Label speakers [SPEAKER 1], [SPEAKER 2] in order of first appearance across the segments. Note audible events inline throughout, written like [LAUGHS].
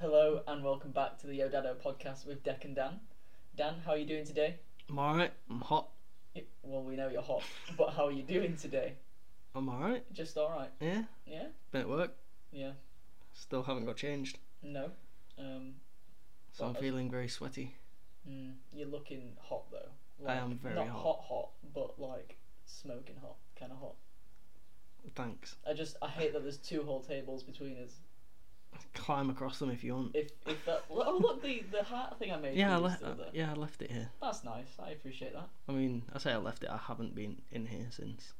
[SPEAKER 1] Hello and welcome back to the Yo Dado podcast with Deck and Dan. Dan, how are you doing today?
[SPEAKER 2] I'm alright. I'm hot.
[SPEAKER 1] Y- Well, we know you're hot, [LAUGHS] but how are you doing today?
[SPEAKER 2] I'm alright.
[SPEAKER 1] Just all right.
[SPEAKER 2] Yeah.
[SPEAKER 1] Yeah,
[SPEAKER 2] Been at work.
[SPEAKER 1] yeah.
[SPEAKER 2] Still haven't got changed.
[SPEAKER 1] No, um,
[SPEAKER 2] So I'm
[SPEAKER 1] Well, I-
[SPEAKER 2] feeling very sweaty.
[SPEAKER 1] mm, you're looking hot though.
[SPEAKER 2] I am very
[SPEAKER 1] not
[SPEAKER 2] hot.
[SPEAKER 1] hot, hot, but like smoking hot, kind of hot.
[SPEAKER 2] Thanks.
[SPEAKER 1] I just I hate that there's two whole tables between us.
[SPEAKER 2] Climb across them if you want.
[SPEAKER 1] If if that [LAUGHS] oh look the the hat thing I made. for
[SPEAKER 2] yeah, I
[SPEAKER 1] you is
[SPEAKER 2] le-
[SPEAKER 1] still there.
[SPEAKER 2] yeah, I left it here.
[SPEAKER 1] That's nice. I appreciate that.
[SPEAKER 2] I mean, I say I left it. I haven't been in here since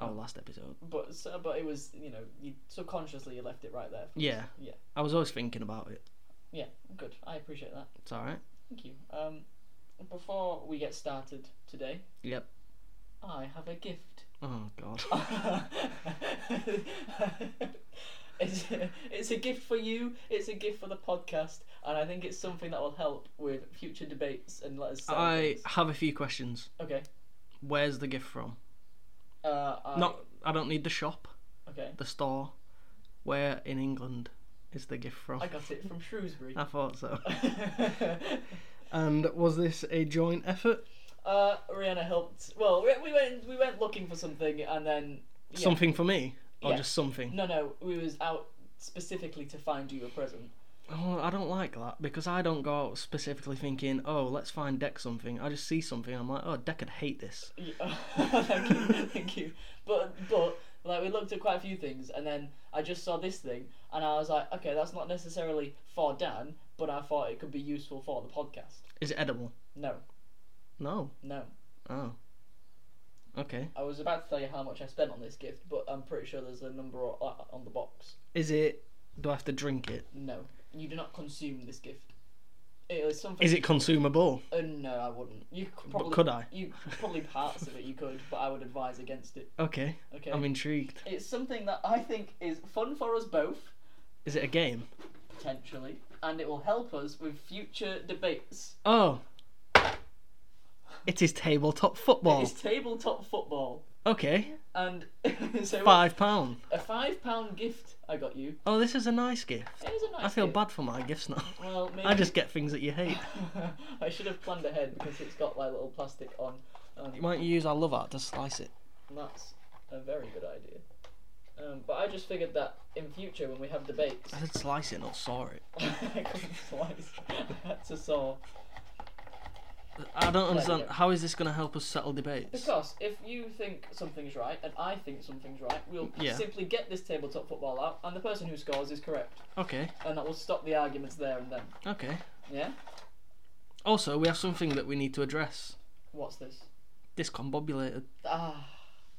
[SPEAKER 2] our
[SPEAKER 1] Oh.
[SPEAKER 2] last episode.
[SPEAKER 1] But so, but it was you know you subconsciously you left it right there. for us.
[SPEAKER 2] Yeah.
[SPEAKER 1] Yeah.
[SPEAKER 2] I was always thinking about it.
[SPEAKER 1] Yeah. Good. I appreciate that.
[SPEAKER 2] It's alright.
[SPEAKER 1] Thank you. Um, before we get started today,
[SPEAKER 2] Yep.
[SPEAKER 1] I have a gift. [LAUGHS]
[SPEAKER 2] Oh God.
[SPEAKER 1] it's, it's a gift for you. It's a gift for the podcast, and I think it's something that will help with future debates and let us. settle
[SPEAKER 2] I
[SPEAKER 1] things.
[SPEAKER 2] have a few questions.
[SPEAKER 1] okay.
[SPEAKER 2] Where's the gift from?
[SPEAKER 1] Uh, I,
[SPEAKER 2] Not. I don't need the shop.
[SPEAKER 1] okay.
[SPEAKER 2] The store. Where in England is the gift from?
[SPEAKER 1] I got it from Shrewsbury.
[SPEAKER 2] [LAUGHS] I thought so. And was this a joint effort?
[SPEAKER 1] [LAUGHS] uh, Rihanna helped. Well, we, we went we went looking for something, and then yeah.
[SPEAKER 2] Something for me, or
[SPEAKER 1] Yeah.
[SPEAKER 2] just something?
[SPEAKER 1] No, no, we was out specifically to find you a present.
[SPEAKER 2] Oh, I don't like that because I don't go out specifically thinking, oh, let's find Deck something. I just see something, I'm like, oh, Deck would hate this.
[SPEAKER 1] Yeah. [LAUGHS] thank you, thank you. But but like we looked at quite a few things, and then I just saw this thing, and I was like, okay, that's not necessarily for Dan, but I thought it could be useful for the podcast.
[SPEAKER 2] Is it edible?
[SPEAKER 1] No,
[SPEAKER 2] No.
[SPEAKER 1] no.
[SPEAKER 2] Oh. Okay.
[SPEAKER 1] I was about to tell you how much I spent on this gift, but I'm pretty sure there's a number o- uh, on the box.
[SPEAKER 2] Is it? Do I have to drink it?
[SPEAKER 1] No, you do not consume this gift. It was something.
[SPEAKER 2] Is it consumable?
[SPEAKER 1] Uh, no, I wouldn't. You could
[SPEAKER 2] But
[SPEAKER 1] probably
[SPEAKER 2] could I?
[SPEAKER 1] You probably parts of it you could, but I would advise against it.
[SPEAKER 2] Okay.
[SPEAKER 1] Okay.
[SPEAKER 2] I'm intrigued.
[SPEAKER 1] it's something that I think is fun for us both.
[SPEAKER 2] Is it a game?
[SPEAKER 1] potentially, and it will help us with future debates.
[SPEAKER 2] Oh. It is tabletop football.
[SPEAKER 1] It's tabletop football,
[SPEAKER 2] Okay.
[SPEAKER 1] and [LAUGHS] so
[SPEAKER 2] Five pound.
[SPEAKER 1] a five pound gift I got you.
[SPEAKER 2] Oh, this is a nice gift.
[SPEAKER 1] It was a nice.
[SPEAKER 2] I feel
[SPEAKER 1] gift. [LAUGHS]
[SPEAKER 2] bad for my gifts now.
[SPEAKER 1] Well, maybe
[SPEAKER 2] I just get things that you hate.
[SPEAKER 1] I should have planned ahead because it's got like little plastic on. Um,
[SPEAKER 2] Why don't you use our love art to slice it?
[SPEAKER 1] that's a very good idea. Um, but I just figured that in future when we have
[SPEAKER 2] [LAUGHS]
[SPEAKER 1] debates, [LAUGHS]
[SPEAKER 2] I said slice it, not saw it.
[SPEAKER 1] I couldn't slice. [LAUGHS] That's a saw.
[SPEAKER 2] I don't
[SPEAKER 1] There
[SPEAKER 2] understand.
[SPEAKER 1] you go.
[SPEAKER 2] How is this going to help us settle debates?
[SPEAKER 1] Because if you think something's right and I think something's right, we'll
[SPEAKER 2] Yeah.
[SPEAKER 1] simply get this tabletop football out, and the person who scores is correct,
[SPEAKER 2] Okay,
[SPEAKER 1] and that will stop the arguments there and then.
[SPEAKER 2] okay.
[SPEAKER 1] Yeah.
[SPEAKER 2] Also, we have something that we need to address.
[SPEAKER 1] What's this?
[SPEAKER 2] Discombobulated.
[SPEAKER 1] Ah,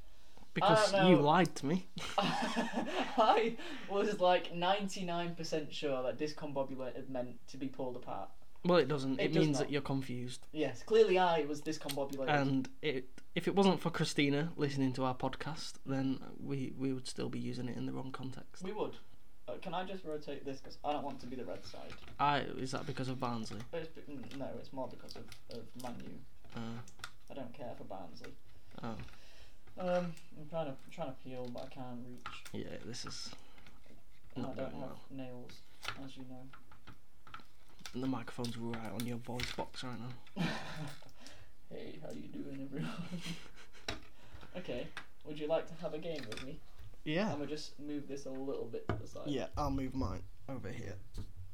[SPEAKER 1] [LAUGHS]
[SPEAKER 2] Because
[SPEAKER 1] know.
[SPEAKER 2] you lied to me. [LAUGHS]
[SPEAKER 1] I was like ninety nine percent sure that discombobulated meant to be pulled apart.
[SPEAKER 2] Well, it doesn't.
[SPEAKER 1] It
[SPEAKER 2] It,
[SPEAKER 1] does
[SPEAKER 2] means
[SPEAKER 1] not.
[SPEAKER 2] that you're confused.
[SPEAKER 1] Yes, clearly I was discombobulated.
[SPEAKER 2] And it, if it wasn't for Christina listening to our podcast, then we, we would still be using it in the wrong context.
[SPEAKER 1] we would. Uh, can I just rotate this because I don't want to be the red side?
[SPEAKER 2] I Is that because of Barnsley?
[SPEAKER 1] But it's, mm, no, it's more because of, of Manu.
[SPEAKER 2] Uh,
[SPEAKER 1] I don't care for Barnsley.
[SPEAKER 2] oh,
[SPEAKER 1] Um, I'm trying to trying to peel, but I can't reach.
[SPEAKER 2] yeah, this is
[SPEAKER 1] And Mm, I
[SPEAKER 2] not
[SPEAKER 1] don't
[SPEAKER 2] going
[SPEAKER 1] have
[SPEAKER 2] well.
[SPEAKER 1] nails, as you know.
[SPEAKER 2] The microphone's right on your voice box right now.
[SPEAKER 1] [LAUGHS] hey, how you doing, everyone? [LAUGHS] okay, would you like to have a game with me?
[SPEAKER 2] Yeah.
[SPEAKER 1] I'm gonna just move this a little bit to the side.
[SPEAKER 2] Yeah, I'll move mine over here.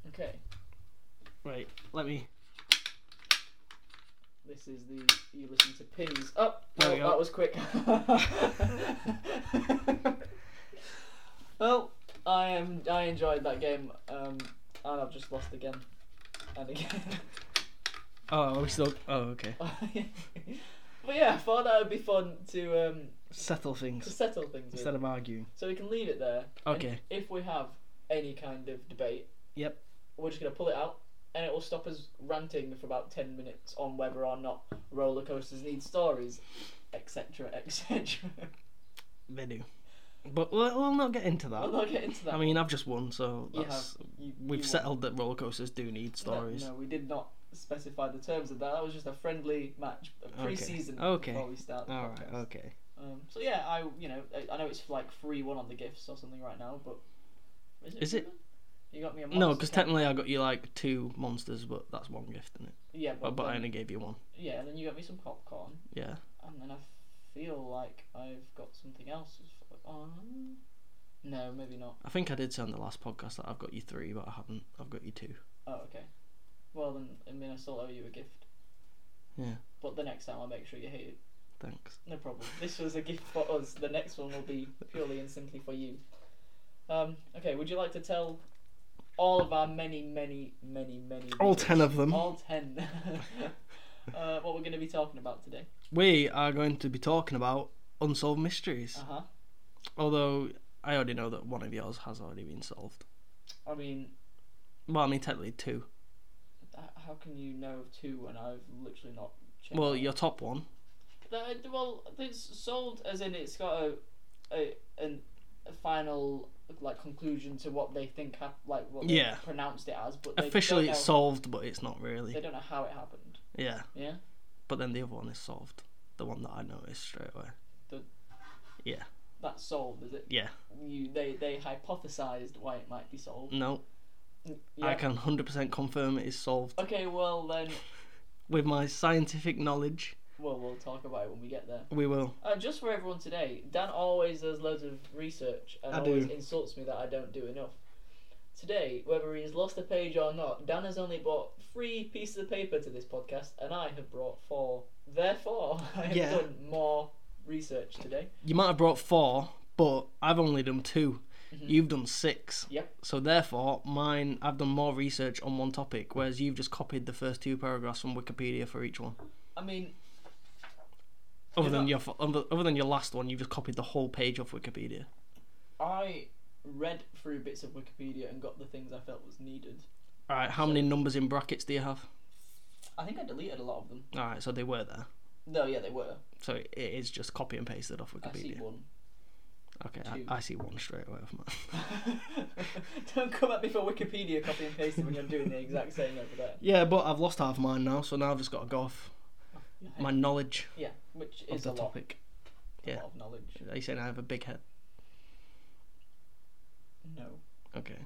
[SPEAKER 1] Okay,
[SPEAKER 2] Right, let me.
[SPEAKER 1] this is the you listen to pins. Up.
[SPEAKER 2] There
[SPEAKER 1] well,
[SPEAKER 2] we go.
[SPEAKER 1] that was quick. [LAUGHS] well, I am. I enjoyed that game, um, and I've just lost again and again. [LAUGHS]
[SPEAKER 2] Oh, are we still. Oh, okay.
[SPEAKER 1] but yeah, I thought that would be fun to um,
[SPEAKER 2] Settle
[SPEAKER 1] to
[SPEAKER 2] things
[SPEAKER 1] settle things with.
[SPEAKER 2] instead of arguing.
[SPEAKER 1] So we can leave it there. and
[SPEAKER 2] Okay.
[SPEAKER 1] if we have any kind of debate,
[SPEAKER 2] Yep.
[SPEAKER 1] we're just gonna pull it out, and it will stop us ranting for about ten minutes on whether or not roller coasters need stories, etc., etc.
[SPEAKER 2] They do. But we'll, we'll not get into
[SPEAKER 1] I'll
[SPEAKER 2] that.
[SPEAKER 1] not get into that.
[SPEAKER 2] Oh. I mean, I've just won, so
[SPEAKER 1] You
[SPEAKER 2] that's.
[SPEAKER 1] You- you
[SPEAKER 2] We've
[SPEAKER 1] won.
[SPEAKER 2] settled that roller coasters do need
[SPEAKER 1] No,
[SPEAKER 2] stories.
[SPEAKER 1] No, we did not specify the terms of that. That was just a friendly match, a
[SPEAKER 2] Okay.
[SPEAKER 1] pre-season
[SPEAKER 2] Okay. Uh,
[SPEAKER 1] before we start. the
[SPEAKER 2] Alright,
[SPEAKER 1] podcast.
[SPEAKER 2] okay.
[SPEAKER 1] Um, so yeah, I you know I, I know it's like three one on the gifts or something right now, but is it?
[SPEAKER 2] Is it?
[SPEAKER 1] three-one? You got me a monster.
[SPEAKER 2] No, because technically I got you like two monsters, but that's one gift, isn't it?
[SPEAKER 1] yeah,
[SPEAKER 2] But,
[SPEAKER 1] but,
[SPEAKER 2] but I
[SPEAKER 1] then-
[SPEAKER 2] only gave you one.
[SPEAKER 1] yeah, and then you got me some popcorn,
[SPEAKER 2] Yeah.
[SPEAKER 1] and then I feel like I've got something else. as- Um, no, maybe not.
[SPEAKER 2] I think I did say on the last podcast that I've got you three, but I haven't. I've got you two.
[SPEAKER 1] Oh, okay. Well then, I mean, I still owe you a gift,
[SPEAKER 2] Yeah.
[SPEAKER 1] but the next time I'll make sure you hit it.
[SPEAKER 2] Thanks.
[SPEAKER 1] No problem. [LAUGHS] This was a gift for us. The next one will be purely and simply for you. Um, okay, would you like to tell all of our many, many, many, many.
[SPEAKER 2] All
[SPEAKER 1] viewers-
[SPEAKER 2] ten of them.
[SPEAKER 1] All ten. [LAUGHS] uh, what we're going to be talking about today.
[SPEAKER 2] We are going to be talking about unsolved mysteries.
[SPEAKER 1] Uh huh.
[SPEAKER 2] Although I already know that one of yours has already been solved.
[SPEAKER 1] I mean,
[SPEAKER 2] Well, I mean technically two.
[SPEAKER 1] h- how can you know of two when I've literally not checked?
[SPEAKER 2] Well,
[SPEAKER 1] out?
[SPEAKER 2] your top one.
[SPEAKER 1] That- well, it's sold as in it's got a, a an a final like conclusion to what they think hap- like what they
[SPEAKER 2] Yeah.
[SPEAKER 1] pronounced it as, but they
[SPEAKER 2] Officially,
[SPEAKER 1] don't
[SPEAKER 2] it's
[SPEAKER 1] know-
[SPEAKER 2] solved, but it's not
[SPEAKER 1] They
[SPEAKER 2] really.
[SPEAKER 1] don't know how it happened.
[SPEAKER 2] Yeah.
[SPEAKER 1] Yeah.
[SPEAKER 2] But then the other one is solved. The one that I noticed straight away.
[SPEAKER 1] That's solved, is it?
[SPEAKER 2] Yeah.
[SPEAKER 1] You they they hypothesized why it might be solved.
[SPEAKER 2] No,
[SPEAKER 1] Yeah.
[SPEAKER 2] Mm. I can 100% confirm it is solved
[SPEAKER 1] Okay, well then,
[SPEAKER 2] with my scientific knowledge.
[SPEAKER 1] well we'll talk about it when we get there.
[SPEAKER 2] We will.
[SPEAKER 1] Uh, just for everyone today, Dan always does loads of research and
[SPEAKER 2] I
[SPEAKER 1] always
[SPEAKER 2] do.
[SPEAKER 1] insults me that I don't do enough. Today, whether he's lost a page or not, Dan has only brought three pieces of paper to this podcast, and I have brought four. Therefore, [LAUGHS] I have
[SPEAKER 2] Yeah.
[SPEAKER 1] done more research today.
[SPEAKER 2] You might have brought four, but I've only done 2 you
[SPEAKER 1] Mhm.
[SPEAKER 2] You've done six.
[SPEAKER 1] Yep.
[SPEAKER 2] So therefore, mine I've done more research on one topic, whereas you've just copied the first two paragraphs from Wikipedia for each one.
[SPEAKER 1] I mean,
[SPEAKER 2] Other
[SPEAKER 1] Yeah,
[SPEAKER 2] than
[SPEAKER 1] that-
[SPEAKER 2] your f- other other than your last one, you've just copied the whole page off Wikipedia.
[SPEAKER 1] I read through bits of Wikipedia and got the things I felt was needed.
[SPEAKER 2] All right, how many numbers in brackets do you have?
[SPEAKER 1] I think I deleted a lot of them.
[SPEAKER 2] All right, so they were there.
[SPEAKER 1] No, yeah, they were.
[SPEAKER 2] So it is just copy and pasted off
[SPEAKER 1] I see
[SPEAKER 2] Wikipedia.
[SPEAKER 1] one. [LAUGHS]
[SPEAKER 2] okay,
[SPEAKER 1] two.
[SPEAKER 2] I, I see one straight away off mine. [LAUGHS]
[SPEAKER 1] Don't come at me for Wikipedia copy and pasting when you're doing the exact same over
[SPEAKER 2] [LAUGHS]
[SPEAKER 1] there.
[SPEAKER 2] Yeah, but I've lost half mine now, so now I've just got to go off my knowledge
[SPEAKER 1] Yeah, which
[SPEAKER 2] of
[SPEAKER 1] is
[SPEAKER 2] the
[SPEAKER 1] a lot,
[SPEAKER 2] topic.
[SPEAKER 1] a
[SPEAKER 2] yeah.
[SPEAKER 1] lot of knowledge.
[SPEAKER 2] Are you saying I have a big head?
[SPEAKER 1] No,
[SPEAKER 2] Okay.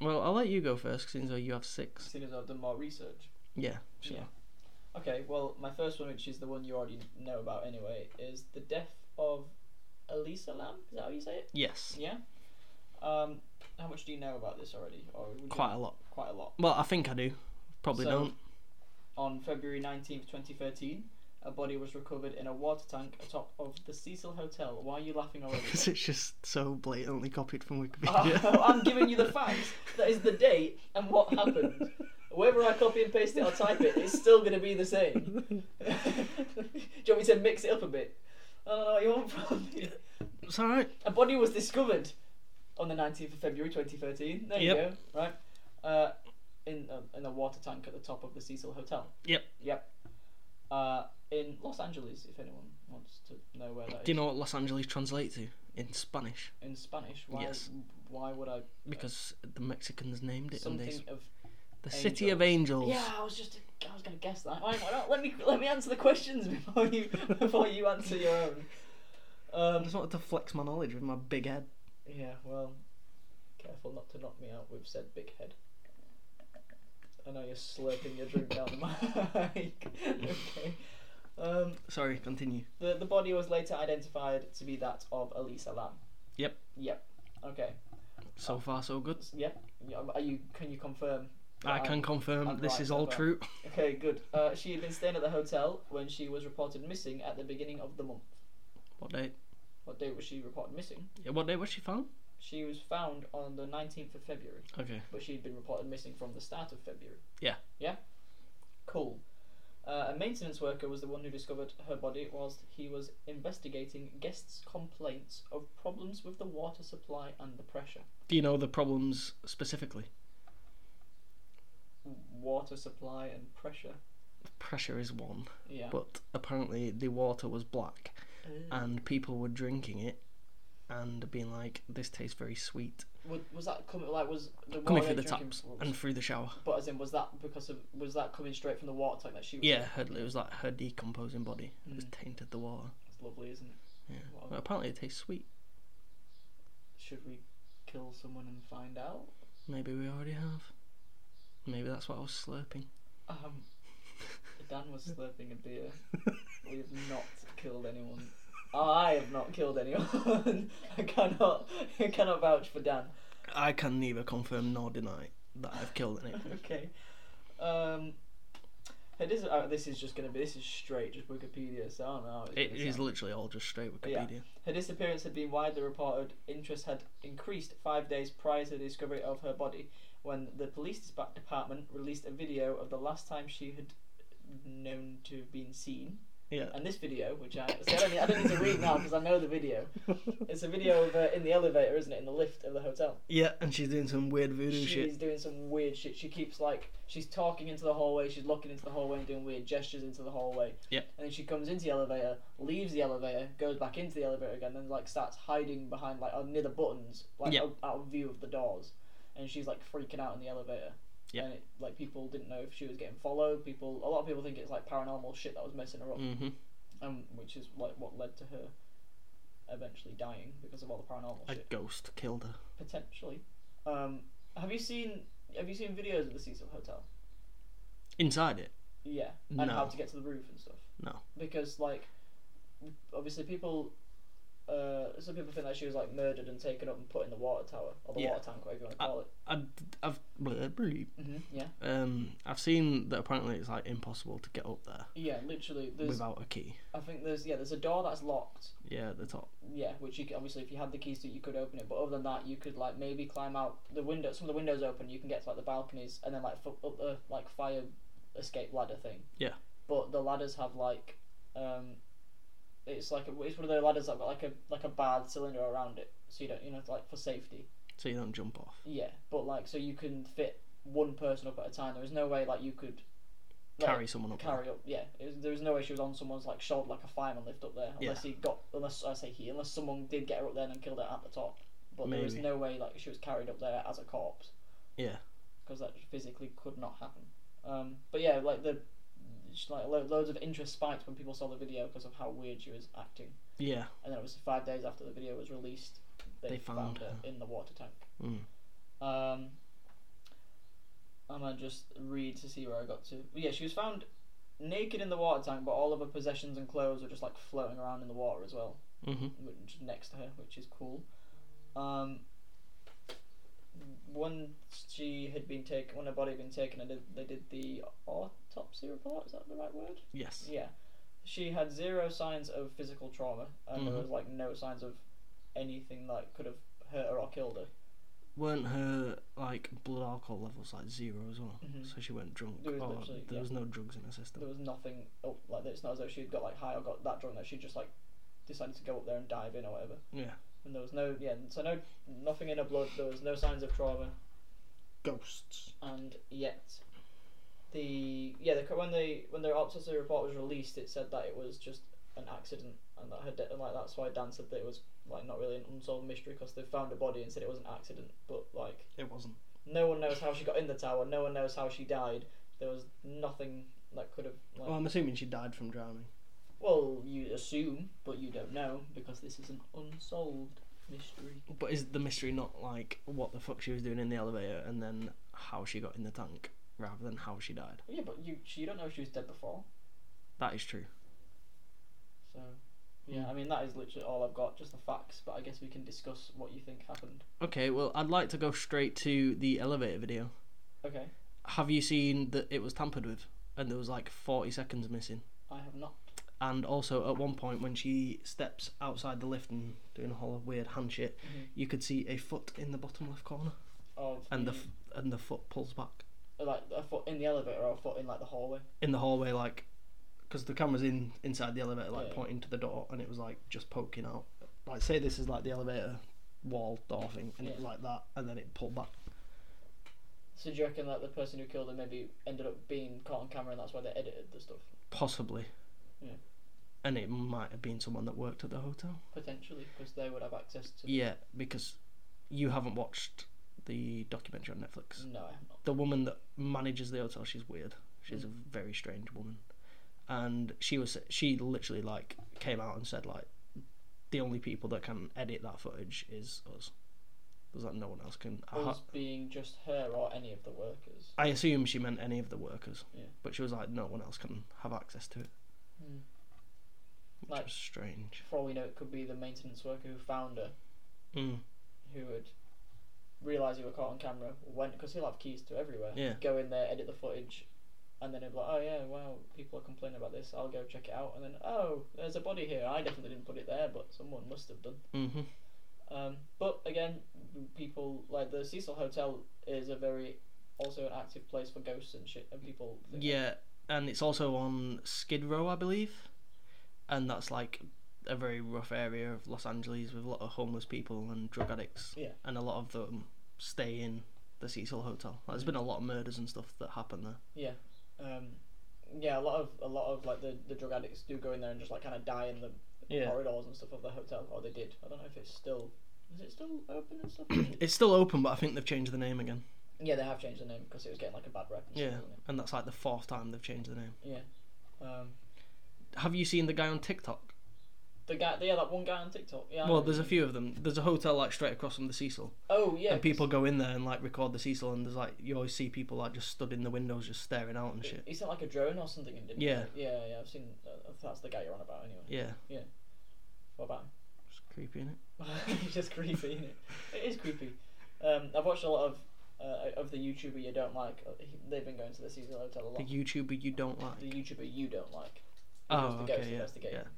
[SPEAKER 2] Well, I'll let you go first, since though you have six.
[SPEAKER 1] seeing as I've done more research.
[SPEAKER 2] Yeah, sure.
[SPEAKER 1] Yeah. Okay, well, my first one, which is the one you already know about anyway, is the death of Elisa Lam. Is that how you say it?
[SPEAKER 2] Yes,
[SPEAKER 1] Yeah. Um, how much do you know about this already? Or would you-
[SPEAKER 2] quite a lot.
[SPEAKER 1] quite a lot.
[SPEAKER 2] Well, I think I do. Probably
[SPEAKER 1] So-
[SPEAKER 2] don't. [LAUGHS]
[SPEAKER 1] On February nineteenth, twenty thirteen. A body was recovered in a water tank atop of the Cecil Hotel. Why are you laughing
[SPEAKER 2] [LAUGHS]
[SPEAKER 1] already?
[SPEAKER 2] Because it's just so blatantly copied from
[SPEAKER 1] [LAUGHS]
[SPEAKER 2] Wikipedia.
[SPEAKER 1] Oh, I'm giving you the facts. That is the date and what happened. Whether I copy and paste it or type it, it's still going to be the same. [LAUGHS] Do you want me to mix it up a bit? I don't know what you want from me.
[SPEAKER 2] It's alright.
[SPEAKER 1] A body was discovered on the 19th of February 2013. There you
[SPEAKER 2] Yep.
[SPEAKER 1] go, right? Uh, in, uh, in a water tank at the top of the Cecil Hotel.
[SPEAKER 2] Yep.
[SPEAKER 1] Yep. Uh, in Los Angeles, if anyone wants to know where that is.
[SPEAKER 2] Do you know what Los Angeles translates to in Spanish?
[SPEAKER 1] In Spanish, why,
[SPEAKER 2] Yes.
[SPEAKER 1] why would I.
[SPEAKER 2] Because the Mexicans named it and they,
[SPEAKER 1] Something
[SPEAKER 2] s-
[SPEAKER 1] of
[SPEAKER 2] the City of Angels.
[SPEAKER 1] Yeah, I was just I was gonna guess that. Why, why not? Let me let me answer the questions [LAUGHS] before you before you answer your own.
[SPEAKER 2] I
[SPEAKER 1] Um,
[SPEAKER 2] just wanted to flex my knowledge with my big head.
[SPEAKER 1] yeah, well, careful not to knock me out with said big head. I know you're slurping your drink down the mic. [LAUGHS] okay. Um,
[SPEAKER 2] Sorry, continue.
[SPEAKER 1] the the body was later identified to be that of Elisa Lam.
[SPEAKER 2] Yep.
[SPEAKER 1] Yep. Okay.
[SPEAKER 2] So far, so good.
[SPEAKER 1] S- Yep. Yeah, um, Are you? Can you confirm? that
[SPEAKER 2] I
[SPEAKER 1] I'm-
[SPEAKER 2] can confirm
[SPEAKER 1] I'm
[SPEAKER 2] this
[SPEAKER 1] right
[SPEAKER 2] is
[SPEAKER 1] so
[SPEAKER 2] all
[SPEAKER 1] far.
[SPEAKER 2] true.
[SPEAKER 1] Okay, good. Uh, she had been staying at the hotel when she was reported missing at the beginning of the month.
[SPEAKER 2] What day?
[SPEAKER 1] What date was she reported missing?
[SPEAKER 2] Yeah, what day was she found?
[SPEAKER 1] She was found on the 19th of February,
[SPEAKER 2] Okay.
[SPEAKER 1] but she'd been reported missing from the start of February.
[SPEAKER 2] Yeah.
[SPEAKER 1] Yeah? Cool. Uh, a maintenance worker was the one who discovered her body whilst he was investigating guests' complaints of problems with the water supply and the pressure.
[SPEAKER 2] Do you know the problems specifically?
[SPEAKER 1] Water supply and pressure.
[SPEAKER 2] Pressure is one,
[SPEAKER 1] Yeah.
[SPEAKER 2] but apparently the water was black
[SPEAKER 1] Uh,
[SPEAKER 2] and people were drinking it and being like, "This tastes very sweet,"
[SPEAKER 1] was, was that coming like was the
[SPEAKER 2] coming
[SPEAKER 1] water
[SPEAKER 2] through the
[SPEAKER 1] drinking-
[SPEAKER 2] taps and through the shower.
[SPEAKER 1] But as in, was that because of was that coming straight from the water tank that she was?
[SPEAKER 2] Yeah, her, it was like her decomposing body. It was
[SPEAKER 1] Mm.
[SPEAKER 2] tainted the water.
[SPEAKER 1] It's lovely, isn't it?
[SPEAKER 2] Yeah.
[SPEAKER 1] Wow.
[SPEAKER 2] But apparently it tastes sweet.
[SPEAKER 1] Should we kill someone and find out?
[SPEAKER 2] Maybe we already have. Maybe that's what I was
[SPEAKER 1] [LAUGHS]
[SPEAKER 2] slurping. [LAUGHS]
[SPEAKER 1] Um, Dan was slurping a beer. We have not killed anyone. I have not killed anyone. [LAUGHS] I cannot. I cannot vouch for Dan. [LAUGHS]
[SPEAKER 2] I can neither confirm nor deny that I've killed anything.
[SPEAKER 1] Okay. Um, it is. Uh, this is just going to be. This is straight just Wikipedia. So I don't know. how it's
[SPEAKER 2] It
[SPEAKER 1] gonna
[SPEAKER 2] is
[SPEAKER 1] sound.
[SPEAKER 2] literally all just straight
[SPEAKER 1] Yeah.
[SPEAKER 2] Wikipedia.
[SPEAKER 1] Her disappearance had been widely reported. Interest had increased five days prior to the discovery of her body, when the police dispa- department released a video of the last time she had known to have been seen.
[SPEAKER 2] Yeah.
[SPEAKER 1] [LAUGHS] And this video, which I, see, I, don't, need, I don't need to read now because I know the video. It's a video of her in the elevator, isn't it? In the lift of the hotel.
[SPEAKER 2] yeah, and she's doing some weird voodoo
[SPEAKER 1] She's [LAUGHS]
[SPEAKER 2] shit.
[SPEAKER 1] doing some weird shit. She keeps like she's talking into the hallway, she's looking into the hallway and doing weird gestures into the hallway.
[SPEAKER 2] Yep.
[SPEAKER 1] And then she comes into the elevator, leaves the elevator, goes back into the elevator again, then like starts hiding behind like uh, near the buttons, like
[SPEAKER 2] Yep.
[SPEAKER 1] out, out of view of the doors. And she's like freaking out in the elevator.
[SPEAKER 2] Yep.
[SPEAKER 1] And it, like people didn't know if she was getting followed. People, a lot of people think it's like paranormal shit that was messing her up,
[SPEAKER 2] Mm-hmm.
[SPEAKER 1] um, which is like what led to her eventually dying because of all the paranormal
[SPEAKER 2] A
[SPEAKER 1] shit
[SPEAKER 2] ghost killed her.
[SPEAKER 1] potentially. Um, have you ceen Have you seen videos of the Cecil Hotel?
[SPEAKER 2] Inside it.
[SPEAKER 1] Yeah, and how
[SPEAKER 2] No.
[SPEAKER 1] to get to the roof and stuff.
[SPEAKER 2] No.
[SPEAKER 1] Because like, obviously people, uh, some people think that she was like murdered and taken up and put in the water tower or the
[SPEAKER 2] Yeah. Uh,
[SPEAKER 1] water tank, whatever you want to call it.
[SPEAKER 2] I, have
[SPEAKER 1] hmm Yeah,
[SPEAKER 2] um I've seen that apparently it's like impossible to get up there
[SPEAKER 1] yeah, literally. There's,
[SPEAKER 2] without a key.
[SPEAKER 1] I think there's yeah, there's a door that's locked.
[SPEAKER 2] Yeah, at the top.
[SPEAKER 1] Yeah, which you c obviously if you had the keys to, it, you could open it. But other than that, you could like maybe climb out the window. Some of the windows open, you can get to like the balconies, and then like fu- up the like fire escape ladder thing.
[SPEAKER 2] Yeah.
[SPEAKER 1] But the ladders have like, um, it's like a, it's one of the ladders that got like a like a barred cylinder around it, so you don't you know it's, like for safety.
[SPEAKER 2] So you don't jump off.
[SPEAKER 1] Yeah, but like so you can fit one person up at a time. There was no way like you could like,
[SPEAKER 2] Carry someone up.
[SPEAKER 1] carry up. Yeah, it was, there was no way she was on someone's like shoulder like a fireman lift up there, unless he got unless I say he unless someone did get her up there and then killed her at the top. But there was
[SPEAKER 2] Maybe.
[SPEAKER 1] no way like she was carried up there as a corpse
[SPEAKER 2] Yeah.
[SPEAKER 1] because that physically could not happen. Um, but yeah, like the just, like lo- loads of interest spiked when people saw the video because of how weird she was acting,
[SPEAKER 2] Yeah.
[SPEAKER 1] and then obviously five days after the video was released, they,
[SPEAKER 2] They
[SPEAKER 1] found,
[SPEAKER 2] found
[SPEAKER 1] her in the water tank.
[SPEAKER 2] Mm.
[SPEAKER 1] Um, I'm gonna just read to see where I got to. Yeah, she was found naked in the water tank, but all of her possessions and clothes were just like floating around in the water as well,
[SPEAKER 2] Mm-hmm.
[SPEAKER 1] which next to her, which is cool. Um, when she had been taken, when her body had been taken, and they did the autopsy report. Is that the right word?
[SPEAKER 2] Yes.
[SPEAKER 1] Yeah. She had zero signs of physical trauma, and there
[SPEAKER 2] Mhm.
[SPEAKER 1] was like no signs of anything that could have hurt her or killed her.
[SPEAKER 2] Weren't her like blood alcohol levels like zero as well?
[SPEAKER 1] Mhm.
[SPEAKER 2] So she went drunk.
[SPEAKER 1] There was
[SPEAKER 2] or
[SPEAKER 1] literally-
[SPEAKER 2] there
[SPEAKER 1] yeah.
[SPEAKER 2] was no drugs in her system.
[SPEAKER 1] there was nothing oh, like it's not as though she'd got like high or got that drunk that she just like decided to go up there and dive in or whatever
[SPEAKER 2] Yeah.
[SPEAKER 1] and there was no yeah so no nothing in her blood there was no signs of trauma
[SPEAKER 2] Ghosts.
[SPEAKER 1] and yet the yeah the, when they when their autopsy report was released it said that it was just an accident and that her de- and, like that's why Dan said that it was like not really an unsolved mystery because they found a body and said it was an accident but like
[SPEAKER 2] It wasn't.
[SPEAKER 1] no one knows how she got in the tower no one knows how she died there was nothing that could have like
[SPEAKER 2] Well, I'm assuming she died from drowning.
[SPEAKER 1] Well, you assume, but you don't know because this is an unsolved mystery.
[SPEAKER 2] But is the mystery not like what the fuck she was doing in the elevator and then how she got in the tank rather than how she died?
[SPEAKER 1] Yeah, but you she, you don't know if she was dead before,
[SPEAKER 2] That is true.
[SPEAKER 1] so yeah. I mean that is literally all I've got, just the facts. But I guess we can discuss what you think happened.
[SPEAKER 2] Okay, well, I'd like to go straight to the elevator video.
[SPEAKER 1] Okay,
[SPEAKER 2] Have you seen that it was tampered with and there was like 40 seconds missing?
[SPEAKER 1] I have not.
[SPEAKER 2] And also, at one point, when she steps outside the lift and doing a whole weird hand shit,
[SPEAKER 1] Mhm.
[SPEAKER 2] you could see a foot in the bottom left corner,
[SPEAKER 1] Of
[SPEAKER 2] and the f-
[SPEAKER 1] Mm.
[SPEAKER 2] and the foot pulls back
[SPEAKER 1] like a foot in the elevator or a foot in like the hallway.
[SPEAKER 2] in the hallway, like because the camera's in inside the elevator, like
[SPEAKER 1] Yeah.
[SPEAKER 2] pointing to the door, and it was like just poking out. Like say this is like the elevator wall door thing, and it was
[SPEAKER 1] Yeah.
[SPEAKER 2] like that, and then it pulled back.
[SPEAKER 1] So do you reckon that the person who killed her maybe ended up being caught on camera and that's why they edited the stuff
[SPEAKER 2] Possibly.
[SPEAKER 1] Yeah.
[SPEAKER 2] And it might have been someone that worked at the hotel.
[SPEAKER 1] potentially because they would have access to.
[SPEAKER 2] Yeah, because you haven't watched the documentary on Netflix.
[SPEAKER 1] No, I have not.
[SPEAKER 2] The woman that manages the hotel, she's weird.
[SPEAKER 1] Mm.
[SPEAKER 2] She's a very strange woman, and she was she literally like came out and said like, the only people that can edit that footage is us. was that no one else can. I,
[SPEAKER 1] Us
[SPEAKER 2] ha-
[SPEAKER 1] being just her or any of the workers.
[SPEAKER 2] I assume she meant any of the workers,
[SPEAKER 1] Yeah.
[SPEAKER 2] but she was like, no one else can have access to it,
[SPEAKER 1] Hmm.
[SPEAKER 2] which
[SPEAKER 1] Like-
[SPEAKER 2] was strange.
[SPEAKER 1] For all we know, it could be the maintenance worker who found her,
[SPEAKER 2] Mm.
[SPEAKER 1] who would realise you were caught on camera, went because he'll have keys to everywhere.
[SPEAKER 2] Yeah.
[SPEAKER 1] Go in there, edit the footage, and then he'll be like, "Oh yeah, wow, people are complaining about this. I'll go check it out." And then, "Oh, there's a body here. I definitely didn't put it there, but someone must have done."
[SPEAKER 2] hmm
[SPEAKER 1] Um, but again, people like the Cecil Hotel is a very also an active place for ghosts and shit, and people. think-
[SPEAKER 2] Yeah, and it's also on Skid Row, I believe, and that's like a very rough area of Los Angeles with a lot of homeless people and drug addicts,
[SPEAKER 1] Yeah.
[SPEAKER 2] and a lot of them stay in the Cecil Hotel. There's been a lot of murders and stuff that happen there.
[SPEAKER 1] Yeah. Um, yeah, a lot of a lot of like the, the drug addicts do go in there and just like kind of die in the
[SPEAKER 2] Yeah.
[SPEAKER 1] corridors and stuff of the hotel, or they did. I don't know if it's still is it still open
[SPEAKER 2] [COUGHS]
[SPEAKER 1] and stuff. Is it-
[SPEAKER 2] It's still open, but I think they've changed the name again.
[SPEAKER 1] yeah, they have changed the name because it was getting like a bad rep. And
[SPEAKER 2] Yeah,
[SPEAKER 1] stuff, wasn't
[SPEAKER 2] and that's like the fourth time they've changed the name.
[SPEAKER 1] it? yeah. Um,
[SPEAKER 2] Have you seen the guy on TikTok?
[SPEAKER 1] the guy, yeah, that one guy on TikTok. Yeah. I
[SPEAKER 2] Well,
[SPEAKER 1] know
[SPEAKER 2] there's
[SPEAKER 1] who
[SPEAKER 2] a
[SPEAKER 1] you
[SPEAKER 2] few of them. There's a hotel like straight across from the Cecil,
[SPEAKER 1] mean. Oh yeah.
[SPEAKER 2] and people go in there and like record the Cecil, and there's like you always see people like just stood in the windows just staring out and shit.
[SPEAKER 1] He sent like a drone or something, and didn't. he?
[SPEAKER 2] Yeah.
[SPEAKER 1] Yeah, yeah. I've seen. Uh, that's the guy you're on about anyway.
[SPEAKER 2] Yeah,
[SPEAKER 1] What about him?
[SPEAKER 2] it's creepy, innit?
[SPEAKER 1] [LAUGHS] it's just creepy. Isn't it? it is creepy. Um, I've watched a lot of uh, of the YouTuber you don't like. Uh, he- They've been going to the Cecil Hotel a lot.
[SPEAKER 2] The YouTuber you don't like.
[SPEAKER 1] The YouTuber you don't like. who does the
[SPEAKER 2] Oh,
[SPEAKER 1] ghost
[SPEAKER 2] okay, yeah, yeah.
[SPEAKER 1] investigator.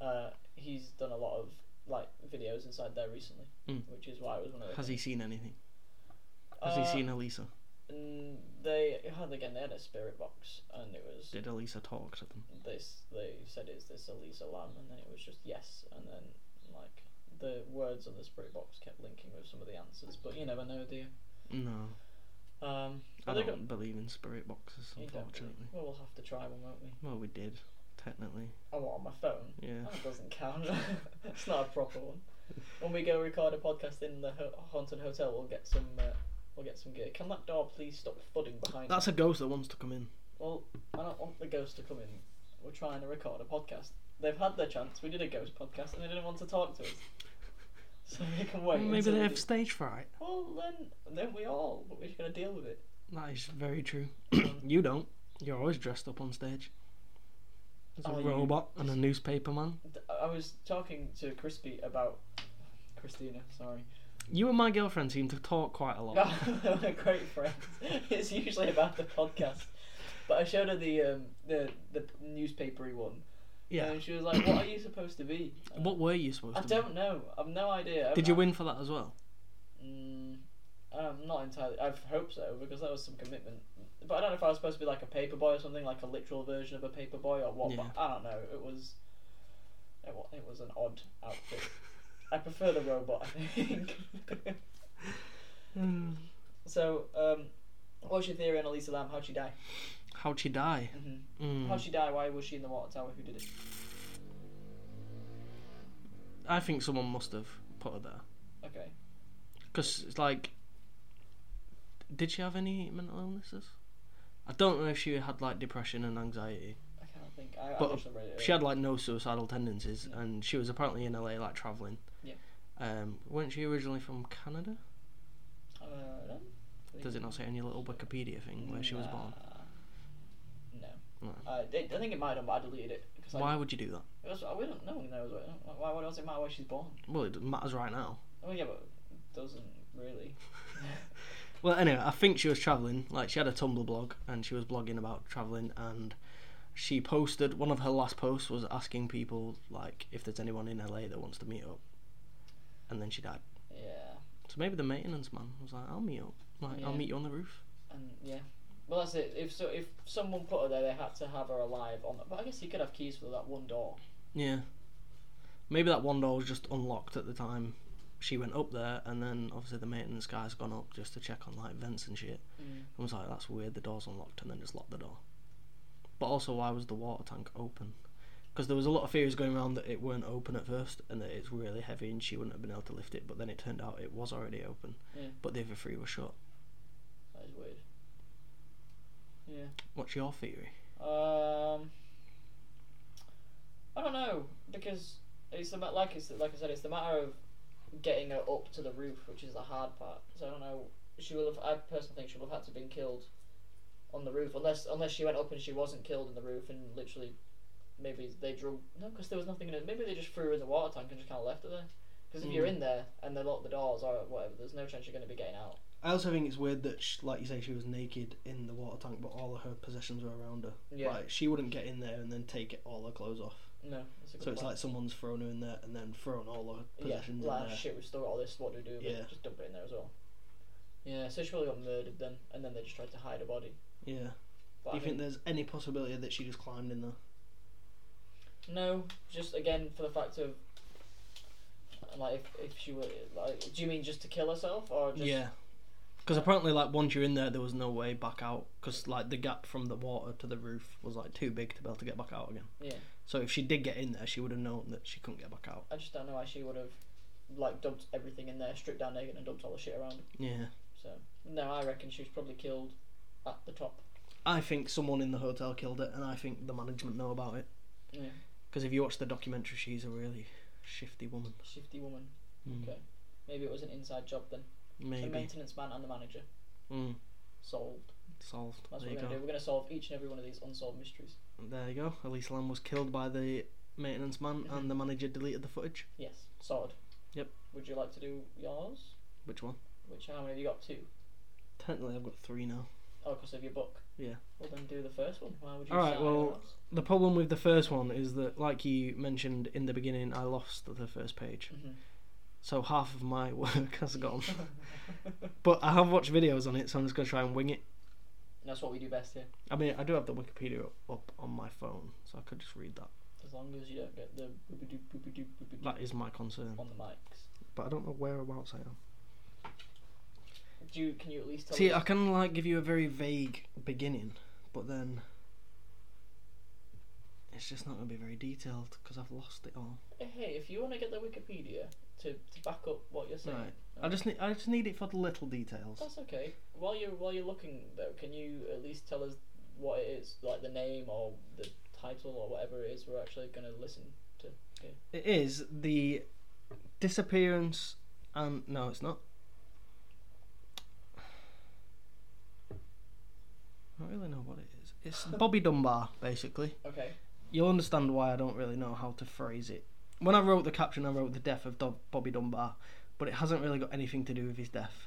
[SPEAKER 1] Uh, he's done a lot of like videos inside there recently,
[SPEAKER 2] Mm.
[SPEAKER 1] which is why it was one of. the
[SPEAKER 2] Has he seen anything?
[SPEAKER 1] things.
[SPEAKER 2] Has
[SPEAKER 1] Uh,
[SPEAKER 2] he seen Elisa?
[SPEAKER 1] mm, They had again. They had a spirit box, and it was
[SPEAKER 2] Did Elisa talk to them?
[SPEAKER 1] this. They said, "Is this Elisa Lam?" And then it was just yes, and then like the words on the spirit box kept linking with some of the answers, but you never know, do you?
[SPEAKER 2] No,
[SPEAKER 1] Um,
[SPEAKER 2] I
[SPEAKER 1] I think
[SPEAKER 2] don't believe in spirit boxes,
[SPEAKER 1] You don't
[SPEAKER 2] unfortunately.
[SPEAKER 1] believe- well, we'll have to try one, won't we?
[SPEAKER 2] Well, we did technically.
[SPEAKER 1] Oh, what, on my phone?
[SPEAKER 2] Yeah.
[SPEAKER 1] That doesn't count. [LAUGHS] it's not a proper one. When we go record a podcast in the ho- haunted hotel, we'll get some. Uh, we'll get some gear. Can that door please stop thudding behind?
[SPEAKER 2] That's a ghost that wants to come in.
[SPEAKER 1] me? Well, I don't want the ghost to come in. We're trying to record a podcast. They've had their chance. We did a ghost podcast, and they didn't want to talk to us. [LAUGHS] So they can wait.
[SPEAKER 2] Maybe
[SPEAKER 1] until
[SPEAKER 2] they
[SPEAKER 1] we
[SPEAKER 2] have
[SPEAKER 1] do.
[SPEAKER 2] stage fright.
[SPEAKER 1] Well, then, then we all. But we're just gonna deal with it.
[SPEAKER 2] That is
[SPEAKER 1] [COUGHS]
[SPEAKER 2] very true. [COUGHS] you don't. You're always dressed up on stage. There's a
[SPEAKER 1] Oh, you-
[SPEAKER 2] robot and a newspaper man.
[SPEAKER 1] Th- I was talking to Crispy about Christina. Sorry.
[SPEAKER 2] You and my girlfriend seem to talk quite a lot.
[SPEAKER 1] We're [LAUGHS] great friends. [LAUGHS] It's usually about the podcast. But I showed her the um, the the newspapery one,
[SPEAKER 2] yeah.
[SPEAKER 1] and she was like, "What are you supposed to be?" And
[SPEAKER 2] What were you supposed
[SPEAKER 1] I
[SPEAKER 2] to
[SPEAKER 1] don't know. I've no idea.
[SPEAKER 2] be? Did you win for that as well?
[SPEAKER 1] Mm, I'm not entirely. I hope so because that was some commitment. But I don't know if I was supposed to be like a paper boy or something, like a literal version of a paper boy or what.
[SPEAKER 2] Yeah.
[SPEAKER 1] But I don't know. It was. It wa- it was an odd outfit. I prefer the robot. I think. [LAUGHS] So, um, what's your theory on Elisa Lam? How'd she die?
[SPEAKER 2] How'd she die?
[SPEAKER 1] hmm
[SPEAKER 2] Mm.
[SPEAKER 1] How'd she die? Why was she in the water tower? Who did it?
[SPEAKER 2] I think someone must have put her there.
[SPEAKER 1] Okay.
[SPEAKER 2] Because it's like, did she have any mental illnesses? I don't know if she had like depression and anxiety.
[SPEAKER 1] I can't think. I, I
[SPEAKER 2] But
[SPEAKER 1] actually read it.
[SPEAKER 2] She had like no suicidal tendencies,
[SPEAKER 1] No.
[SPEAKER 2] and she was apparently in LA like traveling.
[SPEAKER 1] Yeah.
[SPEAKER 2] Um, weren't she originally from Canada?
[SPEAKER 1] Uh, no?
[SPEAKER 2] Does it not say any little Wikipedia thing where she was born?
[SPEAKER 1] Nah. No.
[SPEAKER 2] No.
[SPEAKER 1] Uh, it, I think it might have, but I deleted it. Cause
[SPEAKER 2] Why
[SPEAKER 1] I,
[SPEAKER 2] would you do that?
[SPEAKER 1] it was, we don't know. who knows what- don't- Why, why does it matter where she's born?
[SPEAKER 2] Well, it matters right now.
[SPEAKER 1] I mean, yeah, but it doesn't really.
[SPEAKER 2] [LAUGHS] Well, anyway, I think she was traveling. Like she had a Tumblr blog, and she was blogging about traveling. And she posted one of her last posts was asking people like if there's anyone in LA that wants to meet up. And then she died.
[SPEAKER 1] Yeah.
[SPEAKER 2] So maybe the maintenance man was like, "I'll meet up. Like I'll
[SPEAKER 1] Yeah.
[SPEAKER 2] meet you on the roof."
[SPEAKER 1] And yeah. Well, that's it. If so, if someone put her there, they had to have her alive on. The, but I guess he could have keys for that one door.
[SPEAKER 2] Yeah. Maybe that one door was just unlocked at the time she went up there, and then obviously the maintenance guy's gone up just to check on like vents and shit. And was like, "That's weird. The door's unlocked," and then just locked the door. But also, why was the water tank open? Because there was a lot of theories going around that it weren't open at first, and that it's really heavy, and she wouldn't have been able to lift it. But then it turned out it was already open,
[SPEAKER 1] Yeah.
[SPEAKER 2] but the other three were shut.
[SPEAKER 1] That is weird. Yeah.
[SPEAKER 2] What's your theory?
[SPEAKER 1] Um, I don't know because it's the ma- like it's like I said, it's the matter of getting her up to the roof, which is the hard part. So I don't know. She will have. I personally think she will have had to been killed on the roof, unless unless she went up and she wasn't killed in the roof, and literally maybe they drew no, because there was nothing in it. Maybe they just threw her in the water tank and just kind of left her there. Because if you're
[SPEAKER 2] Mm.
[SPEAKER 1] in there and they lock the doors or whatever, there's no chance you're going to be getting out.
[SPEAKER 2] I also think it's weird that, sh like you say, she was naked in the water tank, but all of her possessions were around her.
[SPEAKER 1] Yeah.
[SPEAKER 2] Like she wouldn't get in there and then take it, all her clothes off.
[SPEAKER 1] No. That's a good
[SPEAKER 2] So it's
[SPEAKER 1] point.
[SPEAKER 2] like someone's thrown her in there and then thrown all her
[SPEAKER 1] yeah,
[SPEAKER 2] possessions
[SPEAKER 1] like
[SPEAKER 2] in there.
[SPEAKER 1] shit, we've still got all this. What do we do? with it?
[SPEAKER 2] Yeah.
[SPEAKER 1] Just dump it in there as well. Yeah, so she probably got murdered then, and then they just tried to hide her body.
[SPEAKER 2] Yeah.
[SPEAKER 1] But
[SPEAKER 2] Do
[SPEAKER 1] I
[SPEAKER 2] you think
[SPEAKER 1] mean,
[SPEAKER 2] there's any possibility that she just climbed in there?
[SPEAKER 1] no, just again for the fact of like if, if she were like, do you mean just to kill herself or just
[SPEAKER 2] Yeah. Because apparently, like once you're in there, there was no way back out. Because like the gap from the water to the roof was like too big to be able to get back out again.
[SPEAKER 1] yeah?
[SPEAKER 2] So if she did get in there, she would have known that she couldn't get back out.
[SPEAKER 1] I just don't know why she would have like dumped everything in there, stripped down naked, and dumped all the shit around.
[SPEAKER 2] Yeah.
[SPEAKER 1] So no, I reckon she was probably killed at the top.
[SPEAKER 2] I think someone in the hotel killed it, and I think the management know about it.
[SPEAKER 1] Yeah,
[SPEAKER 2] Because if you watch the documentary, she's a really shifty woman.
[SPEAKER 1] shifty woman.
[SPEAKER 2] Mm.
[SPEAKER 1] Okay. Maybe it was an inside job then. The
[SPEAKER 2] Maybe.
[SPEAKER 1] maintenance man and the manager
[SPEAKER 2] Mm.
[SPEAKER 1] solved.
[SPEAKER 2] Solved.
[SPEAKER 1] That's what
[SPEAKER 2] there you
[SPEAKER 1] we're
[SPEAKER 2] go.
[SPEAKER 1] gonna do. We're gonna solve each and every one of these unsolved mysteries.
[SPEAKER 2] There you go. Elise Lam was killed by the maintenance man,
[SPEAKER 1] Mhm.
[SPEAKER 2] and the manager deleted the footage.
[SPEAKER 1] Yes, sorted.
[SPEAKER 2] Yep.
[SPEAKER 1] Would you like to do yours?
[SPEAKER 2] Which one?
[SPEAKER 1] Which how many have you got? Two.
[SPEAKER 2] Technically, I've got three now.
[SPEAKER 1] Oh, because of your book.
[SPEAKER 2] Yeah.
[SPEAKER 1] Well, then do the first one. Why would you?
[SPEAKER 2] Alright,
[SPEAKER 1] start anyone
[SPEAKER 2] well-
[SPEAKER 1] else?
[SPEAKER 2] The problem with the first one is that, like you mentioned in the beginning, I lost the first page.
[SPEAKER 1] Mhm.
[SPEAKER 2] So half of my [LAUGHS] work has gone. but I have watched videos on it, so I'm just going to try and wing it.
[SPEAKER 1] That's what we do best here.
[SPEAKER 2] I mean, I do have the Wikipedia up on my phone, so I could just read that.
[SPEAKER 1] As long as you don't get the boop-a-doop, boop-a-doop, boop-a-doop
[SPEAKER 2] That is my concern.
[SPEAKER 1] on the mics.
[SPEAKER 2] But I don't know whereabouts I am.
[SPEAKER 1] Do you, can you at least tell
[SPEAKER 2] See,
[SPEAKER 1] us?
[SPEAKER 2] I can, like, give you a very vague beginning, but then. It's just not going to be very detailed because I've lost it all.
[SPEAKER 1] Hey, if you want to get the Wikipedia to, to back up what you're saying,
[SPEAKER 2] Right. I just need, I just need it for the little details.
[SPEAKER 1] that's okay. While you're while you're looking though, can you at least tell us what it is, like the name or the title or whatever it is we're actually gonna listen to?
[SPEAKER 2] It is the disappearance and no, it's not. I don't really know what it is. It's Bobby Dunbar, basically.
[SPEAKER 1] Okay.
[SPEAKER 2] You'll understand why I don't really know how to phrase it. When I wrote the caption, I wrote the death of Dob- Bobby Dunbar, but it hasn't really got anything to do with his death.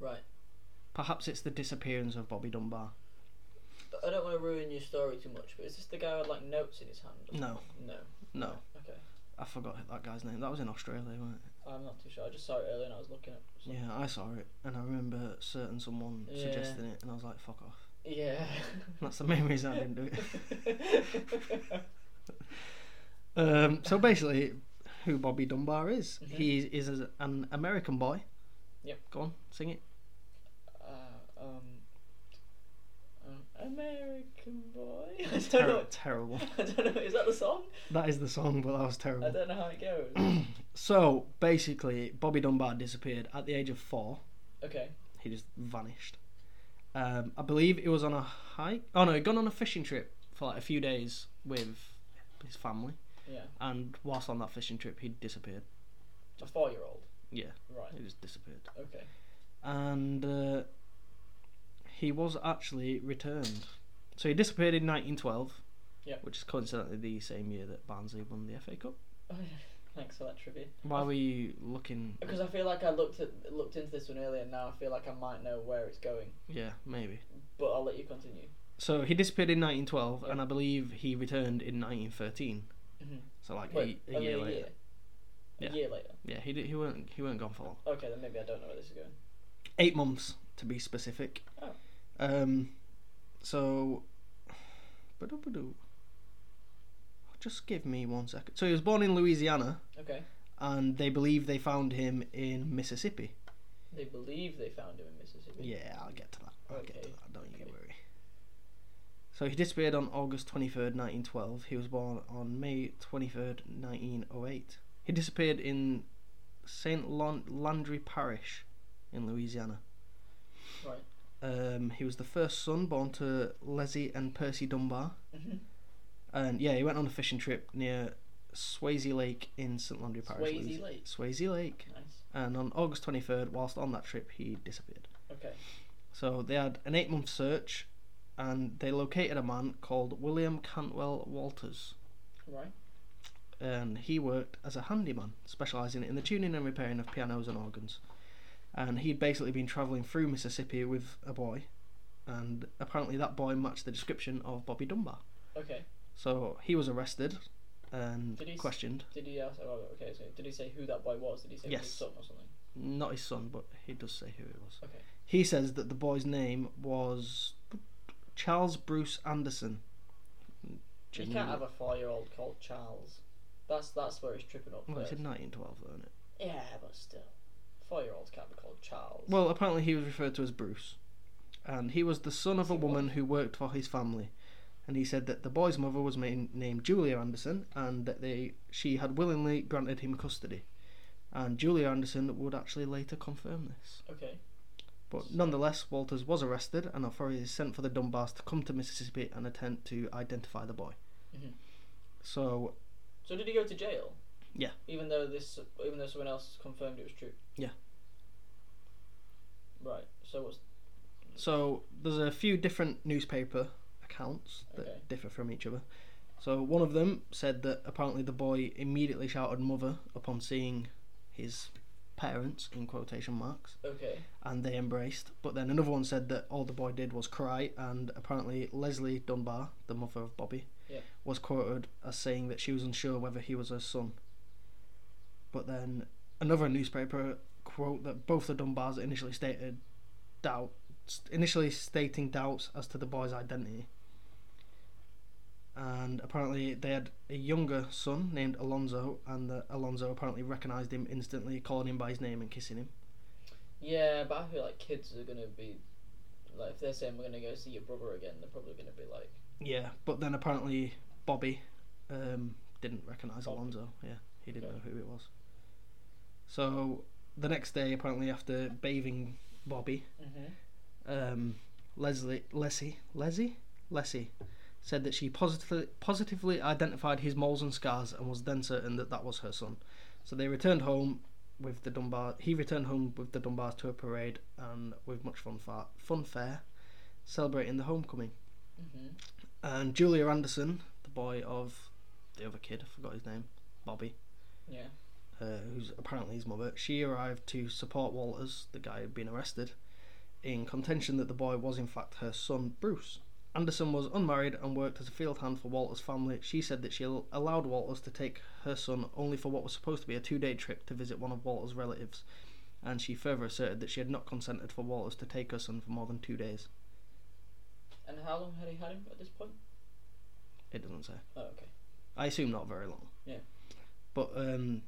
[SPEAKER 1] Right.
[SPEAKER 2] Perhaps it's the disappearance of Bobby Dunbar.
[SPEAKER 1] I don't want to ruin your story too much, but is this the guy with like notes in his hand?
[SPEAKER 2] No,
[SPEAKER 1] No.
[SPEAKER 2] no,
[SPEAKER 1] Okay.
[SPEAKER 2] I forgot that guy's name. That was in Australia, wasn't it?
[SPEAKER 1] I'm not too sure. I just saw it earlier and I was looking at. So.
[SPEAKER 2] Yeah, I saw it, and I remember certain someone
[SPEAKER 1] Yeah.
[SPEAKER 2] suggesting it, and I was like, "Fuck off."
[SPEAKER 1] Yeah.
[SPEAKER 2] That's the main reason I didn't do it. [LAUGHS] Um, so basically, who Bobby Dunbar is?
[SPEAKER 1] Mhm.
[SPEAKER 2] He is a- an American boy.
[SPEAKER 1] Yep.
[SPEAKER 2] Go on, sing it.
[SPEAKER 1] uh, um, um, American boy. [LAUGHS] I don't know.
[SPEAKER 2] Terri terrible.
[SPEAKER 1] [LAUGHS] I don't know. Is that the song?
[SPEAKER 2] That is the song, but that was
[SPEAKER 1] I
[SPEAKER 2] terrible.
[SPEAKER 1] don't know how it
[SPEAKER 2] [COUGHS]
[SPEAKER 1] goes.
[SPEAKER 2] So basically, Bobby Dunbar disappeared at the age of four.
[SPEAKER 1] okay.
[SPEAKER 2] He just vanished. Um, I believe it was on a hike. Oh no, he'd gone on a fishing trip for like a few days with his family,
[SPEAKER 1] Yeah.
[SPEAKER 2] and whilst on that fishing trip, he disappeared.
[SPEAKER 1] A four-year-old.
[SPEAKER 2] Yeah,
[SPEAKER 1] Right.
[SPEAKER 2] he just disappeared.
[SPEAKER 1] Okay.
[SPEAKER 2] and uh, he was actually returned. So he disappeared in 1912,
[SPEAKER 1] Yep.
[SPEAKER 2] which is coincidentally the same year that Barnsley won the FA Cup.
[SPEAKER 1] Oh, Thanks for that trivia.
[SPEAKER 2] Why were you looking?
[SPEAKER 1] Because I feel like I looked at looked into this one earlier. and Now I feel like I might know where it's going,
[SPEAKER 2] Yeah, maybe.
[SPEAKER 1] but I'll let you continue.
[SPEAKER 2] So he disappeared in 1912,
[SPEAKER 1] Yep.
[SPEAKER 2] and I believe he returned in 1913.
[SPEAKER 1] Mhm.
[SPEAKER 2] So like
[SPEAKER 1] Wait,
[SPEAKER 2] a, a
[SPEAKER 1] only
[SPEAKER 2] year later.
[SPEAKER 1] A
[SPEAKER 2] Yeah.
[SPEAKER 1] year later.
[SPEAKER 2] Yeah, he did, he weren't he weren't gone for long.
[SPEAKER 1] Okay, then maybe I don't know where this is going.
[SPEAKER 2] Eight months to be specific.
[SPEAKER 1] Oh.
[SPEAKER 2] Um, so. Ba-do-ba-do. Just give me one second. So he was born in Louisiana.
[SPEAKER 1] Okay.
[SPEAKER 2] and they believe they found him in Mississippi.
[SPEAKER 1] They believe they found him in Mississippi.
[SPEAKER 2] Yeah, I'll get to that. I'll get to
[SPEAKER 1] Okay,
[SPEAKER 2] that. Don't you
[SPEAKER 1] okay.
[SPEAKER 2] worry. So he disappeared on August 23rd, 1912. He was born on May 23rd, 1908. He disappeared in St. Lon- Landry Parish in Louisiana.
[SPEAKER 1] Right.
[SPEAKER 2] Um, he was the first son born to Leslie and Percy Dunbar.
[SPEAKER 1] Mhm.
[SPEAKER 2] And yeah, he went on a fishing trip near Swayze Lake in St Landry Parish.
[SPEAKER 1] Swayze
[SPEAKER 2] Leeds.
[SPEAKER 1] Lake?
[SPEAKER 2] Swayze Lake.
[SPEAKER 1] Nice.
[SPEAKER 2] And on August 23rd, whilst on that trip, he disappeared.
[SPEAKER 1] Okay.
[SPEAKER 2] So they had an eight month search and they located a man called William Cantwell Walters.
[SPEAKER 1] Right.
[SPEAKER 2] And he worked as a handyman, specialising in the tuning and repairing of pianos and organs. And he'd basically been travelling through Mississippi with a boy, and apparently that boy matched the description of Bobby Dunbar.
[SPEAKER 1] Okay.
[SPEAKER 2] So he was arrested and
[SPEAKER 1] Did he s-
[SPEAKER 2] questioned.
[SPEAKER 1] Did he ask? Oh, okay. So did he say who that boy was? Did he say it was his
[SPEAKER 2] Yes.
[SPEAKER 1] son or something?
[SPEAKER 2] Not his son, but he does say who it was.
[SPEAKER 1] Okay.
[SPEAKER 2] He says that the boy's name was Charles Bruce Anderson.
[SPEAKER 1] You can't have a four-year-old called Charles. That's that's where he's tripping up.
[SPEAKER 2] Well, it's
[SPEAKER 1] first.
[SPEAKER 2] in 1912, though, isn't it?
[SPEAKER 1] Yeah, but still, four-year-olds can't be called Charles.
[SPEAKER 2] Well, apparently he was referred to as Bruce. And he was the son of a
[SPEAKER 1] He was.
[SPEAKER 2] woman who worked for his family. And he said that the boy's mother was ma- named Julia Anderson and that they she had willingly granted him custody. And Julia Anderson would actually later confirm this.
[SPEAKER 1] okay.
[SPEAKER 2] But nonetheless, Walters was arrested and authorities sent for the Dunbars to come to Mississippi and attempt to identify the boy.
[SPEAKER 1] Mhm.
[SPEAKER 2] So
[SPEAKER 1] So did he go to jail?
[SPEAKER 2] Yeah.
[SPEAKER 1] Even though this, even though someone else confirmed it was true.
[SPEAKER 2] Yeah.
[SPEAKER 1] Right. So what's
[SPEAKER 2] So there's a few different newspaper accounts that
[SPEAKER 1] Okay.
[SPEAKER 2] differ from each other. So one of them said that apparently the boy immediately shouted "mother" upon seeing his parents in quotation marks,
[SPEAKER 1] okay?
[SPEAKER 2] and they embraced. But then another one said that all the boy did was cry, and apparently Leslie Dunbar, the mother of Bobby,
[SPEAKER 1] Yeah.
[SPEAKER 2] was quoted as saying that she was unsure whether he was her son. But then another newspaper quote that both the Dunbars initially stated doubt, initially stating doubts as to the boy's identity. And apparently they had a younger son named Alonso, and that Alonso apparently recognised him instantly, calling him by his name and kissing him.
[SPEAKER 1] Yeah, but I feel like kids are gonna be like if they're saying we're gonna go see your brother again, they're probably gonna be like,
[SPEAKER 2] Yeah, but then apparently Bobby um, didn't recognise
[SPEAKER 1] Bobby.
[SPEAKER 2] Alonso. Yeah, he didn't
[SPEAKER 1] Okay.
[SPEAKER 2] know who it was. So the next day, apparently after bathing Bobby,
[SPEAKER 1] mm-hmm.
[SPEAKER 2] um, Leslie, Leslie, Leslie, Leslie, said that she positively positively identified his moles and scars and was then certain that that was her son. So they returned home with the Dunbar. He returned home with the Dunbars to a parade and with much fun fa- funfair, celebrating the homecoming.
[SPEAKER 1] Mm-hmm.
[SPEAKER 2] And Julia Anderson, the boy of the other kid, I forgot his name, Bobby,
[SPEAKER 1] yeah.
[SPEAKER 2] uh, who's apparently his mother, she arrived to support Walters, the guy who'd been arrested, in contention that the boy was in fact her son, Bruce. Anderson was unmarried and worked as a field hand for Walters' family. She said that she al- allowed Walters to take her son only for what was supposed to be a two day trip to visit one of Walters' relatives, and she further asserted that she had not consented for Walters to take her son for more than two days.
[SPEAKER 1] And how long had he had him at this point?
[SPEAKER 2] It doesn't say.
[SPEAKER 1] Oh, okay.
[SPEAKER 2] I assume not very long.
[SPEAKER 1] Yeah.
[SPEAKER 2] But um,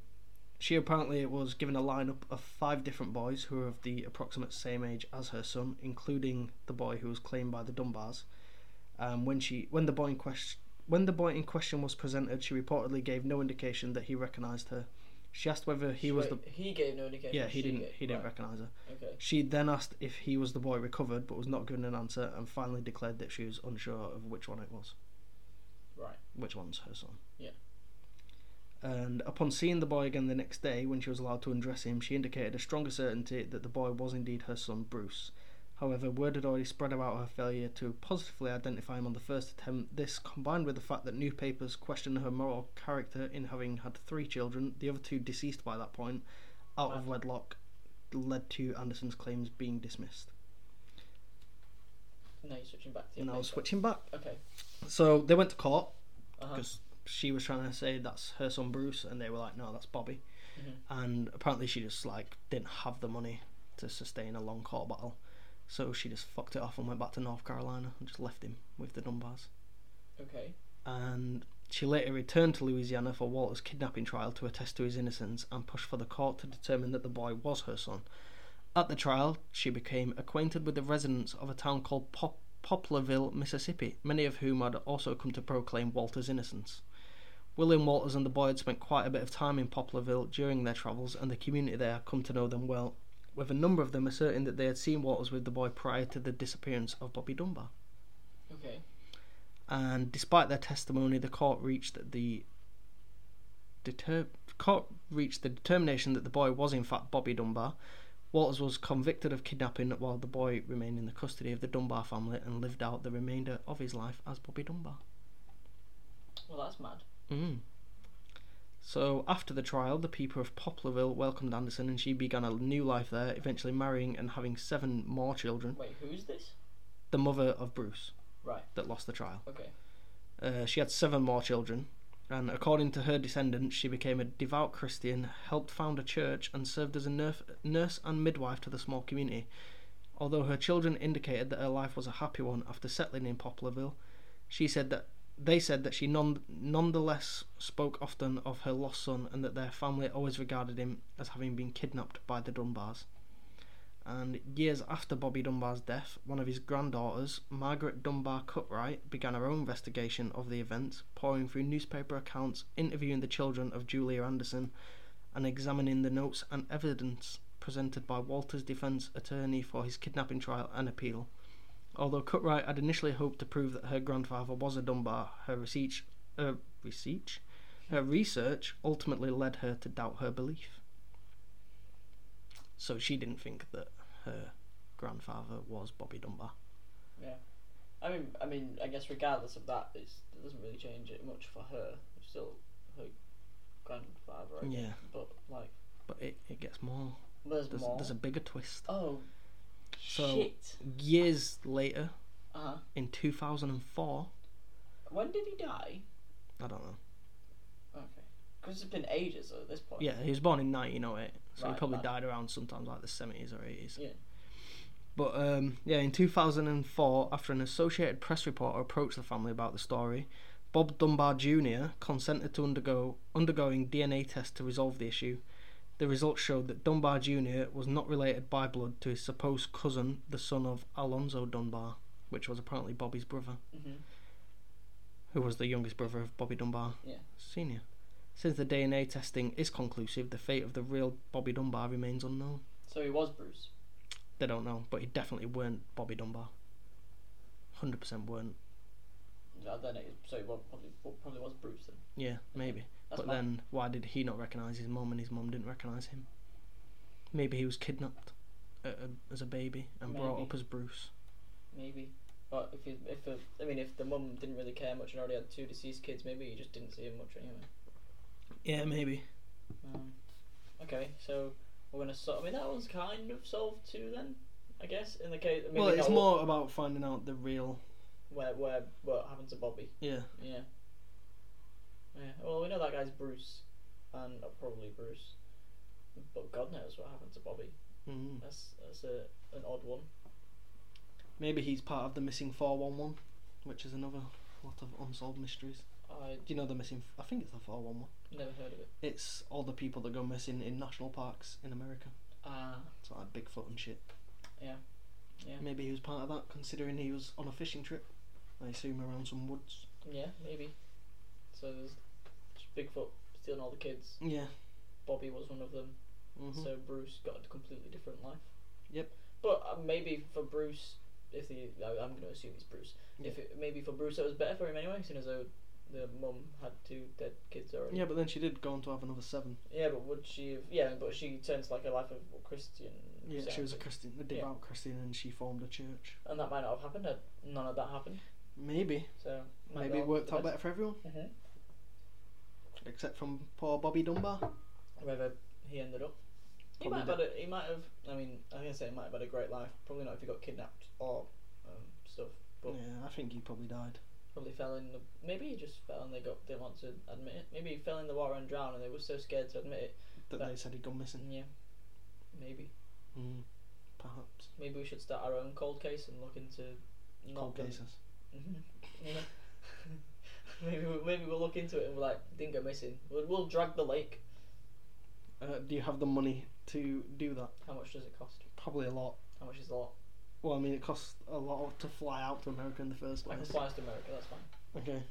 [SPEAKER 2] she apparently was given a lineup of five different boys who were of the approximate same age as her son, including the boy who was claimed by the Dunbars. Um, when she, when the boy in question, when the boy in question was presented, she reportedly gave no indication that he recognised her. She asked whether he was the
[SPEAKER 1] Wait, he gave no indication.
[SPEAKER 2] yeah
[SPEAKER 1] she
[SPEAKER 2] he didn't
[SPEAKER 1] gave-
[SPEAKER 2] he didn't
[SPEAKER 1] right,
[SPEAKER 2] recognise her.
[SPEAKER 1] Okay.
[SPEAKER 2] She then asked if he was the boy recovered, but was not given an answer, and finally declared that she was unsure of which one it was
[SPEAKER 1] Right.
[SPEAKER 2] which one's her son.
[SPEAKER 1] Yeah.
[SPEAKER 2] And upon seeing the boy again the next day, when she was allowed to undress him, she indicated a stronger certainty that the boy was indeed her son, Bruce. However, word had already spread about her failure to positively identify him on the first attempt. This, combined with the fact that newspapers questioned her moral character in having had three children, the other two deceased by that point, out of wedlock, led to Anderson's claims being dismissed.
[SPEAKER 1] Now you're switching back to.
[SPEAKER 2] And
[SPEAKER 1] your
[SPEAKER 2] now
[SPEAKER 1] main topic.
[SPEAKER 2] switching back.
[SPEAKER 1] Okay.
[SPEAKER 2] So they went to court
[SPEAKER 1] Uh-huh.
[SPEAKER 2] because she was trying to say that's her son Bruce, and they were like, no, that's Bobby. And apparently, she just like didn't have the money to sustain a long court battle, so she just fucked it off and went back to North Carolina and just left him with the Dunbars.
[SPEAKER 1] Okay.
[SPEAKER 2] And she later returned to Louisiana for Walter's kidnapping trial to attest to his innocence and push for the court to determine that the boy was her son. At the trial, she became acquainted with the residents of a town called Pop- Poplarville, Mississippi, many of whom had also come to proclaim Walter's innocence. William Walters and the boy had spent quite a bit of time in Poplarville during their travels, and the community there had come to know them well, with a number of them asserting that they had seen Walters with the boy prior to the disappearance of Bobby Dunbar
[SPEAKER 1] Okay.
[SPEAKER 2] and despite their testimony, the court reached that the deter- court reached the determination that the boy was in fact Bobby Dunbar. Walters was convicted of kidnapping while the boy remained in the custody of the Dunbar family and lived out the remainder of his life as Bobby Dunbar.
[SPEAKER 1] Well, that's mad.
[SPEAKER 2] Mm. So after the trial, the people of Poplarville welcomed Anderson and she began a new life there, eventually marrying and having seven more children.
[SPEAKER 1] Wait, who's this?
[SPEAKER 2] The mother of Bruce,
[SPEAKER 1] Right.
[SPEAKER 2] that lost the trial.
[SPEAKER 1] Okay.
[SPEAKER 2] Uh, she had seven more children, and according to her descendants, she became a devout Christian, helped found a church, and served as a nerf, nurse and midwife to the small community. Although her children indicated that her life was a happy one after settling in Poplarville, she said that they said that she non, nonetheless spoke often of her lost son and that their family always regarded him as having been kidnapped by the Dunbars. And years after Bobby Dunbar's death, one of his granddaughters, Margaret Dunbar Cutright, began her own investigation of the events, poring through newspaper accounts, interviewing the children of Julia Anderson, and examining the notes and evidence presented by Walter's defence attorney for his kidnapping trial and appeal. Although Cutright had initially hoped to prove that her grandfather was a Dunbar, her research, her research, her research ultimately led her to doubt her belief. So she didn't think that her grandfather was Bobby Dunbar.
[SPEAKER 1] I mean, I mean, I guess regardless of that, it's, it doesn't really change it much for her. It's still her grandfather, I guess.
[SPEAKER 2] Yeah,
[SPEAKER 1] But like,
[SPEAKER 2] but it, it gets more.
[SPEAKER 1] there's,
[SPEAKER 2] There's,
[SPEAKER 1] more.
[SPEAKER 2] there's a bigger twist.
[SPEAKER 1] Oh,
[SPEAKER 2] So-
[SPEAKER 1] shit.
[SPEAKER 2] Years later,
[SPEAKER 1] Uh huh.
[SPEAKER 2] in 2004,
[SPEAKER 1] When did he die?
[SPEAKER 2] I don't know.
[SPEAKER 1] Okay. Because it's been ages at this point.
[SPEAKER 2] Yeah, he was born in 1908, so he
[SPEAKER 1] Right,
[SPEAKER 2] probably
[SPEAKER 1] right.
[SPEAKER 2] died around sometime like the 70s or 80s.
[SPEAKER 1] Yeah.
[SPEAKER 2] But um, yeah, in 2004, after an Associated Press reporter approached the family about the story, Bob Dunbar Jr. consented to undergo undergoing DNA tests to resolve the issue. The results showed that Dunbar Jr. was not related by blood to his supposed cousin, the son of Alonzo Dunbar, which was apparently Bobby's brother
[SPEAKER 1] hmm
[SPEAKER 2] who was the youngest brother of Bobby Dunbar
[SPEAKER 1] Yeah.
[SPEAKER 2] Senior. Since the DNA testing is conclusive, the fate of the real Bobby Dunbar remains unknown.
[SPEAKER 1] So he was Bruce.
[SPEAKER 2] They don't know, but he definitely weren't Bobby Dunbar. 100% weren't.
[SPEAKER 1] I don't know. So he was probably probably was Bruce then.
[SPEAKER 2] Yeah, maybe.
[SPEAKER 1] That's
[SPEAKER 2] but
[SPEAKER 1] mad.
[SPEAKER 2] then, why did he not recognise his mum and his mum didn't recognise him? Maybe he was kidnapped uh, uh, as a baby and brought
[SPEAKER 1] Maybe.
[SPEAKER 2] up as Bruce.
[SPEAKER 1] maybe. But if he, if a, I mean if the mum didn't really care much and already had two deceased kids, maybe he just didn't see him much anyway.
[SPEAKER 2] Yeah, maybe.
[SPEAKER 1] Um, okay, so we're gonna. So- I mean, that one's kind of solved too. Then, I guess in the case. I mean,
[SPEAKER 2] well,
[SPEAKER 1] not
[SPEAKER 2] it's
[SPEAKER 1] what-
[SPEAKER 2] more about finding out the real.
[SPEAKER 1] where where what happened to Bobby.
[SPEAKER 2] Yeah.
[SPEAKER 1] Yeah. Yeah. Well, we know that guy's Bruce, and uh, probably Bruce, but God knows what happened to Bobby.
[SPEAKER 2] Mm.
[SPEAKER 1] That's that's a an odd one.
[SPEAKER 2] Maybe he's part of the missing 411, which is another lot of unsolved mysteries.
[SPEAKER 1] I
[SPEAKER 2] Do you know the missing? I think it's the 411.
[SPEAKER 1] never heard of it.
[SPEAKER 2] It's all the people that go missing in national parks in America.
[SPEAKER 1] Ah,
[SPEAKER 2] It's like Bigfoot and shit.
[SPEAKER 1] Yeah. Yeah.
[SPEAKER 2] Maybe he was part of that, considering he was on a fishing trip. I assume around some woods.
[SPEAKER 1] yeah, maybe. So there's Bigfoot stealing all the kids.
[SPEAKER 2] Yeah.
[SPEAKER 1] Bobby was one of them.
[SPEAKER 2] Mm-hmm.
[SPEAKER 1] So Bruce got a completely different life.
[SPEAKER 2] Yep.
[SPEAKER 1] But uh, maybe for Bruce, if the I, I'm going to assume it's Bruce. If it, maybe for Bruce, it was better for him anyway, seeing as though the mum had two dead kids already.
[SPEAKER 2] yeah, but then she did go on to have another seven.
[SPEAKER 1] Yeah, but would she have? Yeah, but she turned to like a life of a Christian.
[SPEAKER 2] Yeah, she was a
[SPEAKER 1] saint,
[SPEAKER 2] Christian, a devout Christian, and she formed a church.
[SPEAKER 1] and that might not have happened. Had none of that happened.
[SPEAKER 2] Maybe,
[SPEAKER 1] So might
[SPEAKER 2] maybe
[SPEAKER 1] be
[SPEAKER 2] it
[SPEAKER 1] all
[SPEAKER 2] worked
[SPEAKER 1] for
[SPEAKER 2] out
[SPEAKER 1] the
[SPEAKER 2] better for everyone,
[SPEAKER 1] best. Mhm.
[SPEAKER 2] except from poor Bobby Dunbar.
[SPEAKER 1] Wherever he ended up, he
[SPEAKER 2] Probably
[SPEAKER 1] might have. Had a, he might have. I mean, I was gonna say he might have had a great life. Probably not if he got kidnapped or um, stuff. But-
[SPEAKER 2] yeah, I think he probably died.
[SPEAKER 1] Probably fell in the. Maybe he just fell and they got didn't want to admit it. Maybe he fell in the water and drowned and they were so scared to admit it.
[SPEAKER 2] That
[SPEAKER 1] That-
[SPEAKER 2] they said he'd gone missing.
[SPEAKER 1] And yeah, maybe
[SPEAKER 2] Mm, perhaps.
[SPEAKER 1] maybe we should start our own cold case and look into. not
[SPEAKER 2] Cold
[SPEAKER 1] them.
[SPEAKER 2] cases.
[SPEAKER 1] Mhm, yeah. [LAUGHS] maybe we, maybe we'll look into it and we're like didn't go missing. We'll, we'll drag the lake.
[SPEAKER 2] Uh, do you have the money to do that?
[SPEAKER 1] How much does it cost?
[SPEAKER 2] Probably a lot.
[SPEAKER 1] How much is a lot?
[SPEAKER 2] Well, I mean, it costs a lot to fly out to America in the first
[SPEAKER 1] I can
[SPEAKER 2] place.
[SPEAKER 1] fly us to America. That's fine.
[SPEAKER 2] Okay,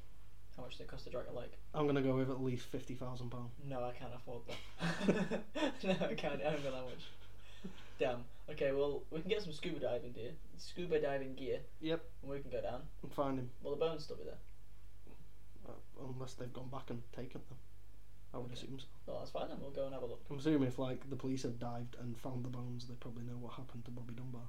[SPEAKER 1] How much does it cost to drag a lake?
[SPEAKER 2] I'm gonna go with at least fifty thousand pound.
[SPEAKER 1] No, I can't afford that. [LAUGHS] no, I can't. I haven't got that much. Damn. Okay, well, we can get some scuba diving gear. Scuba diving gear.
[SPEAKER 2] Yep.
[SPEAKER 1] And we can go down.
[SPEAKER 2] And find him,
[SPEAKER 1] Well, the bones still be there.
[SPEAKER 2] uh, unless they've gone back and taken them. I would
[SPEAKER 1] Okay.
[SPEAKER 2] assume so.
[SPEAKER 1] Well, that's fine then. We'll go and have a look.
[SPEAKER 2] I'm assuming if like the police have dived and found the bones, they probably know what happened to Bobby Dunbar.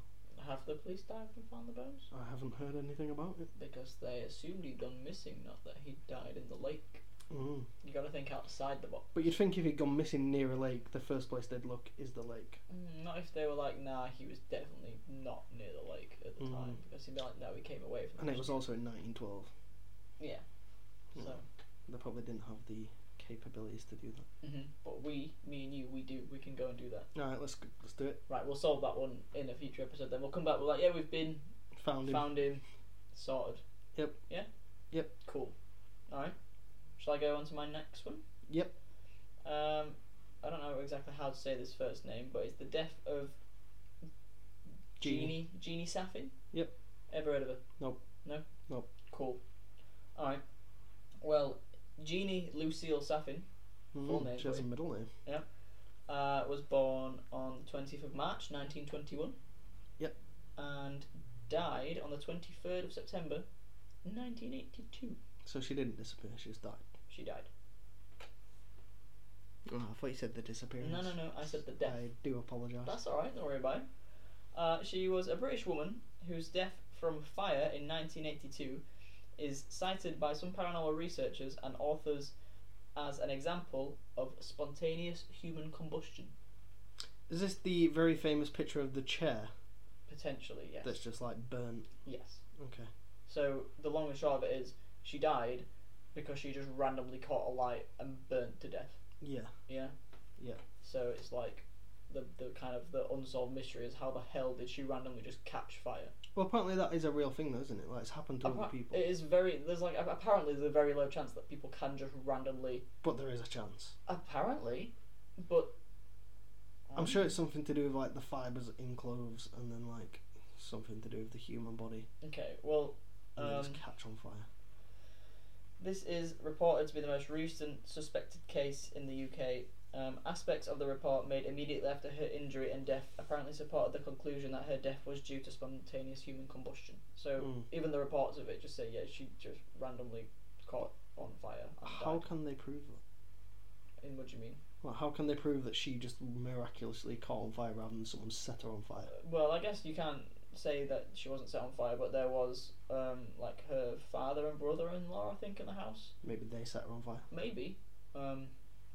[SPEAKER 1] Have the police dived and found the bones?
[SPEAKER 2] I haven't heard anything about it.
[SPEAKER 1] Because they assumed he'd gone missing, not that he died in the lake.
[SPEAKER 2] Mm.
[SPEAKER 1] You gotta think outside the box.
[SPEAKER 2] But you'd think if he'd gone missing near a lake, the first place they'd look is the lake.
[SPEAKER 1] Mm, Not if they were like, nah, he was definitely not near the lake at the
[SPEAKER 2] Mm.
[SPEAKER 1] time. Because he'd be like, no, he came away from
[SPEAKER 2] And
[SPEAKER 1] the
[SPEAKER 2] it was
[SPEAKER 1] beach."
[SPEAKER 2] also in 1912.
[SPEAKER 1] Yeah.
[SPEAKER 2] you
[SPEAKER 1] So,
[SPEAKER 2] know, they probably didn't have the capabilities to do that.
[SPEAKER 1] hmm but we, me and you, we do, we can go and do that.
[SPEAKER 2] All right, let's g- let's do it.
[SPEAKER 1] Right, we'll solve that one in a future episode. Then we'll come back. We're like, yeah, we've been
[SPEAKER 2] Found him.
[SPEAKER 1] found him, sorted.
[SPEAKER 2] Yep.
[SPEAKER 1] Yeah.
[SPEAKER 2] Yep.
[SPEAKER 1] Cool. All right. Shall I go on to my next one?
[SPEAKER 2] Yep.
[SPEAKER 1] Um, I don't know exactly how to say this first name, but it's the death of
[SPEAKER 2] Genie.
[SPEAKER 1] Jeannie Jeannie Safin.
[SPEAKER 2] Yep.
[SPEAKER 1] Ever heard of her?
[SPEAKER 2] Nope.
[SPEAKER 1] No.
[SPEAKER 2] Nope.
[SPEAKER 1] Cool. All right. Well, Jeannie Lucille Safin Full name,
[SPEAKER 2] Mm, she has a middle name.
[SPEAKER 1] uh, was born on the twentieth of March, nineteen twenty-one.
[SPEAKER 2] Yep.
[SPEAKER 1] And died on the twenty-third of September, nineteen eighty-two.
[SPEAKER 2] So she didn't disappear. She just died.
[SPEAKER 1] She died.
[SPEAKER 2] Oh, I thought you said the disappearance.
[SPEAKER 1] No, no, no. I said the death.
[SPEAKER 2] I do apologise.
[SPEAKER 1] That's all right. Don't worry about it. Uh, she was a British woman whose death from fire in 1982 is cited by some paranormal researchers and authors as an example of spontaneous human combustion.
[SPEAKER 2] Is this the very famous picture of the chair
[SPEAKER 1] Potentially, yes.
[SPEAKER 2] that's just like burnt?
[SPEAKER 1] Yes.
[SPEAKER 2] Okay.
[SPEAKER 1] So the long and short of it is, she died because she just randomly caught a light and burnt to death.
[SPEAKER 2] Yeah.
[SPEAKER 1] Yeah.
[SPEAKER 2] Yeah.
[SPEAKER 1] So it's like the the kind of the unsolved mystery is how the hell did she randomly just catch fire?
[SPEAKER 2] Well, apparently that is a real thing, though, isn't it? Like it's happened to other
[SPEAKER 1] Appar-
[SPEAKER 2] people,
[SPEAKER 1] It is very. There's like a- apparently there's a very low chance that people can just randomly.
[SPEAKER 2] but there is a chance.
[SPEAKER 1] Apparently, but
[SPEAKER 2] I'm sure it's something to do with like the fibers in cloves, and then like something to do with the human body,
[SPEAKER 1] Okay. Well,
[SPEAKER 2] and they
[SPEAKER 1] Um,
[SPEAKER 2] just catch on fire.
[SPEAKER 1] this is reported to be the most recent suspected case in the UK. Um, aspects of the report made immediately after her injury and death apparently supported the conclusion that her death was due to spontaneous human combustion. So
[SPEAKER 2] Mm.
[SPEAKER 1] even the reports of it just say, yeah, she just randomly caught on fire. And
[SPEAKER 2] How
[SPEAKER 1] died.
[SPEAKER 2] can they prove that?
[SPEAKER 1] In what do you mean?
[SPEAKER 2] Well, how can they prove that she just miraculously caught on fire rather than someone set her on fire?
[SPEAKER 1] Well, I guess you can't say that she wasn't set on fire, but there was um, like her father and brother-in-law, I think, in the house.
[SPEAKER 2] Maybe they set her on fire.
[SPEAKER 1] Maybe, um,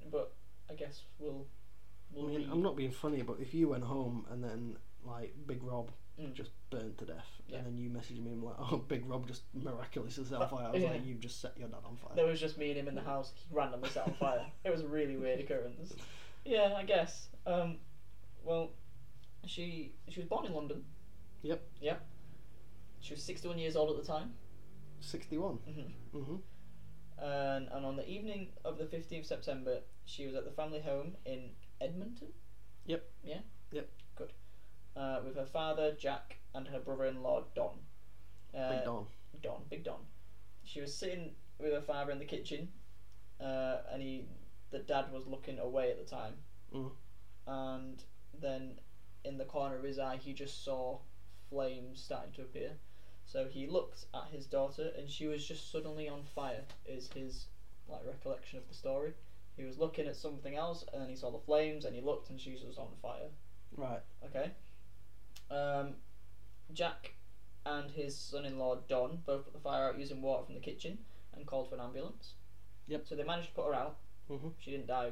[SPEAKER 1] but I guess we'll. we'll
[SPEAKER 2] I mean,
[SPEAKER 1] read.
[SPEAKER 2] I'm not being funny, but if you went home and then like Big Rob
[SPEAKER 1] Mm.
[SPEAKER 2] just burnt to death,
[SPEAKER 1] Yeah.
[SPEAKER 2] and then you messaged me and were like, "Oh, Big Rob just miraculously set on
[SPEAKER 1] But-
[SPEAKER 2] fire," I was
[SPEAKER 1] yeah.
[SPEAKER 2] like, "You've just set your dad on fire."
[SPEAKER 1] There was just me and him in the house. He randomly set on
[SPEAKER 2] [LAUGHS]
[SPEAKER 1] fire. It was a really weird occurrence. Yeah, I guess. Um, well, she she was born in London.
[SPEAKER 2] Yep.
[SPEAKER 1] Yep. She was 61 years old at the time.
[SPEAKER 2] Sixty-one.
[SPEAKER 1] hmm
[SPEAKER 2] Mm-hmm.
[SPEAKER 1] And, and on the evening of the 15th September, she was at the family home in Edmonton.
[SPEAKER 2] Yep.
[SPEAKER 1] Yeah?
[SPEAKER 2] Yep.
[SPEAKER 1] Good. Uh, with her father, Jack, and her brother in law, Don. Uh,
[SPEAKER 2] Big Don.
[SPEAKER 1] Don, Big Don. She was sitting with her father in the kitchen, uh, and he, the dad was looking away at the time.
[SPEAKER 2] Mm.
[SPEAKER 1] And then in the corner of his eye, he just saw flames starting to appear. So he looked at his daughter, and she was just suddenly on fire. Is his like recollection of the story? He was looking at something else, and then he saw the flames, and he looked, and she was on fire.
[SPEAKER 2] Right.
[SPEAKER 1] Okay. Um, Jack and his son-in-law Don both put the fire out using water from the kitchen and called for an ambulance.
[SPEAKER 2] Yep.
[SPEAKER 1] So they managed to put her out.
[SPEAKER 2] Mm-hmm.
[SPEAKER 1] She didn't die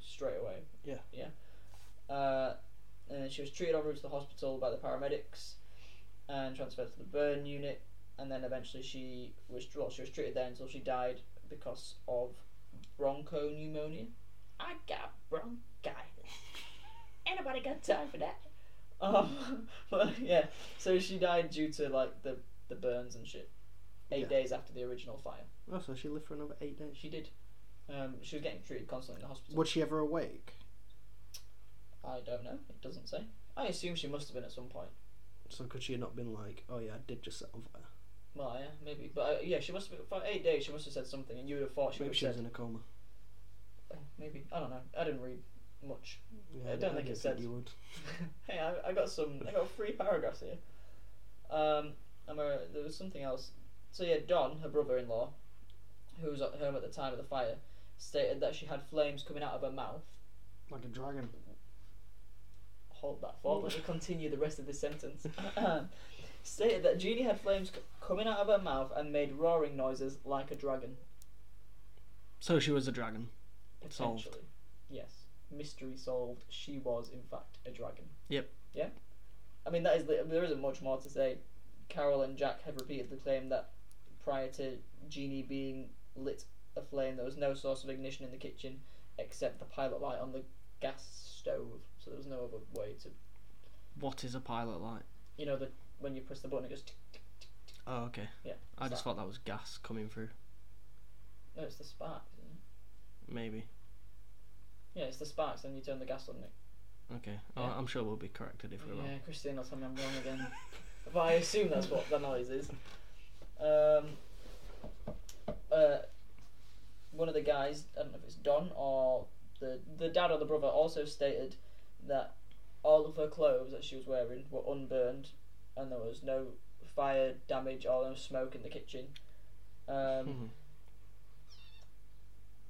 [SPEAKER 1] straight away.
[SPEAKER 2] Yeah.
[SPEAKER 1] Yeah. Uh, and then she was treated en route to the hospital by the paramedics and transferred to the burn unit. And then eventually she was well, she was treated there until she died because of bronchopneumonia. I got bronchitis. Anybody got time for that? [LAUGHS] Um, but yeah, so she died due to like the the burns and shit. Eight
[SPEAKER 2] Yeah.
[SPEAKER 1] days after the original fire,
[SPEAKER 2] Oh, so she lived for another eight days.
[SPEAKER 1] she did. Um, she was getting treated constantly in the hospital.
[SPEAKER 2] Was she ever awake?
[SPEAKER 1] I don't know. It doesn't say. I assume she must have been at some point.
[SPEAKER 2] So could she have not been like, "Oh yeah, I did just set on fire"?
[SPEAKER 1] Well, yeah, maybe. But uh, yeah, she must have for eight days. She must have said something, and you would have thought Oh, she
[SPEAKER 2] Maybe
[SPEAKER 1] would
[SPEAKER 2] she
[SPEAKER 1] have
[SPEAKER 2] was
[SPEAKER 1] said.
[SPEAKER 2] in a coma.
[SPEAKER 1] Uh, maybe I don't know. I didn't read much.
[SPEAKER 2] Yeah,
[SPEAKER 1] I don't think it said.
[SPEAKER 2] you would.
[SPEAKER 1] hey, I, I got some. I got three paragraphs here. Um, and uh, there was something else. So yeah, Don, her brother-in-law, who was at home at the time of the fire, stated that she had flames coming out of her mouth.
[SPEAKER 2] Like a dragon.
[SPEAKER 1] Hold that thought. Let me continue the rest of this sentence. stated that Jeannie had flames c- coming out of her mouth and made roaring noises like a dragon.
[SPEAKER 2] So she was a dragon.
[SPEAKER 1] Potentially.
[SPEAKER 2] Solved.
[SPEAKER 1] Yes. Mystery solved. She was, in fact, a dragon.
[SPEAKER 2] Yep.
[SPEAKER 1] Yeah? I mean, that is the, there isn't much more to say. Carol and Jack have repeatedly claimed that prior to Jeannie being lit aflame, there was no source of ignition in the kitchen except the pilot light on the gas stove. So there was no other way to.
[SPEAKER 2] What is a pilot light?
[SPEAKER 1] You know, the when you press the button, it goes. tick.
[SPEAKER 2] Oh, okay.
[SPEAKER 1] Yeah,
[SPEAKER 2] I
[SPEAKER 1] it's
[SPEAKER 2] just thought that was gas coming through.
[SPEAKER 1] No, it's the spark. Isn't it?
[SPEAKER 2] Maybe.
[SPEAKER 1] Yeah, it's the sparks, then you turn the gas on it.
[SPEAKER 2] Okay.
[SPEAKER 1] Yeah.
[SPEAKER 2] I- I'm sure we'll be corrected if we're
[SPEAKER 1] yeah,
[SPEAKER 2] wrong.
[SPEAKER 1] Christine will tell me I'm wrong again. but I assume that's what the noise is. Um, uh, one of the guys, I don't know if it's Don or the the dad or the brother, also stated that all of her clothes that she was wearing were unburned, and there was no fire damage or no smoke in the kitchen. Um,
[SPEAKER 2] Mhm.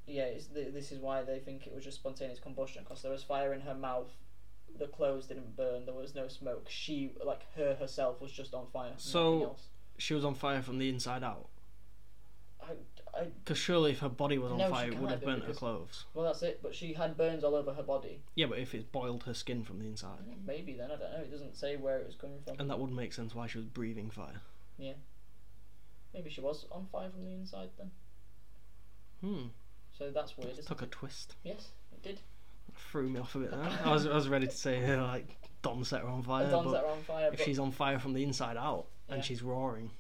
[SPEAKER 1] yeah, it's, th- this is why they think it was just spontaneous combustion because there was fire in her mouth. The clothes didn't burn. There was no smoke. She, like her herself, was just on fire.
[SPEAKER 2] So-
[SPEAKER 1] nothing else.
[SPEAKER 2] She was on fire from the inside out.
[SPEAKER 1] I, I,
[SPEAKER 2] Because surely if her body was on
[SPEAKER 1] No, she
[SPEAKER 2] fire, it would
[SPEAKER 1] can't
[SPEAKER 2] have
[SPEAKER 1] do
[SPEAKER 2] burnt her
[SPEAKER 1] because-
[SPEAKER 2] clothes.
[SPEAKER 1] well, that's it. But she had burns all over her body.
[SPEAKER 2] Yeah, but if it's boiled her skin from the inside.
[SPEAKER 1] Maybe then I don't know. It doesn't say where it was coming from.
[SPEAKER 2] And that would make sense why she was breathing fire.
[SPEAKER 1] Maybe she was on fire from the inside then.
[SPEAKER 2] Hmm.
[SPEAKER 1] So that's weird. Isn't
[SPEAKER 2] Took a
[SPEAKER 1] it?
[SPEAKER 2] twist.
[SPEAKER 1] Yes, it did.
[SPEAKER 2] Threw me off a bit there. [LAUGHS] I was, I was ready to say, [LAUGHS] uh, like, Dom set her on fire.
[SPEAKER 1] The Don's
[SPEAKER 2] but
[SPEAKER 1] that are on fire.
[SPEAKER 2] if
[SPEAKER 1] but
[SPEAKER 2] she's on fire from the inside out
[SPEAKER 1] Yeah.
[SPEAKER 2] and she's roaring,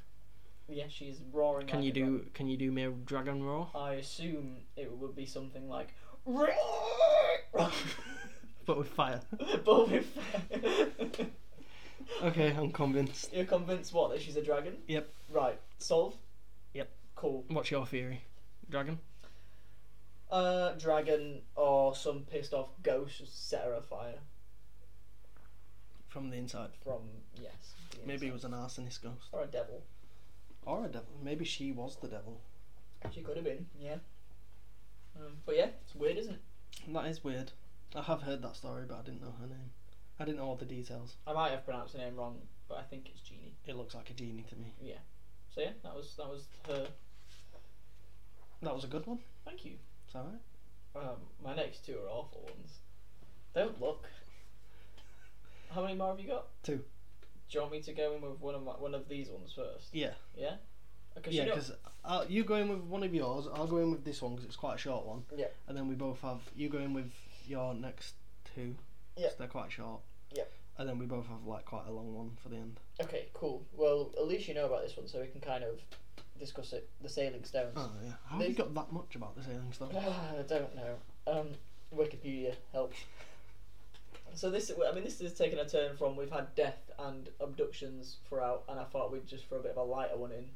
[SPEAKER 1] yeah, she's roaring.
[SPEAKER 2] can
[SPEAKER 1] like
[SPEAKER 2] you
[SPEAKER 1] a dra-
[SPEAKER 2] do can you do me a dragon roar?
[SPEAKER 1] I assume it would be something like.
[SPEAKER 2] But with fire.
[SPEAKER 1] [LAUGHS]
[SPEAKER 2] [LAUGHS]
[SPEAKER 1] but with fire. [LAUGHS]
[SPEAKER 2] Okay, I'm convinced.
[SPEAKER 1] You're convinced what that she's a dragon?
[SPEAKER 2] Yep.
[SPEAKER 1] Right. Solve.
[SPEAKER 2] Yep.
[SPEAKER 1] Cool.
[SPEAKER 2] What's your theory? Dragon?
[SPEAKER 1] Uh, dragon or some pissed off ghost set her afire
[SPEAKER 2] From the inside.
[SPEAKER 1] from yes. the
[SPEAKER 2] Maybe it
[SPEAKER 1] inside.
[SPEAKER 2] was an arsonist ghost.
[SPEAKER 1] or a devil.
[SPEAKER 2] Or a devil. Maybe she was the devil.
[SPEAKER 1] She could have been. Yeah. Um, but yeah, it's weird, isn't it?
[SPEAKER 2] That is weird. I have heard that story, but I didn't know her name. I didn't know all the details.
[SPEAKER 1] I might have pronounced her name wrong, but I think it's Genie.
[SPEAKER 2] It looks like a genie to me.
[SPEAKER 1] Yeah. So yeah, that was that was her.
[SPEAKER 2] That was a good one.
[SPEAKER 1] Thank you.
[SPEAKER 2] It's alright.
[SPEAKER 1] Um, my next two are awful ones. Don't look. How many more have you got?
[SPEAKER 2] Two.
[SPEAKER 1] Do you want me to go in with one of my, one of these ones first?
[SPEAKER 2] Yeah.
[SPEAKER 1] Yeah. Okay.
[SPEAKER 2] Yeah,
[SPEAKER 1] you know-
[SPEAKER 2] because you go in with one of yours, I'll go in with this one because it's quite a short one.
[SPEAKER 1] Yeah.
[SPEAKER 2] And then we both have you go in with your next two. 'cause
[SPEAKER 1] Yeah.
[SPEAKER 2] They're quite short.
[SPEAKER 1] Yeah.
[SPEAKER 2] And then we both have like quite a long one for the end.
[SPEAKER 1] Okay, cool. Well, at least you know about this one, so we can kind of discuss it. The Sailing Stones.
[SPEAKER 2] Oh yeah. How have
[SPEAKER 1] They've-
[SPEAKER 2] you got that much about the sailing stuff?
[SPEAKER 1] [SIGHS] I don't know. Um, Wikipedia helps. So this, I mean, this is taking a turn from we've had death and abductions throughout, and I thought we'd just throw a bit of a lighter one in.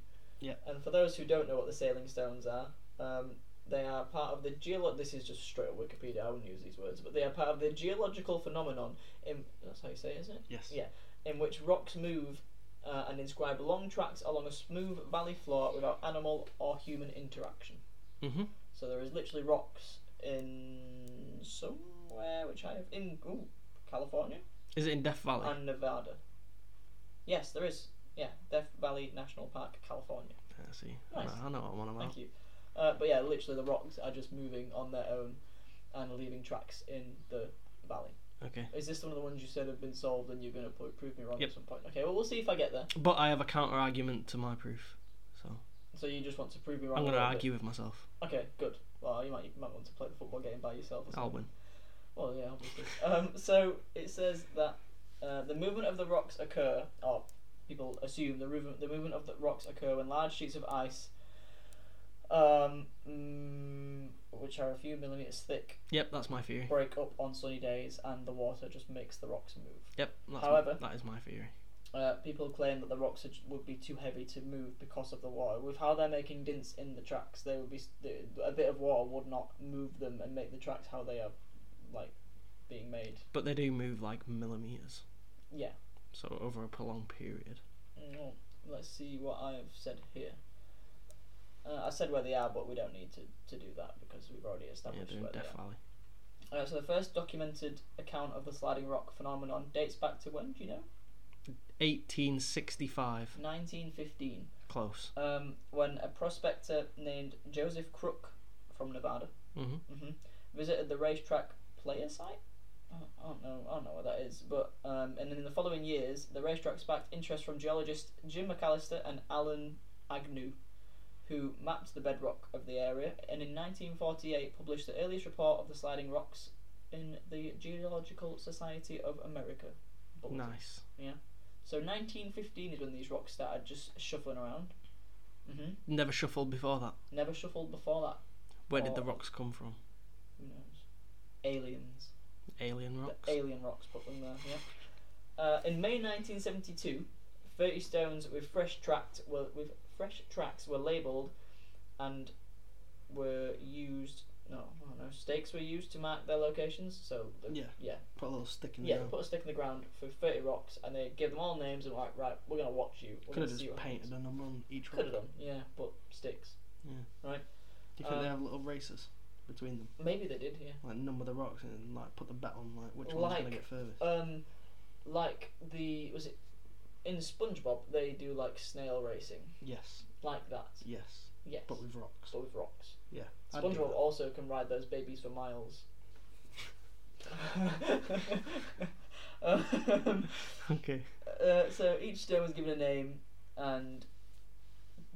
[SPEAKER 2] Yeah.
[SPEAKER 1] And for those who don't know what the Sailing Stones are, um, they are part of the geolo. This is just straight up Wikipedia. I wouldn't use these words, but they are part of the geological phenomenon. In that's how you say it, isn't it?
[SPEAKER 2] Yes.
[SPEAKER 1] Yeah. in which rocks move uh, and inscribe long tracks along a smooth valley floor without animal or human interaction.
[SPEAKER 2] Mhm.
[SPEAKER 1] So there is literally rocks in somewhere which I have in ooh, California
[SPEAKER 2] Is it in Death Valley?
[SPEAKER 1] and Nevada. Yes, there is. Yeah, Death Valley National Park, California.
[SPEAKER 2] I see.
[SPEAKER 1] Nice.
[SPEAKER 2] I, I know what I'm on about.
[SPEAKER 1] Thank you. Uh, but yeah, literally the rocks are just moving on their own and leaving tracks in the valley.
[SPEAKER 2] Okay.
[SPEAKER 1] Is this one of the ones you said have been solved and you're going to prove me wrong
[SPEAKER 2] Yep.
[SPEAKER 1] at some point? Okay, well, we'll see if I get there.
[SPEAKER 2] But I have a counter argument to my proof, so
[SPEAKER 1] So you just want to prove me wrong.
[SPEAKER 2] I'm
[SPEAKER 1] a
[SPEAKER 2] going to
[SPEAKER 1] little bit.
[SPEAKER 2] argue with myself.
[SPEAKER 1] Okay, good. Well, you might you might want to play the football game by yourself. Or
[SPEAKER 2] I'll
[SPEAKER 1] something.
[SPEAKER 2] win.
[SPEAKER 1] Well, yeah, obviously. um, so it says that uh, the movement of the rocks occur, or people assume the movement the movement of the rocks occur when large sheets of ice, um, mm, which are a few millimeters thick,
[SPEAKER 2] Yep, that's my theory.
[SPEAKER 1] break up on sunny days, and the water just makes the rocks move.
[SPEAKER 2] Yep. That's
[SPEAKER 1] However-
[SPEAKER 2] my, that is my theory.
[SPEAKER 1] Uh, people claim that the rocks are j- would be too heavy to move because of the water. With how they're making dints in the tracks, they would be s- the- a bit of water would not move them and make the tracks how they are, like, being made.
[SPEAKER 2] But they do move like millimeters,
[SPEAKER 1] Yeah.
[SPEAKER 2] so over a prolonged period.
[SPEAKER 1] Mm, Let's see what I have said here. Uh, I said where they are, but we don't need to, to do that because we've already
[SPEAKER 2] Yeah,
[SPEAKER 1] established
[SPEAKER 2] they're in
[SPEAKER 1] where they
[SPEAKER 2] Death Valley.
[SPEAKER 1] are. Uh, so the first documented account of the sliding rock phenomenon dates back to when? Do you know?
[SPEAKER 2] 1865.
[SPEAKER 1] 1915,
[SPEAKER 2] Close.
[SPEAKER 1] um, when a prospector named Joseph Crook from Nevada
[SPEAKER 2] hmm
[SPEAKER 1] hmm visited the racetrack player site. I don't- I don't know. I don't know what that is, but um, and in the following years, the racetrack sparked interest from geologists Jim McAllister and Alan Agnew, who mapped the bedrock of the area, and in 1948 published the earliest report of the sliding rocks in the Geological Society of America. Bulletin.
[SPEAKER 2] Nice.
[SPEAKER 1] So 1915 is when these rocks started just shuffling around. hmm
[SPEAKER 2] Never shuffled before that.
[SPEAKER 1] Never shuffled before that.
[SPEAKER 2] Where did the
[SPEAKER 1] Oh.
[SPEAKER 2] rocks come from?
[SPEAKER 1] Who knows? Aliens.
[SPEAKER 2] Alien rocks.
[SPEAKER 1] The alien rocks put them there, yeah. Uh, in May 1972, 30 stones with fresh tracked were with fresh tracks were labelled and were used. No, I don't know. Stakes were used to mark their locations. So the,
[SPEAKER 2] Yeah.
[SPEAKER 1] yeah,
[SPEAKER 2] Put a little stick in
[SPEAKER 1] yeah.
[SPEAKER 2] there.
[SPEAKER 1] Put a stick in the ground for 30 rocks, and they gave them all names and like, right, we're gonna watch you. We're
[SPEAKER 2] Could
[SPEAKER 1] gonna
[SPEAKER 2] have
[SPEAKER 1] see
[SPEAKER 2] just
[SPEAKER 1] what
[SPEAKER 2] painted a number on each
[SPEAKER 1] Could
[SPEAKER 2] rock.
[SPEAKER 1] have done, yeah, but sticks.
[SPEAKER 2] Do you think they
[SPEAKER 1] Um,
[SPEAKER 2] have little races between them?
[SPEAKER 1] Maybe they did, yeah.
[SPEAKER 2] Like number the rocks and like put the bet on like which one's gonna
[SPEAKER 1] Like-
[SPEAKER 2] get furthest.
[SPEAKER 1] um, like the was it in SpongeBob they do like snail racing
[SPEAKER 2] yes.
[SPEAKER 1] like that.
[SPEAKER 2] Yes.
[SPEAKER 1] Yes, but
[SPEAKER 2] But with rocks.
[SPEAKER 1] with rocks.
[SPEAKER 2] Yeah. I'd do
[SPEAKER 1] SpongeBob
[SPEAKER 2] that.
[SPEAKER 1] also can ride those babies for
[SPEAKER 2] [LAUGHS]
[SPEAKER 1] miles. um,
[SPEAKER 2] Okay.
[SPEAKER 1] uh, so each stone was given a name, and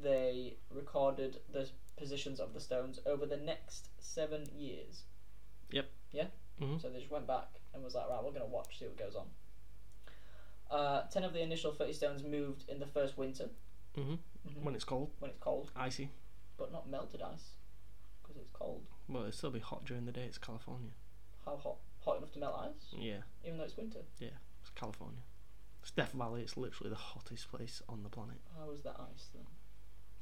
[SPEAKER 1] they recorded the positions of the stones over the next seven years.
[SPEAKER 2] hmm
[SPEAKER 1] So they just went back and was like, right, we're going to watch, see what goes on. Uh, 10 of the initial 30 stones moved in the first winter
[SPEAKER 2] hmm
[SPEAKER 1] mhm,
[SPEAKER 2] When it's cold,
[SPEAKER 1] when it's cold,
[SPEAKER 2] icy.
[SPEAKER 1] but not melted ice because it's cold.
[SPEAKER 2] Well, it'll still be hot during the day. It's California.
[SPEAKER 1] How hot? Hot enough to melt ice,
[SPEAKER 2] Yeah.
[SPEAKER 1] even though it's winter.
[SPEAKER 2] It's California. It's Death Valley. It's literally the hottest place on the planet
[SPEAKER 1] How is that ice then?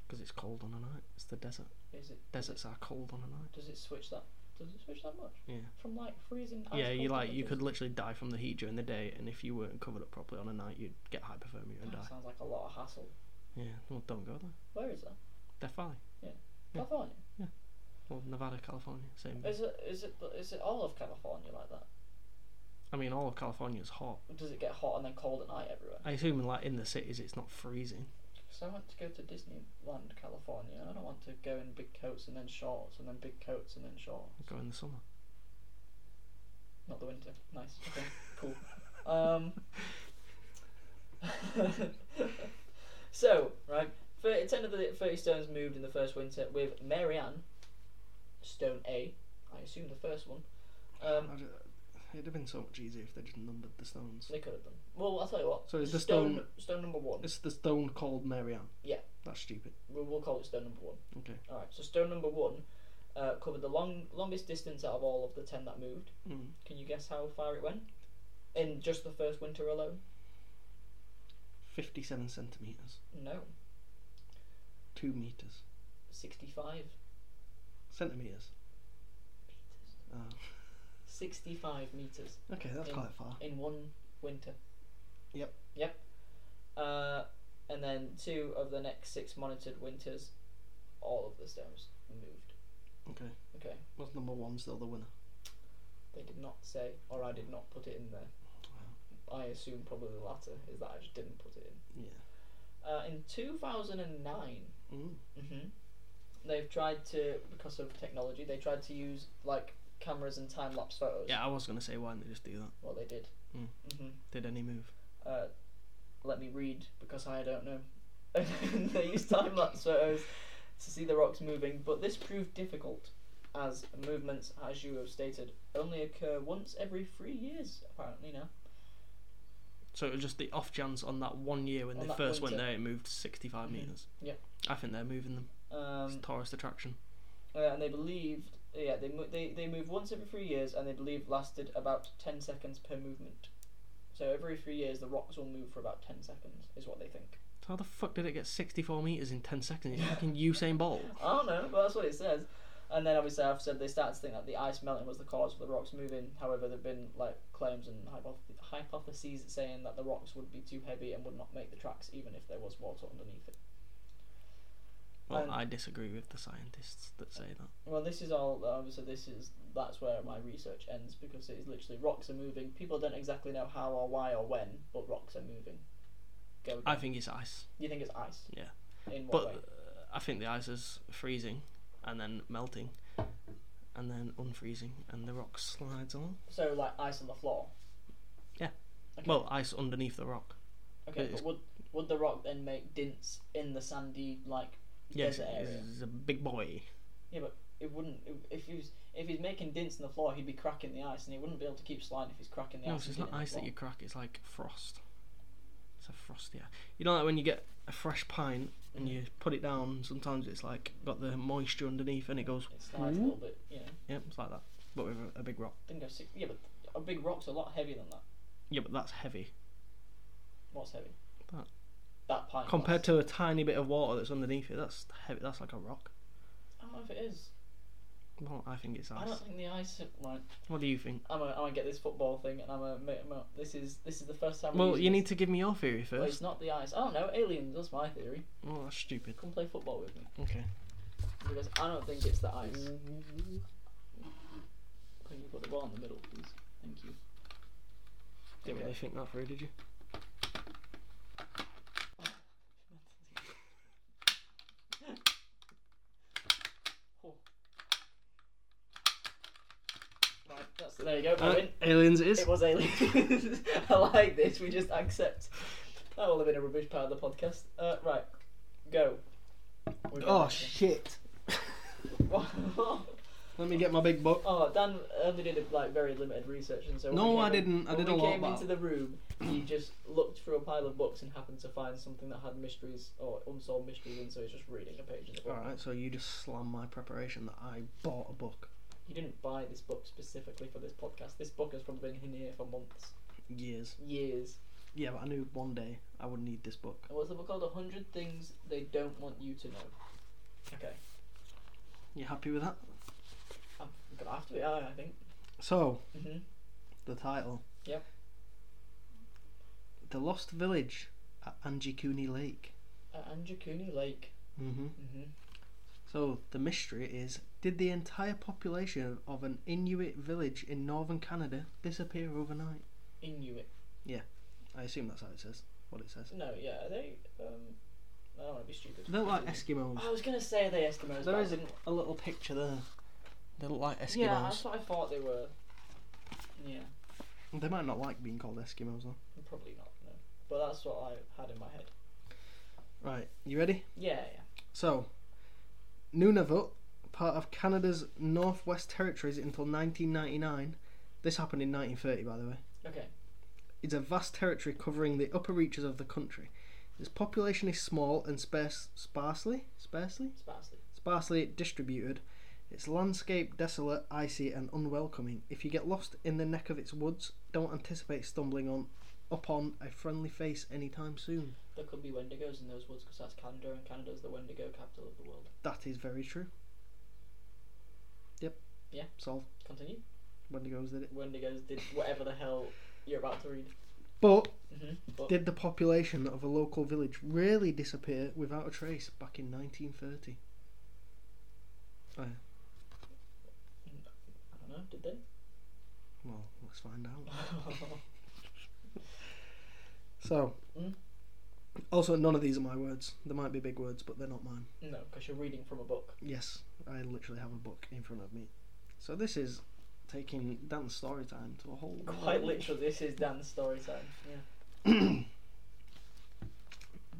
[SPEAKER 2] because it's cold on a night. It's the desert.
[SPEAKER 1] Is it?
[SPEAKER 2] Deserts are cold on a night.
[SPEAKER 1] Does it switch that? Does it switch that much?
[SPEAKER 2] Yeah.
[SPEAKER 1] From like freezing. Ice
[SPEAKER 2] yeah, you
[SPEAKER 1] cold
[SPEAKER 2] like you
[SPEAKER 1] temperatures?
[SPEAKER 2] could literally die from the heat during the day, and if you weren't covered up properly on a night, you'd get hypothermia and
[SPEAKER 1] That
[SPEAKER 2] die.
[SPEAKER 1] sounds like a lot of hassle.
[SPEAKER 2] Yeah. Well, don't go there.
[SPEAKER 1] Where is that?
[SPEAKER 2] Death Valley. Yeah. Mm-hmm.
[SPEAKER 1] California.
[SPEAKER 2] Well, Nevada, California. Same.
[SPEAKER 1] Is it? Is it? Is it all of California like that?
[SPEAKER 2] I mean, all of California is hot.
[SPEAKER 1] Does it get hot and then cold at night everywhere?
[SPEAKER 2] I assume like in the cities, it's not freezing.
[SPEAKER 1] So I want to go to Disneyland, California. I don't want to go in big coats and then shorts, and then big coats and then shorts.
[SPEAKER 2] Go in the summer.
[SPEAKER 1] Not the winter. Nice. Okay. cool. Um. [LAUGHS] so right, 30, ten of the thirty stones moved in the first winter with Marianne, Stone A. I assume the first one. Um,
[SPEAKER 2] I'd- It'd have been so much easier if they just numbered the stones.
[SPEAKER 1] they could have done. Well, I'll tell you what.
[SPEAKER 2] So is the
[SPEAKER 1] stone
[SPEAKER 2] stone?
[SPEAKER 1] stone number one?
[SPEAKER 2] It's the stone called Marianne.
[SPEAKER 1] Yeah.
[SPEAKER 2] That's stupid.
[SPEAKER 1] We'll, we'll call it stone number one.
[SPEAKER 2] Okay.
[SPEAKER 1] All right. So stone number one uh, covered the long longest distance out of all of the ten that moved.
[SPEAKER 2] Mm.
[SPEAKER 1] Can you guess how far it went? In just the first winter alone?
[SPEAKER 2] Fifty-seven centimeters.
[SPEAKER 1] No.
[SPEAKER 2] Two meters.
[SPEAKER 1] 65 metres.
[SPEAKER 2] Centimeters. Oh.
[SPEAKER 1] 65 metres
[SPEAKER 2] Okay, that's
[SPEAKER 1] In-
[SPEAKER 2] quite far.
[SPEAKER 1] in one winter.
[SPEAKER 2] Yep.
[SPEAKER 1] Yep. Uh, and then two of the next six monitored winters, all of the stones moved.
[SPEAKER 2] Okay.
[SPEAKER 1] Okay.
[SPEAKER 2] Was number one still the winner?
[SPEAKER 1] They did not say, or I did not put it in there. I assume probably the latter is that I just didn't put it in.
[SPEAKER 2] Yeah.
[SPEAKER 1] Uh, in 2009,
[SPEAKER 2] Mm.
[SPEAKER 1] hmm They've tried to, because of technology, they tried to use like cameras and time lapse photos.
[SPEAKER 2] Yeah, I was gonna say why didn't they just do that?
[SPEAKER 1] Well, they did.
[SPEAKER 2] Mm.
[SPEAKER 1] hmm
[SPEAKER 2] Did any move?
[SPEAKER 1] Uh, let me read because I don't know. [LAUGHS] they used time lapse photos to see the rocks moving, but this proved difficult, as movements, as you have stated, only occur once every three years apparently now.
[SPEAKER 2] So it was just the off chance on that one year when
[SPEAKER 1] On
[SPEAKER 2] they
[SPEAKER 1] that
[SPEAKER 2] first went
[SPEAKER 1] winter.
[SPEAKER 2] there, it moved 65
[SPEAKER 1] Mhm.
[SPEAKER 2] meters.
[SPEAKER 1] Yep.
[SPEAKER 2] I think they're moving them. It's
[SPEAKER 1] Um,
[SPEAKER 2] a tourist attraction.
[SPEAKER 1] uh, and they believed, yeah, they, mo- they they moved once every three years, and they believed lasted about ten seconds per movement. So every three years, the rocks will move for about ten seconds, is what they think.
[SPEAKER 2] So how the fuck did it get 64 meters in 10
[SPEAKER 1] [LAUGHS]
[SPEAKER 2] seconds? It's
[SPEAKER 1] Yeah.
[SPEAKER 2] fucking Usain Bolt.
[SPEAKER 1] I don't know, but that's what it says. And then obviously I've said they started to think that the ice melting was the cause of the rocks moving. However, there've been like claims and hypothe- hypotheses saying that the rocks would be too heavy and would not make the tracks even if there was water underneath it.
[SPEAKER 2] Well,
[SPEAKER 1] And-
[SPEAKER 2] I disagree with the scientists that say that.
[SPEAKER 1] Well, this is all. Obviously, this is that's where my research ends because it is literally rocks are moving. People don't exactly know how or why or when, but rocks are moving. Go.
[SPEAKER 2] I
[SPEAKER 1] again.
[SPEAKER 2] think it's ice,
[SPEAKER 1] you think it's ice?
[SPEAKER 2] Yeah.
[SPEAKER 1] In what
[SPEAKER 2] but
[SPEAKER 1] way?
[SPEAKER 2] uh, I think the ice is freezing and then melting and then unfreezing and the rock slides along.
[SPEAKER 1] So like ice on the floor. Okay.
[SPEAKER 2] Well, ice underneath the rock.
[SPEAKER 1] Okay,
[SPEAKER 2] It is-
[SPEAKER 1] but would would the rock then make dints in the sandy like
[SPEAKER 2] Yes,
[SPEAKER 1] desert area?
[SPEAKER 2] it's a big boy.
[SPEAKER 1] Yeah, but it wouldn't. If he was if he's making dints in the floor, he'd be cracking the ice, and he wouldn't be able to keep sliding if he's cracking the
[SPEAKER 2] no,
[SPEAKER 1] ice.
[SPEAKER 2] so
[SPEAKER 1] and
[SPEAKER 2] it's not
[SPEAKER 1] dinting the
[SPEAKER 2] ice that
[SPEAKER 1] floor.
[SPEAKER 2] you crack. It's like frost. It's a frosty. ice. You know, like when you get a fresh pint and you put it down. Sometimes it's like got the moisture underneath and it goes.
[SPEAKER 1] It slides a little bit. You know,
[SPEAKER 2] Yep, it's like that. But with a, a big rock.
[SPEAKER 1] didn't go six. Yeah, but a big rock's a lot heavier than that.
[SPEAKER 2] Yeah, but that's heavy
[SPEAKER 1] What's heavy?
[SPEAKER 2] That.
[SPEAKER 1] That pint.
[SPEAKER 2] compared to a tiny bit of water that's underneath it. That's heavy. That's like a rock.
[SPEAKER 1] I don't know if it is.
[SPEAKER 2] Well, I think it's
[SPEAKER 1] I
[SPEAKER 2] ice.
[SPEAKER 1] don't think the ice. Right,
[SPEAKER 2] What do you think?
[SPEAKER 1] I'm gonna, I'm gonna get this football thing, and I'm gonna make 'em up. This is this is the first time. we're
[SPEAKER 2] Well,
[SPEAKER 1] using
[SPEAKER 2] you
[SPEAKER 1] this.
[SPEAKER 2] need to give me your theory
[SPEAKER 1] Well, it's
[SPEAKER 2] first.
[SPEAKER 1] not the ice. I don't know. Aliens. That's my theory.
[SPEAKER 2] Well, that's stupid.
[SPEAKER 1] Come play football with me
[SPEAKER 2] Okay.
[SPEAKER 1] because I don't think it's the ice.
[SPEAKER 2] Mm-hmm.
[SPEAKER 1] Can you put the ball in the middle, please? Thank you.
[SPEAKER 2] Didn't
[SPEAKER 1] Okay.
[SPEAKER 2] really think that through, did you?
[SPEAKER 1] Oh. Right, that's, there you go. I
[SPEAKER 2] Uh,
[SPEAKER 1] win.
[SPEAKER 2] aliens it is.
[SPEAKER 1] It was aliens. [LAUGHS] I like this. We just accept. That will have been a rubbish part of the podcast. Uh, right, go. We're going
[SPEAKER 2] oh
[SPEAKER 1] back to- [LAUGHS]
[SPEAKER 2] shit! [LAUGHS] Let me get my big book.
[SPEAKER 1] oh, Dan only did like very limited research, and so when
[SPEAKER 2] No,
[SPEAKER 1] we came
[SPEAKER 2] I
[SPEAKER 1] in-
[SPEAKER 2] didn't. I
[SPEAKER 1] when
[SPEAKER 2] did
[SPEAKER 1] we
[SPEAKER 2] a lot
[SPEAKER 1] came
[SPEAKER 2] about-
[SPEAKER 1] into the room. He just looked through a pile of books and happened to find something that had mysteries or unsolved mysteries, and so he's just reading a page in the book.
[SPEAKER 2] All right, so you just slam my preparation that I bought a book.
[SPEAKER 1] You didn't buy this book specifically for this podcast. This book has probably been in here for months,
[SPEAKER 2] Years.
[SPEAKER 1] years.
[SPEAKER 2] Yeah, but I knew one day I would need this book.
[SPEAKER 1] And what's the book called? 100 Things They Don't Want You to Know. Okay.
[SPEAKER 2] You happy with that?
[SPEAKER 1] I'm gonna have to be, I, I think.
[SPEAKER 2] So,
[SPEAKER 1] hmm
[SPEAKER 2] the title.
[SPEAKER 1] Yep.
[SPEAKER 2] The Lost Village at Anjikuni Lake.
[SPEAKER 1] At Anjakuni Lake.
[SPEAKER 2] Mm-hmm.
[SPEAKER 1] hmm
[SPEAKER 2] So, the mystery is did the entire population of an Inuit village in northern Canada disappear overnight?
[SPEAKER 1] Inuit.
[SPEAKER 2] I assume that's how it says, what it says.
[SPEAKER 1] No, yeah, are they. Um, I don't want to be stupid.
[SPEAKER 2] They're like Eskimos.
[SPEAKER 1] I was gonna say are they Eskimos. but
[SPEAKER 2] There
[SPEAKER 1] I
[SPEAKER 2] is a,
[SPEAKER 1] didn't-
[SPEAKER 2] a little picture there. They look like Eskimos.
[SPEAKER 1] Yeah, that's what I thought they were. Yeah,
[SPEAKER 2] They might not like being called Eskimos though.
[SPEAKER 1] probably not. No, but that's what I had in my head.
[SPEAKER 2] Right, you ready?
[SPEAKER 1] Yeah, yeah.
[SPEAKER 2] So, Nunavut, part of Canada's Northwest Territories until 1999, this happened in 1930 by the way,
[SPEAKER 1] Okay.
[SPEAKER 2] is a vast territory covering the upper reaches of the country. Its population is small and sparse, sparsely, sparsely,
[SPEAKER 1] Sparsely.
[SPEAKER 2] sparsely distributed. Its landscape desolate, icy, and unwelcoming. If you get lost in the neck of its woods, don't anticipate stumbling on upon a friendly face anytime soon.
[SPEAKER 1] There could be Wendigos in those woods because that's Canada, and Canada's the Wendigo capital of the world.
[SPEAKER 2] That is very true. Yep.
[SPEAKER 1] Yeah.
[SPEAKER 2] Solved.
[SPEAKER 1] Continue.
[SPEAKER 2] Wendigos did it.
[SPEAKER 1] Wendigos did whatever the hell you're about to read.
[SPEAKER 2] But
[SPEAKER 1] hmm But
[SPEAKER 2] did the population of a local village really disappear without a trace back in 1930?
[SPEAKER 1] I don't know. [LAUGHS] Did they?
[SPEAKER 2] Well, let's find out. So,
[SPEAKER 1] Mm.
[SPEAKER 2] also, none of these are my words. They might be big words, but they're not mine.
[SPEAKER 1] no, because you're reading from a book.
[SPEAKER 2] Yes, I literally have a book in front of me. So, this is taking Dan's story time to a whole.
[SPEAKER 1] [LAUGHS] Quite
[SPEAKER 2] whole-
[SPEAKER 1] literally, this is Dan's story time. Yeah.
[SPEAKER 2] [CLEARS THROAT]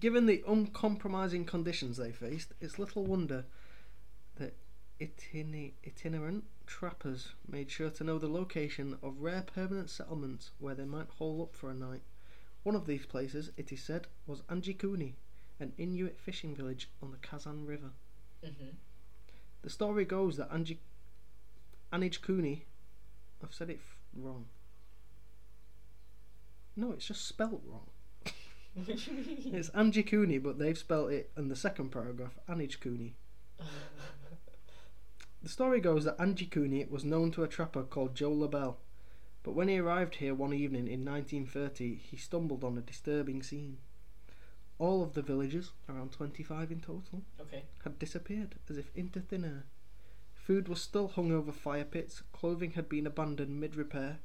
[SPEAKER 2] Given the uncompromising conditions they faced, it's little wonder that itine- itinerant trappers made sure to know the location of rare permanent settlements where they might hole up for a night. One of these places, it is said, was Anjikuni, an Inuit fishing village on the Kazan River.
[SPEAKER 1] hmm
[SPEAKER 2] The story goes that Anji- Anijkuni, I've said it f- wrong. No, it's just spelt wrong.
[SPEAKER 1] Mm-hmm. [LAUGHS]
[SPEAKER 2] It's Angie Cooney, but they've spelt it in the second paragraph, Anige Cooney. The story goes that Angie Cooney was known to a trapper called Joe LaBelle, but when he arrived here one evening in 1930, he stumbled on a disturbing scene. all of the villages, around 25 in total,
[SPEAKER 1] Okay.
[SPEAKER 2] had disappeared as if into thin air. Food was still hung over fire pits, clothing had been abandoned mid repair,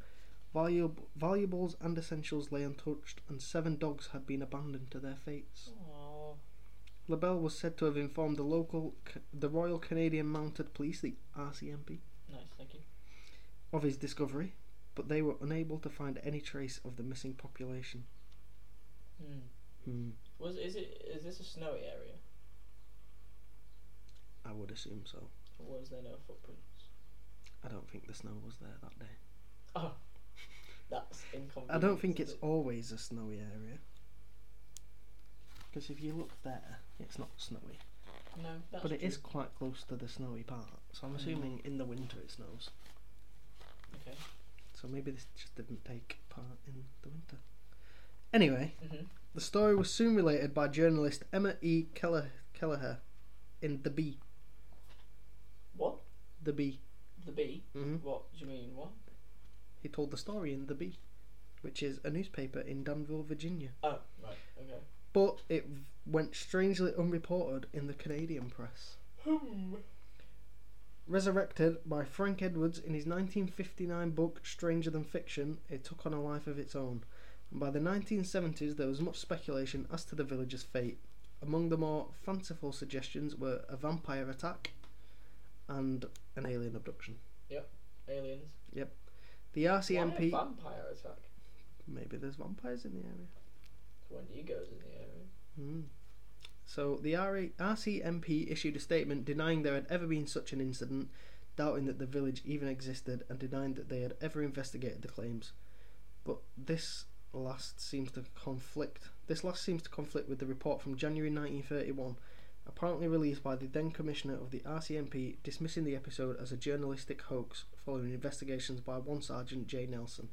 [SPEAKER 2] valuab- valuables and essentials lay untouched, and seven dogs had been abandoned to their fates.
[SPEAKER 1] Aww.
[SPEAKER 2] Labelle was said to have informed the local, C- the Royal Canadian Mounted Police, the RCMP,
[SPEAKER 1] Nice, thank you.
[SPEAKER 2] of his discovery, but they were unable to find any trace of the missing population.
[SPEAKER 1] Hmm.
[SPEAKER 2] Hmm,
[SPEAKER 1] Was is it is this a snowy area?
[SPEAKER 2] I would assume so.
[SPEAKER 1] Or was there no footprints?
[SPEAKER 2] I don't think the snow was there that day.
[SPEAKER 1] Oh, that's inconvenient.
[SPEAKER 2] I don't think it's
[SPEAKER 1] isn't it?
[SPEAKER 2] always a snowy area. Because if you look there, it's not snowy,
[SPEAKER 1] No, that's
[SPEAKER 2] but it
[SPEAKER 1] true.
[SPEAKER 2] is quite close to the snowy part. So I'm
[SPEAKER 1] Mm.
[SPEAKER 2] assuming in the winter it snows.
[SPEAKER 1] Okay.
[SPEAKER 2] So maybe this just didn't take part in the winter. Anyway,
[SPEAKER 1] Mm-hmm.
[SPEAKER 2] the story was soon related by journalist Emma E. Keller- Kelleher in The Bee.
[SPEAKER 1] What?
[SPEAKER 2] The Bee.
[SPEAKER 1] The bee?
[SPEAKER 2] Mm-hmm.
[SPEAKER 1] What do you mean? What?
[SPEAKER 2] He told the story in The Bee, which is a newspaper in Danville, Virginia.
[SPEAKER 1] Oh, right. Okay.
[SPEAKER 2] But it v- went strangely unreported in the Canadian press.
[SPEAKER 1] Hmm.
[SPEAKER 2] Resurrected by Frank Edwards in his 1959 book Stranger Than Fiction, it took on a life of its own. And by the 1970s, there was much speculation as to the village's fate. Among the more fanciful suggestions were a vampire attack and an alien abduction.
[SPEAKER 1] Aliens.
[SPEAKER 2] The RCMP.
[SPEAKER 1] Why a vampire attack?
[SPEAKER 2] Maybe there's vampires in the area.
[SPEAKER 1] When he goes in the area.
[SPEAKER 2] Hmm. So the RA RCMP issued a statement denying there had ever been such an incident, doubting that the village even existed, and denying that they had ever investigated the claims. But this last seems to conflict. This last seems to conflict with the report from January 1931, apparently released by the then commissioner of the RCMP, dismissing the episode as a journalistic hoax following investigations by one sergeant J Nelson.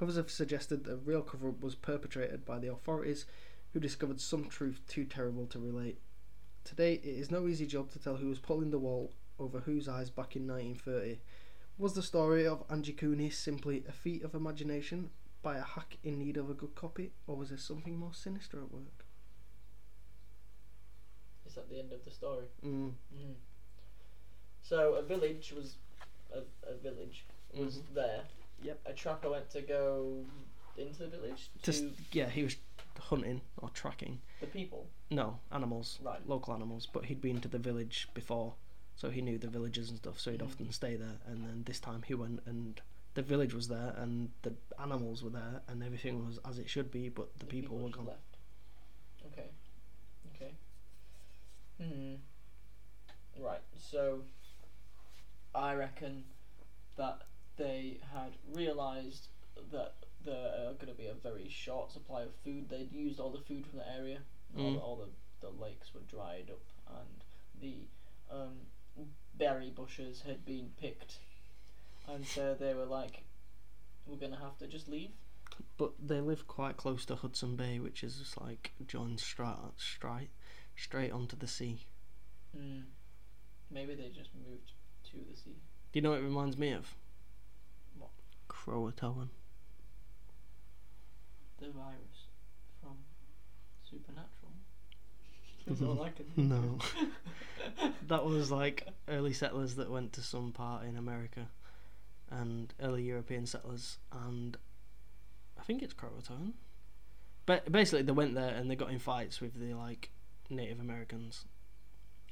[SPEAKER 2] Others have suggested that real cover-up was perpetrated by the authorities who discovered some truth too terrible to relate. Today, it is no easy job to tell who was pulling the wool over whose eyes back in 1930. Was the story of Angie Cooney simply a feat of imagination by a hack in need of a good copy, or was there something more sinister at work?
[SPEAKER 1] Is that the end of the story?
[SPEAKER 2] Mm.
[SPEAKER 1] Mm. So a village was, a, a village was there.
[SPEAKER 2] Mm-hmm. Yep.
[SPEAKER 1] A trapper went to go into the village to
[SPEAKER 2] Just yeah, he was hunting or tracking.
[SPEAKER 1] the people.
[SPEAKER 2] No animals,
[SPEAKER 1] Right.
[SPEAKER 2] local animals, but he'd been to the village before, so he knew the villagers and stuff. So he'd
[SPEAKER 1] Mhm.
[SPEAKER 2] often stay there. And then this time he went, and the village was there, and the animals were there, and everything was as it should be, but the, people, were
[SPEAKER 1] just
[SPEAKER 2] gone.
[SPEAKER 1] left. Okay. Okay. Hmm. Right. So, I reckon that they had realised that there are going to be a very short supply of food. They'd used all the food from the area. All,
[SPEAKER 2] Mm.
[SPEAKER 1] the, all the the lakes were dried up, and the um, berry bushes had been picked, and so they were like, "We're going to have to just leave."
[SPEAKER 2] But they live quite close to Hudson Bay, which is just like joined straight, straight, straight onto the sea.
[SPEAKER 1] Mm. Maybe they just moved to the sea.
[SPEAKER 2] Do you know what it reminds me of?
[SPEAKER 1] What?
[SPEAKER 2] Croatoan.
[SPEAKER 1] The virus from Supernatural. That's all I can
[SPEAKER 2] [LAUGHS]
[SPEAKER 1] think
[SPEAKER 2] No.
[SPEAKER 1] of.
[SPEAKER 2] that was like early settlers that went to some part in America and early European settlers and I think it's Croatoan. But basically they went there and they got in fights with the like Native Americans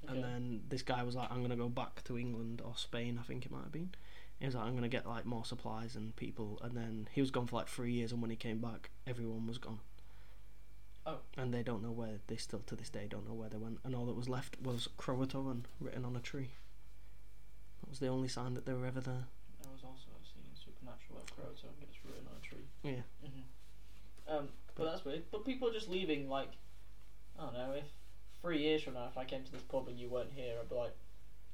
[SPEAKER 1] Okay.
[SPEAKER 2] and then this guy was like I'm going to go back to England or Spain I think it might have been. He was like I'm going to get like more supplies and people and then he was gone for like 3 years and when he came back everyone was gone.
[SPEAKER 1] Oh.
[SPEAKER 2] And they don't know where they still to this day don't know where they went and all that was left was Croatoan written on a tree. That was the only sign that they were ever there.
[SPEAKER 1] There was also a scene in Supernatural where Croatoan gets written on a tree.
[SPEAKER 2] Yeah.
[SPEAKER 1] hmm Um, but that's weird. But people are just leaving, like, I don't know, if three years from now, if I came to this pub and you weren't here, I'd be like,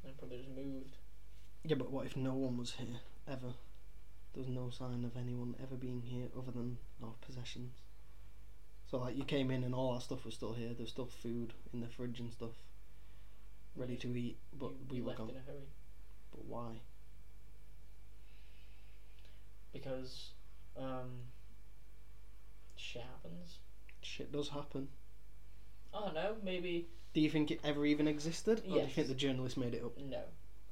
[SPEAKER 1] they probably just moved.
[SPEAKER 2] Yeah, but what if no one was here ever? There was no sign of anyone ever being here other than our possessions. So like you came in and all our stuff was still here. There was still food in the fridge and stuff, ready to eat, but
[SPEAKER 1] you,
[SPEAKER 2] we
[SPEAKER 1] you
[SPEAKER 2] were
[SPEAKER 1] left
[SPEAKER 2] gone.
[SPEAKER 1] in a hurry.
[SPEAKER 2] But why?
[SPEAKER 1] Because, um, shit happens.
[SPEAKER 2] Shit does happen.
[SPEAKER 1] I don't know, maybe
[SPEAKER 2] Do you think it ever even existed, or do you
[SPEAKER 1] Yes.
[SPEAKER 2] think the journalist made it up?
[SPEAKER 1] no.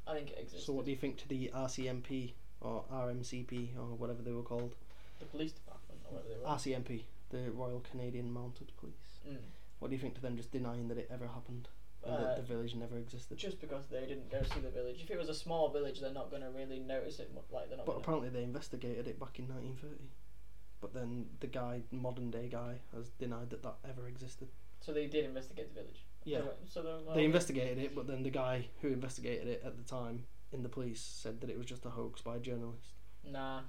[SPEAKER 1] I think it exists.
[SPEAKER 2] So what do you think to the RCMP or RMCP or whatever they were called?
[SPEAKER 1] the police department or whatever they
[SPEAKER 2] Ah,
[SPEAKER 1] were.
[SPEAKER 2] RCMP, the Royal Canadian Mounted Police.
[SPEAKER 1] Mm.
[SPEAKER 2] What do you think to them just denying that it ever happened and
[SPEAKER 1] Uh,
[SPEAKER 2] that the village never existed?
[SPEAKER 1] just because they didn't go see the village. If it was a small village, they're not going to really notice it. mu- Like they're not.
[SPEAKER 2] But
[SPEAKER 1] gonna,
[SPEAKER 2] apparently they investigated it back in 1930. But then the guy, modern day guy, has denied that that ever existed.
[SPEAKER 1] so they did investigate the village.
[SPEAKER 2] Yeah.
[SPEAKER 1] They went- So they, were like,
[SPEAKER 2] They investigated it, but then the guy who investigated it at the time in the police said that it was just a hoax by a journalist.
[SPEAKER 1] Nah,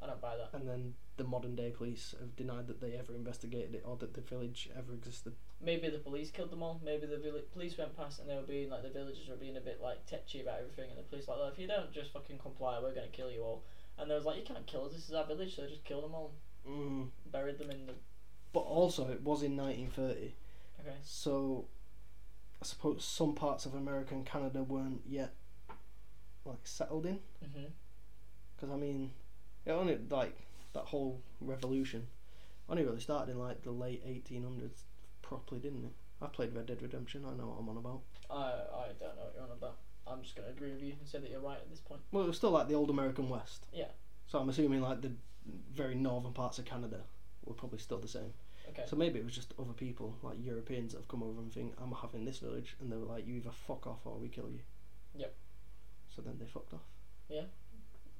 [SPEAKER 1] I don't buy that.
[SPEAKER 2] And then the modern day police have denied that they ever investigated it or that the village ever existed.
[SPEAKER 1] Maybe the police killed them all. Maybe the villi- police went past and they were being like the villagers were being a bit like tetchy about everything, and the police like, "Well, if you don't just fucking comply, we're going to kill you all. And they was like, you can't kill us. This is our village. So they just killed them all,
[SPEAKER 2] Mm.
[SPEAKER 1] buried them in the.
[SPEAKER 2] But also, it was in 1930,
[SPEAKER 1] Okay.
[SPEAKER 2] so I suppose some parts of America and Canada weren't yet like settled in.
[SPEAKER 1] Mhm.
[SPEAKER 2] Because I mean, it only like that whole revolution only really started in like the late 1800s, properly, didn't it? I played Red Dead Redemption. I know what I'm on about.
[SPEAKER 1] I I don't know what you're on about. I'm just going to agree with you and say that you're right at this point.
[SPEAKER 2] Well, it was still like the old American West.
[SPEAKER 1] Yeah.
[SPEAKER 2] So I'm assuming like the very northern parts of Canada were probably still the same.
[SPEAKER 1] Okay.
[SPEAKER 2] So maybe it was just other people like Europeans that have come over and think I'm having this village, and they were like, you either fuck off or we kill you.
[SPEAKER 1] Yep.
[SPEAKER 2] So then they fucked off.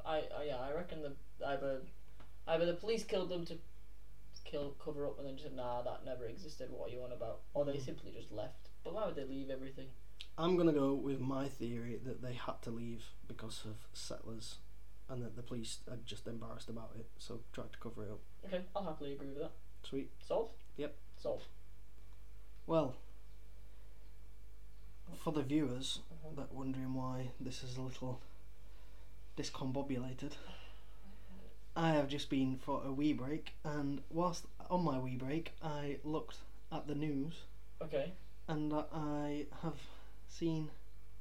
[SPEAKER 1] I, I yeah, I reckon the either either the police killed them to kill cover up and then just said, nah that never existed, what are you on about? Or they
[SPEAKER 2] Mhm.
[SPEAKER 1] simply just left. But why would they leave everything?
[SPEAKER 2] I'm gonna go with my theory that they had to leave because of settlers, and that the police are just embarrassed about it, so tried to cover it up.
[SPEAKER 1] Okay, I'll happily agree with that.
[SPEAKER 2] Sweet.
[SPEAKER 1] Solved?
[SPEAKER 2] Yep.
[SPEAKER 1] Solved.
[SPEAKER 2] Well, for the viewers that wondering why this is a little discombobulated, I have just been for a wee break, and whilst on my wee break, I looked at the news,
[SPEAKER 1] Okay.
[SPEAKER 2] and I have seen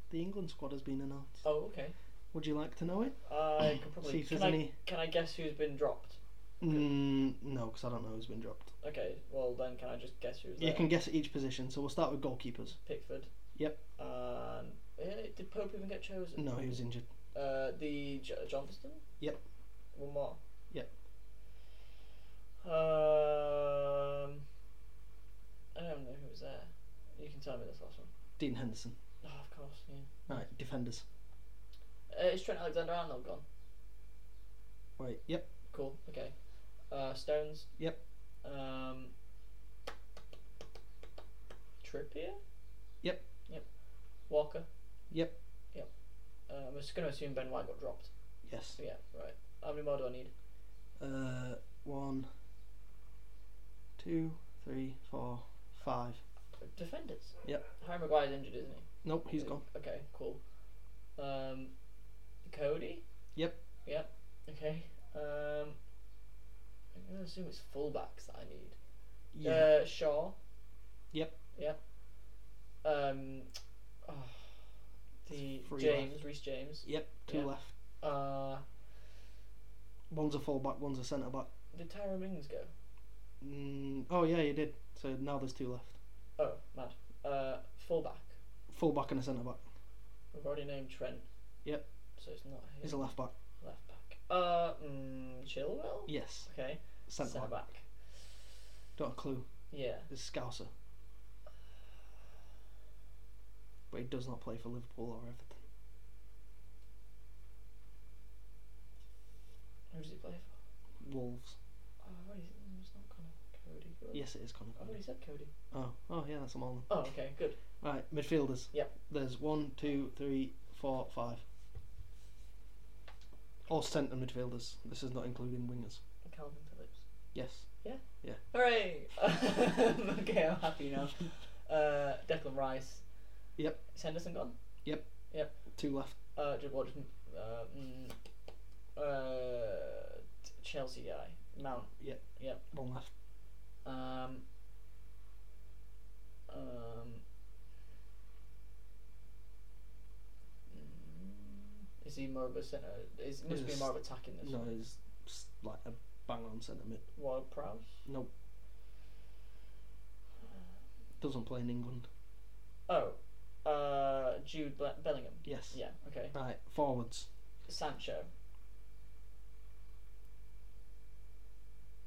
[SPEAKER 2] the England squad has been announced.
[SPEAKER 1] Oh, okay.
[SPEAKER 2] Would you like to know it?
[SPEAKER 1] I can
[SPEAKER 2] See
[SPEAKER 1] probably
[SPEAKER 2] if
[SPEAKER 1] can
[SPEAKER 2] there's
[SPEAKER 1] I,
[SPEAKER 2] any.
[SPEAKER 1] can I guess who's been dropped?
[SPEAKER 2] Mm, no, because I don't know who's been dropped.
[SPEAKER 1] Okay, well then can I just guess who's
[SPEAKER 2] You
[SPEAKER 1] there?
[SPEAKER 2] can guess at each position, so we'll start with goalkeepers.
[SPEAKER 1] Pickford.
[SPEAKER 2] Yep.
[SPEAKER 1] Um eh, did Pope even get chosen?
[SPEAKER 2] No, he was injured.
[SPEAKER 1] Uh, the J- Johnston.
[SPEAKER 2] Yep.
[SPEAKER 1] One more.
[SPEAKER 2] Yep.
[SPEAKER 1] Um, I don't know who was there. You can tell me this last one.
[SPEAKER 2] Dean Henderson.
[SPEAKER 1] Oh, of course, yeah.
[SPEAKER 2] Right, defenders.
[SPEAKER 1] Uh, is Trent Alexander-Arnold gone?
[SPEAKER 2] Wait, yep.
[SPEAKER 1] Cool. Okay. Uh, Stones.
[SPEAKER 2] Yep.
[SPEAKER 1] Um. Trippier.
[SPEAKER 2] Yep.
[SPEAKER 1] Yep. Walker.
[SPEAKER 2] Yep.
[SPEAKER 1] Yep. Uh, I'm just gonna assume Ben White got dropped.
[SPEAKER 2] Yes.
[SPEAKER 1] So yeah, right. How many more do I need?
[SPEAKER 2] Uh, one, two, three, four, five.
[SPEAKER 1] Defenders.
[SPEAKER 2] Yep.
[SPEAKER 1] Harry Maguire's injured, isn't he?
[SPEAKER 2] Nope, he's
[SPEAKER 1] Uh,
[SPEAKER 2] gone.
[SPEAKER 1] Okay, cool. Um, Cody.
[SPEAKER 2] Yep.
[SPEAKER 1] Yep. Okay. Um, I'm gonna assume it's fullbacks that I need.
[SPEAKER 2] Yeah.
[SPEAKER 1] Uh, Shaw.
[SPEAKER 2] Yep.
[SPEAKER 1] Yep. Um, oh, the
[SPEAKER 2] Three
[SPEAKER 1] James, Reese James.
[SPEAKER 2] Yep, two
[SPEAKER 1] yeah.
[SPEAKER 2] left.
[SPEAKER 1] Uh,
[SPEAKER 2] One's a full back, one's a centre back.
[SPEAKER 1] did Tyra Mings go?
[SPEAKER 2] Mm, oh, yeah, you did. So now there's two left.
[SPEAKER 1] Oh, mad. Uh, fullback.
[SPEAKER 2] Full back and a centre back.
[SPEAKER 1] We've already named Trent.
[SPEAKER 2] Yep.
[SPEAKER 1] So it's not
[SPEAKER 2] He's
[SPEAKER 1] him.
[SPEAKER 2] a left back.
[SPEAKER 1] left back. Uh, mm, Chilwell.
[SPEAKER 2] Yes,
[SPEAKER 1] Okay.
[SPEAKER 2] centre back. Don't have a clue.
[SPEAKER 1] Yeah.
[SPEAKER 2] It's Scouser. But he does not play for Liverpool or Everton.
[SPEAKER 1] Who does he play for?
[SPEAKER 2] Wolves.
[SPEAKER 1] Oh, I've already said no, it's not Connor. Cody. Who-
[SPEAKER 2] Yes, it is Conor.
[SPEAKER 1] I've already said Cody.
[SPEAKER 2] Oh, oh yeah, that's them all.
[SPEAKER 1] Oh, okay, good.
[SPEAKER 2] Then. Right, midfielders.
[SPEAKER 1] Yep.
[SPEAKER 2] There's one, two, three, four, five. All centre midfielders. This is not including wingers.
[SPEAKER 1] Calvin Phillips.
[SPEAKER 2] Yes.
[SPEAKER 1] [LAUGHS] Hooray! Um, okay, I'm happy
[SPEAKER 2] [LAUGHS]
[SPEAKER 1] now. Uh, Declan Rice.
[SPEAKER 2] Yep.
[SPEAKER 1] Is Henderson gone?
[SPEAKER 2] Two left.
[SPEAKER 1] Uh, just, what, just, uh, mm, uh, t- Chelsea guy. Mount.
[SPEAKER 2] One left.
[SPEAKER 1] Um, um, mm, is he more of a centre? Is must be
[SPEAKER 2] He's-
[SPEAKER 1] more of attacking this?
[SPEAKER 2] No,
[SPEAKER 1] one.
[SPEAKER 2] he's s- like a bang on centre mid.
[SPEAKER 1] Wild Prowse.
[SPEAKER 2] Nope. doesn't play in England.
[SPEAKER 1] Oh, uh, Jude Be- Bellingham.
[SPEAKER 2] Yes.
[SPEAKER 1] Yeah. Okay.
[SPEAKER 2] Right, forwards.
[SPEAKER 1] Sancho.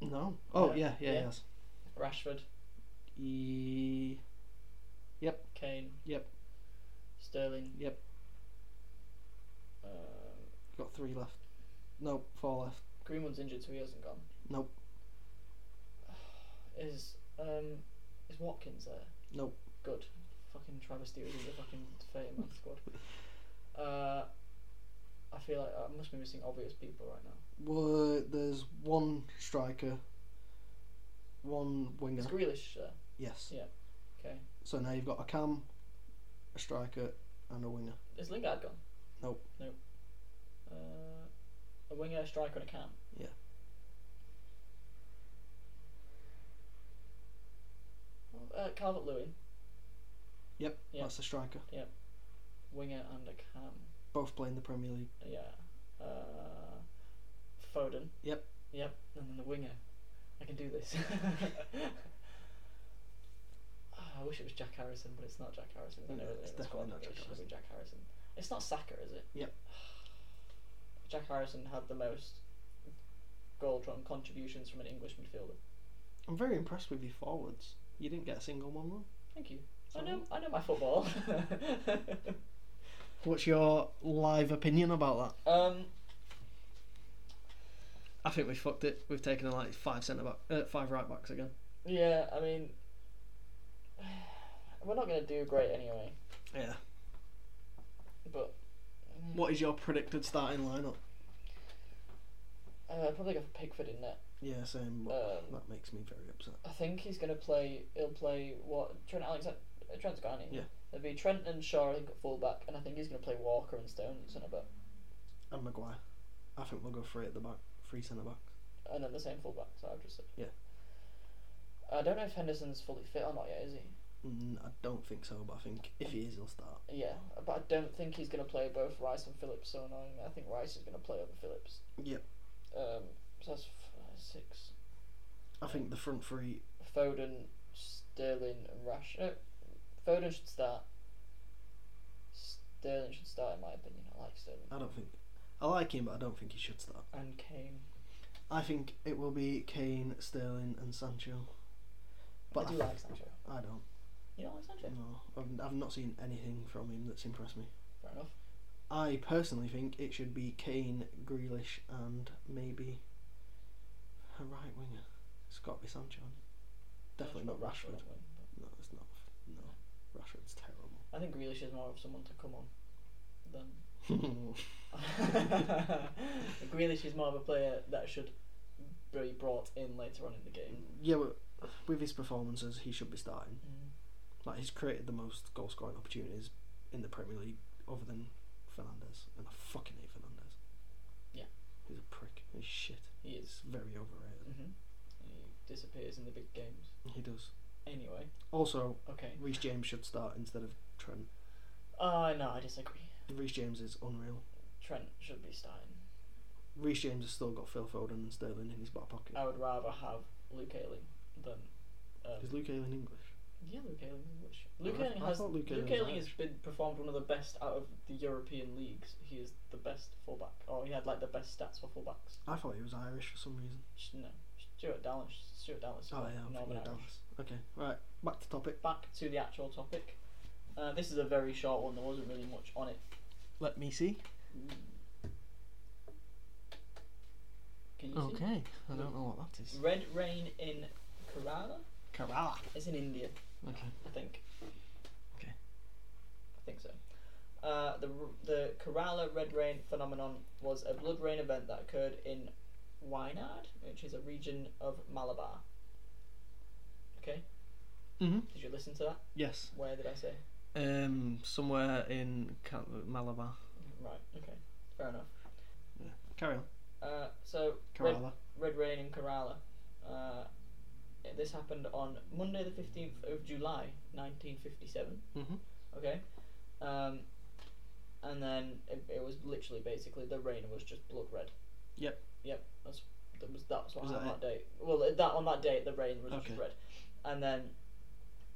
[SPEAKER 2] No. Oh yeah,
[SPEAKER 1] Yeah,
[SPEAKER 2] yeah,
[SPEAKER 1] yeah.
[SPEAKER 2] yes.
[SPEAKER 1] Rashford.
[SPEAKER 2] E...
[SPEAKER 1] Kane.
[SPEAKER 2] Yep.
[SPEAKER 1] Sterling.
[SPEAKER 2] Yep.
[SPEAKER 1] Um,
[SPEAKER 2] Got three left. Nope, four left.
[SPEAKER 1] Greenwood's injured, so he hasn't gone.
[SPEAKER 2] Nope.
[SPEAKER 1] [SIGHS] Is um is Watkins there?
[SPEAKER 2] Nope.
[SPEAKER 1] Good. Fucking Travis Stewart is a fucking fate man squad.
[SPEAKER 2] [LAUGHS]
[SPEAKER 1] Uh, I feel like I must be missing obvious people right now.
[SPEAKER 2] Well, there's one striker, one winger.
[SPEAKER 1] It's Grealish there.
[SPEAKER 2] Yes.
[SPEAKER 1] Yeah. Okay.
[SPEAKER 2] So now you've got a cam, a striker, and a winger.
[SPEAKER 1] Is Lingard gone?
[SPEAKER 2] Nope.
[SPEAKER 1] Nope. Uh, a winger, a striker, and a cam.
[SPEAKER 2] Yeah.
[SPEAKER 1] Uh, Calvert Lewin,
[SPEAKER 2] Yep,
[SPEAKER 1] Yeah.
[SPEAKER 2] that's a striker.
[SPEAKER 1] winger, and a cam.
[SPEAKER 2] Both play in the Premier League.
[SPEAKER 1] Yeah. Uh, Foden.
[SPEAKER 2] Yep.
[SPEAKER 1] Yep. And then the winger. I can do
[SPEAKER 2] [LAUGHS]
[SPEAKER 1] this. Ah, I wish it was Jack Harrison, but it's not Jack Harrison. I
[SPEAKER 2] No,
[SPEAKER 1] know
[SPEAKER 2] it's
[SPEAKER 1] that the squad
[SPEAKER 2] definitely not
[SPEAKER 1] it
[SPEAKER 2] Jack
[SPEAKER 1] should
[SPEAKER 2] Harrison.
[SPEAKER 1] be Jack Harrison. It's not Saka, is it?
[SPEAKER 2] Yep.
[SPEAKER 1] [SIGHS] Jack Harrison had the most goal drawn contributions from an English midfielder.
[SPEAKER 2] I'm very impressed with your forwards. You didn't get a single one wrong.
[SPEAKER 1] Thank you. I
[SPEAKER 2] So-
[SPEAKER 1] know. I know my
[SPEAKER 2] [LAUGHS]
[SPEAKER 1] football. [LAUGHS]
[SPEAKER 2] What's your live opinion about that?
[SPEAKER 1] um,
[SPEAKER 2] I think we fucked it. We've taken like five centre back, uh, five right backs again.
[SPEAKER 1] yeah. I mean, [SIGHS] we're not gonna do great anyway.
[SPEAKER 2] Yeah.
[SPEAKER 1] But mm,
[SPEAKER 2] What is your predicted starting lineup?
[SPEAKER 1] Uh, probably go for Pickford in net.
[SPEAKER 2] Yeah, same.
[SPEAKER 1] Um,
[SPEAKER 2] that makes me very upset.
[SPEAKER 1] I think he's going to play. He'll play what Trent Alexander. Trent's gone. hasn't he?
[SPEAKER 2] Yeah.
[SPEAKER 1] It'll be Trent and Shaw. I think at fullback, and I think he's going to play Walker and Stone at centre back,
[SPEAKER 2] And Maguire. I think we'll go three at the back, three centre back.
[SPEAKER 1] and then the same fullback. So I've just said.
[SPEAKER 2] Yeah.
[SPEAKER 1] I don't know if Henderson's fully fit or not yet, is he?
[SPEAKER 2] Mm, I don't think so, but I think if he is, he'll start.
[SPEAKER 1] Yeah, but I don't think he's going to play both Rice and Phillips. So annoying. I think Rice is going to play over Phillips.
[SPEAKER 2] Yep.
[SPEAKER 1] Um, so that's f- six.
[SPEAKER 2] I think the front three.
[SPEAKER 1] Foden, Sterling, and Rash. No, Foden should start. Sterling should start, in my opinion. I like Sterling.
[SPEAKER 2] I don't think. I like him, but I don't think he should start.
[SPEAKER 1] And Kane.
[SPEAKER 2] I think it will be Kane, Sterling, and Sancho. But
[SPEAKER 1] I
[SPEAKER 2] I,
[SPEAKER 1] do like Sancho. Mm,
[SPEAKER 2] I don't.
[SPEAKER 1] You don't like Sancho?
[SPEAKER 2] No, I've, I've not seen anything from him that's impressed me.
[SPEAKER 1] Fair enough.
[SPEAKER 2] I personally think it should be Kane, Grealish, and maybe a right winger. It's got to be Sancho. hasn't it? Definitely not Rashford.
[SPEAKER 1] Rashford's win,
[SPEAKER 2] No, it's not. No, Rashford's [LAUGHS]
[SPEAKER 1] but I think Grealish is more of someone to come on [LAUGHS] than.
[SPEAKER 2] terrible.
[SPEAKER 1] Grealish is more of a player that should be brought in later on in the game.
[SPEAKER 2] yeah, but with his performances, he should be starting.
[SPEAKER 1] Mm.
[SPEAKER 2] Like he's created the most goal scoring opportunities in the Premier League, other than Fernandez, and I fucking hate Fernandez.
[SPEAKER 1] Yeah.
[SPEAKER 2] he's a prick. He's shit.
[SPEAKER 1] He is.
[SPEAKER 2] He's very overrated.
[SPEAKER 1] hmm He disappears in the big games.
[SPEAKER 2] He does.
[SPEAKER 1] Anyway,
[SPEAKER 2] Also,
[SPEAKER 1] okay.
[SPEAKER 2] Reece James should start instead of Trent.
[SPEAKER 1] Uh, no, I disagree.
[SPEAKER 2] Reece James is unreal.
[SPEAKER 1] Trent should be starting.
[SPEAKER 2] Reece James has still got Phil Foden and Sterling in his back pocket.
[SPEAKER 1] I would rather have Luke Ayling than. Um,
[SPEAKER 2] Is Luke Ayling English?
[SPEAKER 1] yeah, Luke Ayling is English. Luke
[SPEAKER 2] I-
[SPEAKER 1] Ayling
[SPEAKER 2] I
[SPEAKER 1] has.
[SPEAKER 2] thought
[SPEAKER 1] Luke,
[SPEAKER 2] Luke Ayling was
[SPEAKER 1] Ayling has
[SPEAKER 2] Irish.
[SPEAKER 1] been performed one of the best out of the European leagues. He is the best fullback, or he had like the best stats for fullbacks. I
[SPEAKER 2] I thought he was Irish for some reason.
[SPEAKER 1] no, Stuart Dallas. Stuart Dallas. is
[SPEAKER 2] Oh
[SPEAKER 1] not
[SPEAKER 2] yeah, I'm
[SPEAKER 1] Norman
[SPEAKER 2] thinking of
[SPEAKER 1] Irish.
[SPEAKER 2] Dallas. Okay, right. Back to topic.
[SPEAKER 1] Back to the actual topic. Uh, this is a very short one. There wasn't really much on it.
[SPEAKER 2] Let me see.
[SPEAKER 1] Can you
[SPEAKER 2] Okay, I don't know what that
[SPEAKER 1] see?
[SPEAKER 2] is.
[SPEAKER 1] Red rain in Kerala.
[SPEAKER 2] Kerala.
[SPEAKER 1] It's in India.
[SPEAKER 2] Okay.
[SPEAKER 1] I think.
[SPEAKER 2] Okay.
[SPEAKER 1] I think so. Uh, the r- the Kerala red rain phenomenon was a blood rain event that occurred in Wayanad, which is a region of Malabar. Okay,
[SPEAKER 2] Mhm.
[SPEAKER 1] did you listen to that?
[SPEAKER 2] Yes.
[SPEAKER 1] Where did I say?
[SPEAKER 2] Um, somewhere in Cal- Malabar.
[SPEAKER 1] Right. Okay. Fair enough.
[SPEAKER 2] Carry on.
[SPEAKER 1] Uh, so red,
[SPEAKER 2] Kerala.
[SPEAKER 1] red rain in Kerala. Uh, this happened on Monday, the fifteenth of July, nineteen fifty-seven.
[SPEAKER 2] Mm-hmm.
[SPEAKER 1] Okay. Um, and then it, it was literally basically the rain was just blood red.
[SPEAKER 2] Yep.
[SPEAKER 1] Yep. That's that was that's what
[SPEAKER 2] Was
[SPEAKER 1] happened on
[SPEAKER 2] that
[SPEAKER 1] that day. Well, that on that date the rain was
[SPEAKER 2] Okay.
[SPEAKER 1] just red, and then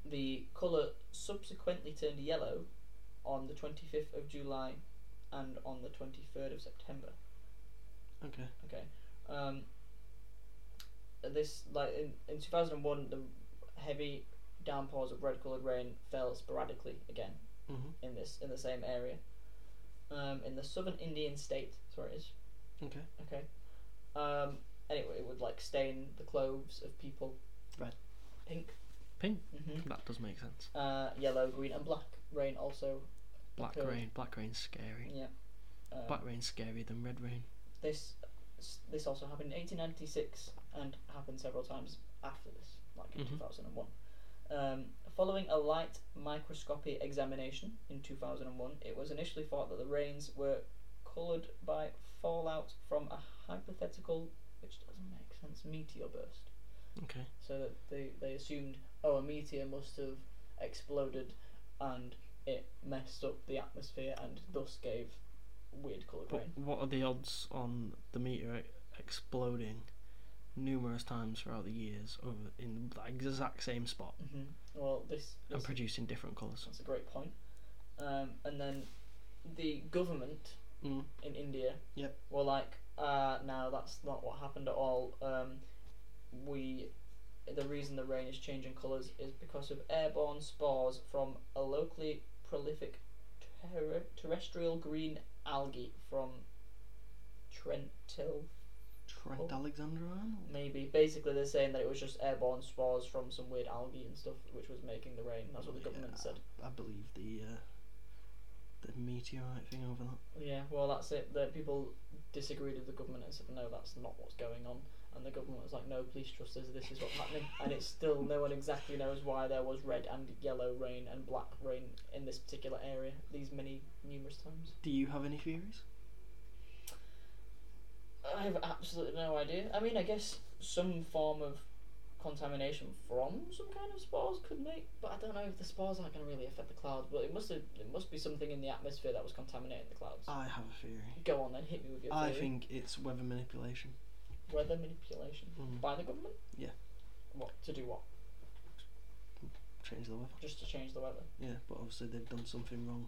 [SPEAKER 1] The colour subsequently turned yellow on the 25th of July and on the 23rd of September.
[SPEAKER 2] Okay.
[SPEAKER 1] Okay. Um, this like in, in 2001 the heavy downpours of red colored rain fell sporadically again
[SPEAKER 2] Mm-hmm.
[SPEAKER 1] in this in the same area um, in the southern Indian state that's where it is
[SPEAKER 2] Okay.
[SPEAKER 1] okay um, anyway it would like stain the clothes of people
[SPEAKER 2] Red.
[SPEAKER 1] pink
[SPEAKER 2] Pink.
[SPEAKER 1] hmm
[SPEAKER 2] That does make sense.
[SPEAKER 1] uh, yellow green and black rain also
[SPEAKER 2] Black
[SPEAKER 1] occurred.
[SPEAKER 2] rain. Black rain's scary.
[SPEAKER 1] yeah um,
[SPEAKER 2] Black rain's scarier than red rain.
[SPEAKER 1] this this also happened in 1896 and happened several times after this, like in
[SPEAKER 2] Mhm.
[SPEAKER 1] 2001. Um, following a light microscopy examination in 2001, it was initially thought that the rains were coloured by fallout from a hypothetical, which doesn't make sense, meteor burst.
[SPEAKER 2] Okay.
[SPEAKER 1] So that they, they assumed, oh, a meteor must have exploded and it messed up the atmosphere and thus gave weird coloured
[SPEAKER 2] But
[SPEAKER 1] rain.
[SPEAKER 2] what are the odds on the meteor e-, exploding numerous times throughout the years over in the exact same spot
[SPEAKER 1] hmm Well, this,
[SPEAKER 2] and
[SPEAKER 1] this
[SPEAKER 2] producing different colours?
[SPEAKER 1] That's a great point. Um, and then the government
[SPEAKER 2] Mm.
[SPEAKER 1] in India
[SPEAKER 2] Yep.
[SPEAKER 1] were like, uh, no, that's not what happened at all. Um, we, the reason the rain is changing colours is because of airborne spores from a locally prolific ter- terrestrial green algae from Trentil,
[SPEAKER 2] Trent
[SPEAKER 1] Oh.
[SPEAKER 2] Alexander Arnold.
[SPEAKER 1] maybe. Basically, they're saying that it was just airborne spores from some weird algae and stuff, which was making the rain. That's what the government
[SPEAKER 2] Oh, Yeah,
[SPEAKER 1] said.
[SPEAKER 2] I believe the uh, the meteorite thing over that.
[SPEAKER 1] Yeah, well, that's it. The people disagreed with the government and said, no, that's not what's going on. And the government was like, no, please trust us, this is what's happening. And it's still, no one exactly knows why there was red and yellow rain and black rain in this particular area these many, numerous times.
[SPEAKER 2] Do you have any theories?
[SPEAKER 1] I have absolutely no idea. I mean, I guess some form of contamination from some kind of spores could make, but I don't know if the spores aren't going to really affect the clouds. But it must have, it must be something in the atmosphere that was contaminating the clouds.
[SPEAKER 2] I have a theory.
[SPEAKER 1] Go on then, hit me with your
[SPEAKER 2] I
[SPEAKER 1] theory.
[SPEAKER 2] think it's weather manipulation.
[SPEAKER 1] Weather manipulation.
[SPEAKER 2] Mm.
[SPEAKER 1] By the government?
[SPEAKER 2] Yeah.
[SPEAKER 1] What to do what?
[SPEAKER 2] Change the weather.
[SPEAKER 1] Just to change the weather.
[SPEAKER 2] Yeah, but obviously they've done something wrong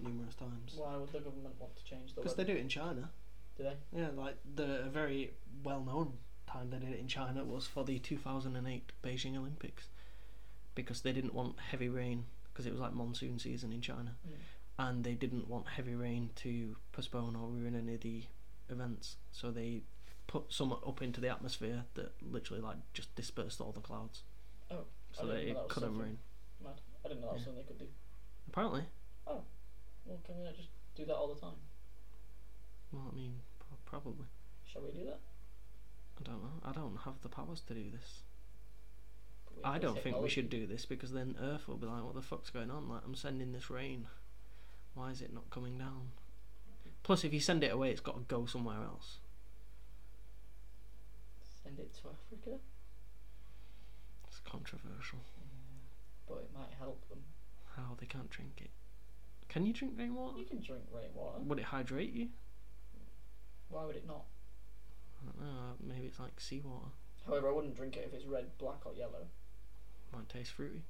[SPEAKER 2] numerous times.
[SPEAKER 1] Why would the government want to change the
[SPEAKER 2] Because
[SPEAKER 1] weather?
[SPEAKER 2] they do it in China.
[SPEAKER 1] do they?
[SPEAKER 2] Yeah, like the a very well known time they did it in China was for the 2008 Beijing Olympics because they didn't want heavy rain because it was like monsoon season in China
[SPEAKER 1] Mm.
[SPEAKER 2] and they didn't want heavy rain to postpone or ruin any of the events so they put some up into the atmosphere that literally like just dispersed all the clouds
[SPEAKER 1] I
[SPEAKER 2] so
[SPEAKER 1] didn't know
[SPEAKER 2] that it
[SPEAKER 1] that was
[SPEAKER 2] couldn't
[SPEAKER 1] something.
[SPEAKER 2] rain
[SPEAKER 1] Mad. I didn't know that was
[SPEAKER 2] Yeah.
[SPEAKER 1] something they could do.
[SPEAKER 2] apparently
[SPEAKER 1] Well, can we not just do that all the time?
[SPEAKER 2] well I mean pro- probably
[SPEAKER 1] Shall we do that?
[SPEAKER 2] I don't know I don't have the powers to do this
[SPEAKER 1] But we have
[SPEAKER 2] I
[SPEAKER 1] the
[SPEAKER 2] don't think we should
[SPEAKER 1] technology.
[SPEAKER 2] do this because then Earth will be like, what the fuck's going on? Like, I'm sending this rain. Why is it not coming down? Plus, if you send it away, it's got to go somewhere else.
[SPEAKER 1] Send it to Africa,
[SPEAKER 2] It's controversial.
[SPEAKER 1] but it might help them.
[SPEAKER 2] How they can't drink it. Can you drink rainwater?
[SPEAKER 1] You can drink rainwater.
[SPEAKER 2] Would it hydrate you?
[SPEAKER 1] Why would it not?
[SPEAKER 2] I don't know. uh, Maybe it's like seawater.
[SPEAKER 1] However, I wouldn't drink it if it's red, black, or yellow.
[SPEAKER 2] Might taste fruity.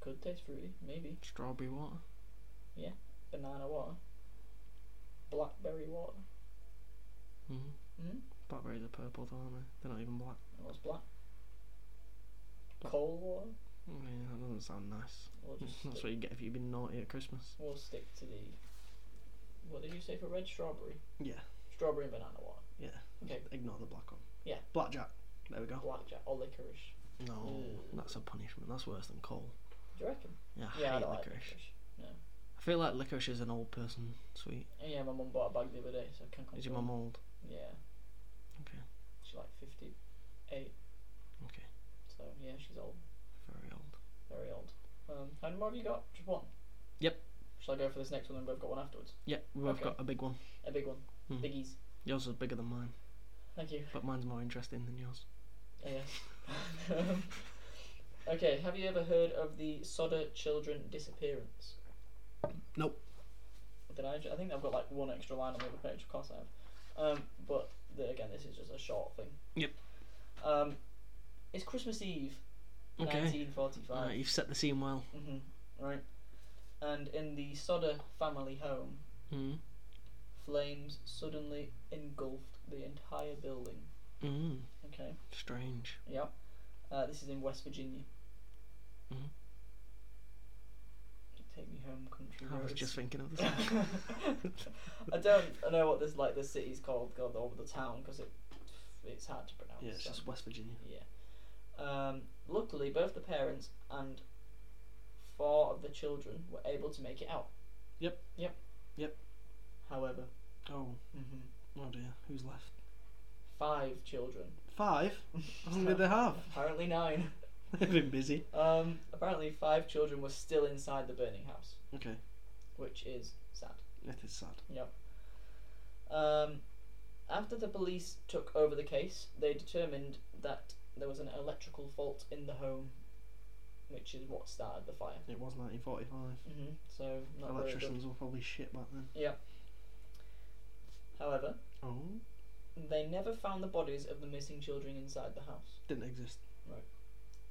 [SPEAKER 1] Could taste fruity, maybe
[SPEAKER 2] Strawberry water.
[SPEAKER 1] banana water, blackberry water.
[SPEAKER 2] Mm.
[SPEAKER 1] Mm-hmm.
[SPEAKER 2] Blackberries are purple, though, aren't they? They're not even black.
[SPEAKER 1] What's black? Coal water.
[SPEAKER 2] I mean, that doesn't sound
[SPEAKER 1] [LAUGHS]
[SPEAKER 2] nice.
[SPEAKER 1] We'll just
[SPEAKER 2] [LAUGHS] That's
[SPEAKER 1] stick-
[SPEAKER 2] what you get if you've been naughty at Christmas.
[SPEAKER 1] We'll stick to the. What did you say for red strawberry?
[SPEAKER 2] Yeah.
[SPEAKER 1] Strawberry and banana water.
[SPEAKER 2] Yeah.
[SPEAKER 1] Okay.
[SPEAKER 2] Ignore the black one.
[SPEAKER 1] Yeah.
[SPEAKER 2] Blackjack. There we go.
[SPEAKER 1] Blackjack or licorice.
[SPEAKER 2] No,
[SPEAKER 1] Mm.
[SPEAKER 2] that's a punishment. That's worse than coal.
[SPEAKER 1] Do you reckon?
[SPEAKER 2] Hmm. Yeah, I
[SPEAKER 1] yeah, I
[SPEAKER 2] hate
[SPEAKER 1] don't
[SPEAKER 2] licorice.
[SPEAKER 1] like licorice.
[SPEAKER 2] I feel like licorice is an old person sweet.
[SPEAKER 1] Yeah, my mum bought a bag the other day, so I can't complain.
[SPEAKER 2] Is your mum old?
[SPEAKER 1] Yeah.
[SPEAKER 2] Okay.
[SPEAKER 1] She's like 58.
[SPEAKER 2] Okay.
[SPEAKER 1] So, yeah, she's old.
[SPEAKER 2] Very old.
[SPEAKER 1] Very old. Um, how many more have you got? Just one?
[SPEAKER 2] Yep.
[SPEAKER 1] Shall I go for this next one and we've got one afterwards?
[SPEAKER 2] Yeah, we've
[SPEAKER 1] Okay.
[SPEAKER 2] got a big one.
[SPEAKER 1] A big one.
[SPEAKER 2] Hmm.
[SPEAKER 1] Biggies.
[SPEAKER 2] Yours is bigger than mine,
[SPEAKER 1] Thank you.
[SPEAKER 2] but mine's more interesting than yours.
[SPEAKER 1] Oh, yes. Um, [LAUGHS] okay, have you ever heard of the Sodder children disappearance?
[SPEAKER 2] Nope.
[SPEAKER 1] Did I? ju- I think I've got like one extra line on the other page. Of course I have. Um, but the, again, this is just a short thing.
[SPEAKER 2] Yep.
[SPEAKER 1] Um, it's Christmas Eve,
[SPEAKER 2] Okay.
[SPEAKER 1] 1945.
[SPEAKER 2] Alright, you've set the scene well.
[SPEAKER 1] hmm Right. And in the Sodder family home,
[SPEAKER 2] Mm.
[SPEAKER 1] flames suddenly engulfed the entire building.
[SPEAKER 2] Mm.
[SPEAKER 1] Okay.
[SPEAKER 2] Strange.
[SPEAKER 1] Yep. Uh, this is in West Virginia.
[SPEAKER 2] Mhm.
[SPEAKER 1] Take me home, country
[SPEAKER 2] I was
[SPEAKER 1] roads.
[SPEAKER 2] just [LAUGHS] thinking of this.
[SPEAKER 1] [LAUGHS] I don't know what this like the city's called or the, the town because it it's hard to pronounce.
[SPEAKER 2] [LAUGHS] yeah, it's
[SPEAKER 1] so-
[SPEAKER 2] just West Virginia.
[SPEAKER 1] yeah. Um, luckily, both the parents and four of the children were able to make it out.
[SPEAKER 2] Yep.
[SPEAKER 1] Yep.
[SPEAKER 2] Yep.
[SPEAKER 1] However,
[SPEAKER 2] Oh,
[SPEAKER 1] mhm,
[SPEAKER 2] oh dear. Who's left?
[SPEAKER 1] five children.
[SPEAKER 2] Five? How
[SPEAKER 1] [LAUGHS]
[SPEAKER 2] long did they have? [LAUGHS]
[SPEAKER 1] Apparently nine.
[SPEAKER 2] They've been busy.
[SPEAKER 1] Um, apparently, five children were still inside the burning house,
[SPEAKER 2] Okay.
[SPEAKER 1] which is sad.
[SPEAKER 2] It is sad.
[SPEAKER 1] Um, after the police took over the case, they determined that there was an electrical fault in the home, which is what started the fire.
[SPEAKER 2] It was 1945.
[SPEAKER 1] hmm So not very good.
[SPEAKER 2] Electricians were probably shit back then.
[SPEAKER 1] However,
[SPEAKER 2] Oh.
[SPEAKER 1] they never found the bodies of the missing children inside the house.
[SPEAKER 2] Didn't exist.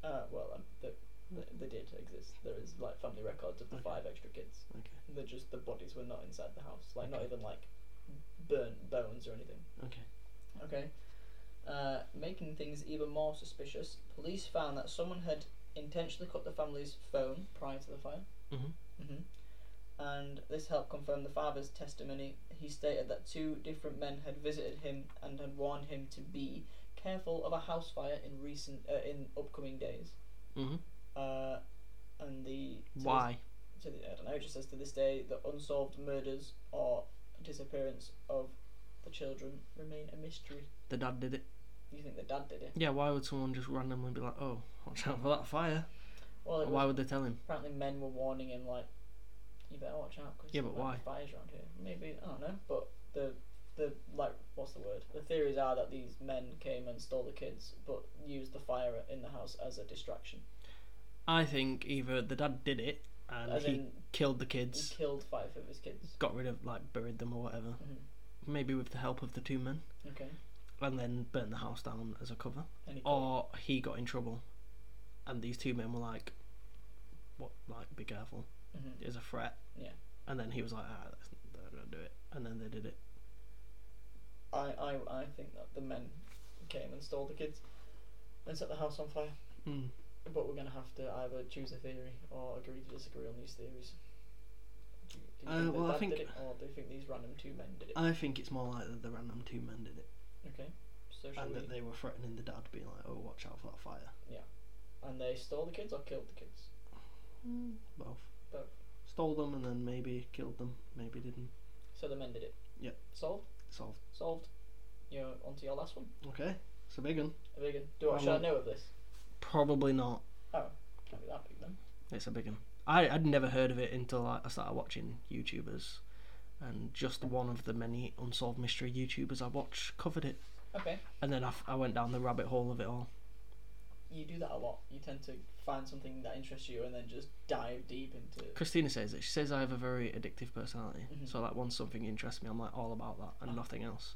[SPEAKER 1] Uh, well, um, they, they, they did exist. There is like family records of the
[SPEAKER 2] Okay.
[SPEAKER 1] five extra kids.
[SPEAKER 2] Okay.
[SPEAKER 1] They're just the bodies were not inside the house. Like not
[SPEAKER 2] Okay.
[SPEAKER 1] even like burnt bones or anything.
[SPEAKER 2] Okay.
[SPEAKER 1] Okay. Uh, making things even more suspicious, police found that someone had intentionally cut the family's phone prior to the fire.
[SPEAKER 2] Mhm.
[SPEAKER 1] hmm And this helped confirm the father's testimony. He stated that two different men had visited him and had warned him to be careful of a house fire in recent uh, in upcoming days.
[SPEAKER 2] Mm-hmm.
[SPEAKER 1] Uh, and the to this-
[SPEAKER 2] Why?
[SPEAKER 1] to the, I don't know, it just says to this day the unsolved murders or disappearance of the children remain a mystery.
[SPEAKER 2] The dad did it.
[SPEAKER 1] You think the dad did it?
[SPEAKER 2] Yeah, why would someone just randomly be like, oh, watch out for that fire?
[SPEAKER 1] Well, it
[SPEAKER 2] why
[SPEAKER 1] was-
[SPEAKER 2] would they tell him?
[SPEAKER 1] apparently men were warning him like, you better watch out because
[SPEAKER 2] Yeah, but why?
[SPEAKER 1] fires around here. Maybe I don't know, but the the like what's the word? The theories are that these men came and stole the kids, but used the fire in the house as a distraction.
[SPEAKER 2] I think either the dad did it and
[SPEAKER 1] as
[SPEAKER 2] he
[SPEAKER 1] in,
[SPEAKER 2] killed the
[SPEAKER 1] he
[SPEAKER 2] kids,
[SPEAKER 1] killed five of his kids.
[SPEAKER 2] got rid of, like, buried them or whatever.
[SPEAKER 1] Mm-hmm.
[SPEAKER 2] Maybe with the help of the two men,
[SPEAKER 1] Okay.
[SPEAKER 2] and then burnt the house down as a cover.
[SPEAKER 1] And he caught-
[SPEAKER 2] Or he got in trouble, and these two men were like, what, like, be careful.
[SPEAKER 1] Mhm.
[SPEAKER 2] It was a threat.
[SPEAKER 1] Yeah.
[SPEAKER 2] And then he was like, ah, that's, they're going to do it. And then they did it.
[SPEAKER 1] I, I I think that the men came and stole the kids and set the house on fire.
[SPEAKER 2] Mm.
[SPEAKER 1] But we're gonna have to either choose a theory or agree to disagree on these theories. Do you- do you
[SPEAKER 2] Uh,
[SPEAKER 1] think the
[SPEAKER 2] well, I
[SPEAKER 1] dad
[SPEAKER 2] think- Uh,
[SPEAKER 1] did it, or do you think these random two men did it?
[SPEAKER 2] I think it's more likely that the random two men did it.
[SPEAKER 1] okay, so shall
[SPEAKER 2] and
[SPEAKER 1] we-
[SPEAKER 2] that they were threatening the dad, being like, "Oh, watch out for that fire."
[SPEAKER 1] and they stole the kids or killed the kids.
[SPEAKER 2] Both.
[SPEAKER 1] Both.
[SPEAKER 2] Stole them and then maybe killed them, maybe didn't.
[SPEAKER 1] So the men did it.
[SPEAKER 2] Yep.
[SPEAKER 1] Solved.
[SPEAKER 2] Solved.
[SPEAKER 1] Solved. You know, onto your last one.
[SPEAKER 2] Okay, it's a big one.
[SPEAKER 1] A vegan. Do I,
[SPEAKER 2] I
[SPEAKER 1] should I
[SPEAKER 2] won't.
[SPEAKER 1] know of this?
[SPEAKER 2] Probably not.
[SPEAKER 1] Can't be that big then.
[SPEAKER 2] It's a big one. I I'd never heard of it until I, I started watching YouTubers, and just one of the many unsolved mystery YouTubers I watch covered it,
[SPEAKER 1] Okay.
[SPEAKER 2] and then I, f- I went down the rabbit hole of it all.
[SPEAKER 1] You do that a lot. You tend to find something that interests you and then just dive deep into. it.
[SPEAKER 2] Christina says it. She says I have a very addictive personality,
[SPEAKER 1] Mhm.
[SPEAKER 2] so like once something interests me, I'm like all about that and
[SPEAKER 1] Ah.
[SPEAKER 2] nothing else.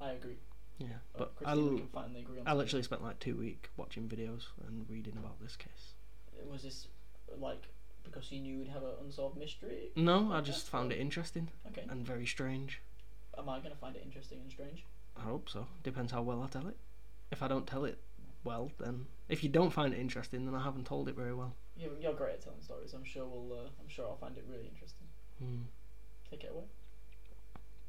[SPEAKER 1] I agree.
[SPEAKER 2] Yeah,
[SPEAKER 1] Uh,
[SPEAKER 2] but I
[SPEAKER 1] Christine,
[SPEAKER 2] l-
[SPEAKER 1] we can finally agree on.
[SPEAKER 2] I
[SPEAKER 1] something.
[SPEAKER 2] literally spent like two week watching videos and reading about this case.
[SPEAKER 1] Was this like because you knew we'd have an unsolved mystery?
[SPEAKER 2] No, I
[SPEAKER 1] Okay.
[SPEAKER 2] just found it interesting
[SPEAKER 1] Okay.
[SPEAKER 2] and very strange.
[SPEAKER 1] Am I gonna find it interesting and strange?
[SPEAKER 2] I hope so. Depends how well I tell it. If I don't tell it well, then if you don't find it interesting, then I haven't told it very well.
[SPEAKER 1] You're, you're great at telling stories. I'm sure we'll. Uh, I'm sure I'll find it really interesting.
[SPEAKER 2] Hmm.
[SPEAKER 1] Take it away.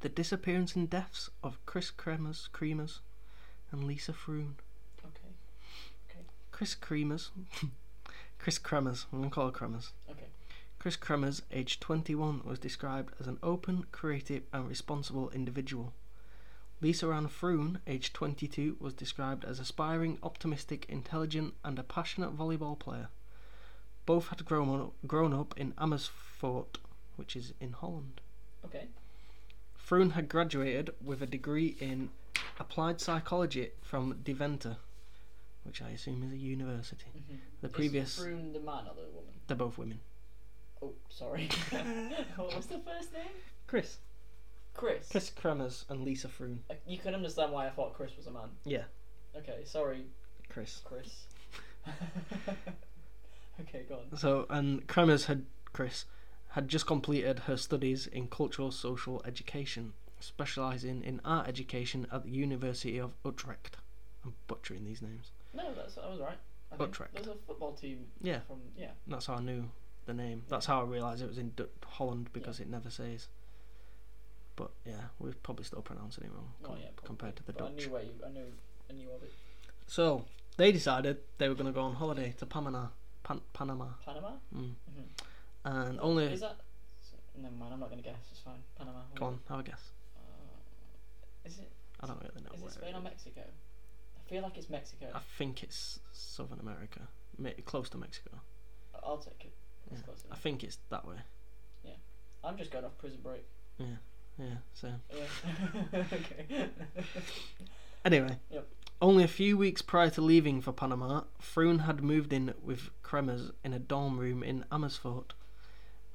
[SPEAKER 2] The disappearance and deaths of Chris Kremers, Kremers and Lisa Froon.
[SPEAKER 1] Okay.
[SPEAKER 2] Chris Kremers. [LAUGHS] Chris Kremers. I'm going to call her Kremers.
[SPEAKER 1] Okay.
[SPEAKER 2] Chris Kremers, aged 21, was described as an open, creative, and responsible individual. Lisa Ann Froon, aged 22, was described as aspiring, optimistic, intelligent, and a passionate volleyball player. Both had grown up, grown up in Amersfoort, which is in Holland.
[SPEAKER 1] Okay.
[SPEAKER 2] Froon had graduated with a degree in applied psychology from Deventer, which I assume is a university.
[SPEAKER 1] Mm-hmm.
[SPEAKER 2] The previous,
[SPEAKER 1] Is Froome the man or the woman?
[SPEAKER 2] they're both women.
[SPEAKER 1] Oh, [LAUGHS] sorry. what was the first name?
[SPEAKER 2] Chris,
[SPEAKER 1] Chris.
[SPEAKER 2] Chris Kremers, and Lisa Froon.
[SPEAKER 1] Uh, You can understand why I thought Chris was a man.
[SPEAKER 2] Yeah.
[SPEAKER 1] Okay, sorry,
[SPEAKER 2] [LAUGHS] Chris.
[SPEAKER 1] Chris. [LAUGHS] okay, go on.
[SPEAKER 2] So, and Kremers had Chris had just completed her studies in cultural social education, specialising in art education at the University of Utrecht. I'm butchering these names.
[SPEAKER 1] No, that's that was right. I think.
[SPEAKER 2] Utrecht.
[SPEAKER 1] There's a football team
[SPEAKER 2] Yeah,
[SPEAKER 1] from yeah.
[SPEAKER 2] that's how I knew the name. That's how I realised it was in D- Holland because it never says. But yeah, we're probably still pronouncing it wrong
[SPEAKER 1] Well,
[SPEAKER 2] com-
[SPEAKER 1] Oh, yeah, probably,
[SPEAKER 2] compared to the
[SPEAKER 1] but I
[SPEAKER 2] Dutch.
[SPEAKER 1] knew where you. I knew. I knew of it.
[SPEAKER 2] So they decided they were going to go on holiday to Panama. Pan- Panama.
[SPEAKER 1] Panama.
[SPEAKER 2] Mm.
[SPEAKER 1] Mhm.
[SPEAKER 2] And only.
[SPEAKER 1] Is that? Never mind. I'm not gonna guess. It's fine. Panama.
[SPEAKER 2] Come on, have a guess.
[SPEAKER 1] Uh, is it?
[SPEAKER 2] I don't really know
[SPEAKER 1] Is
[SPEAKER 2] where.
[SPEAKER 1] it
[SPEAKER 2] it
[SPEAKER 1] Spain or
[SPEAKER 2] is.
[SPEAKER 1] Mexico? I feel like it's Mexico.
[SPEAKER 2] I think it's Southern America, ma- close to Mexico.
[SPEAKER 1] I'll take it. It's
[SPEAKER 2] Yeah.
[SPEAKER 1] close
[SPEAKER 2] Mm. I
[SPEAKER 1] enough.
[SPEAKER 2] think it's that way.
[SPEAKER 1] I'm just going off prison
[SPEAKER 2] [LAUGHS]
[SPEAKER 1] break.
[SPEAKER 2] Yeah. So
[SPEAKER 1] Yeah. [LAUGHS] okay.
[SPEAKER 2] anyway,
[SPEAKER 1] Yep.
[SPEAKER 2] only a few weeks prior to leaving for Panama, Froon had moved in with Kremers in a dorm room in Amersfoort,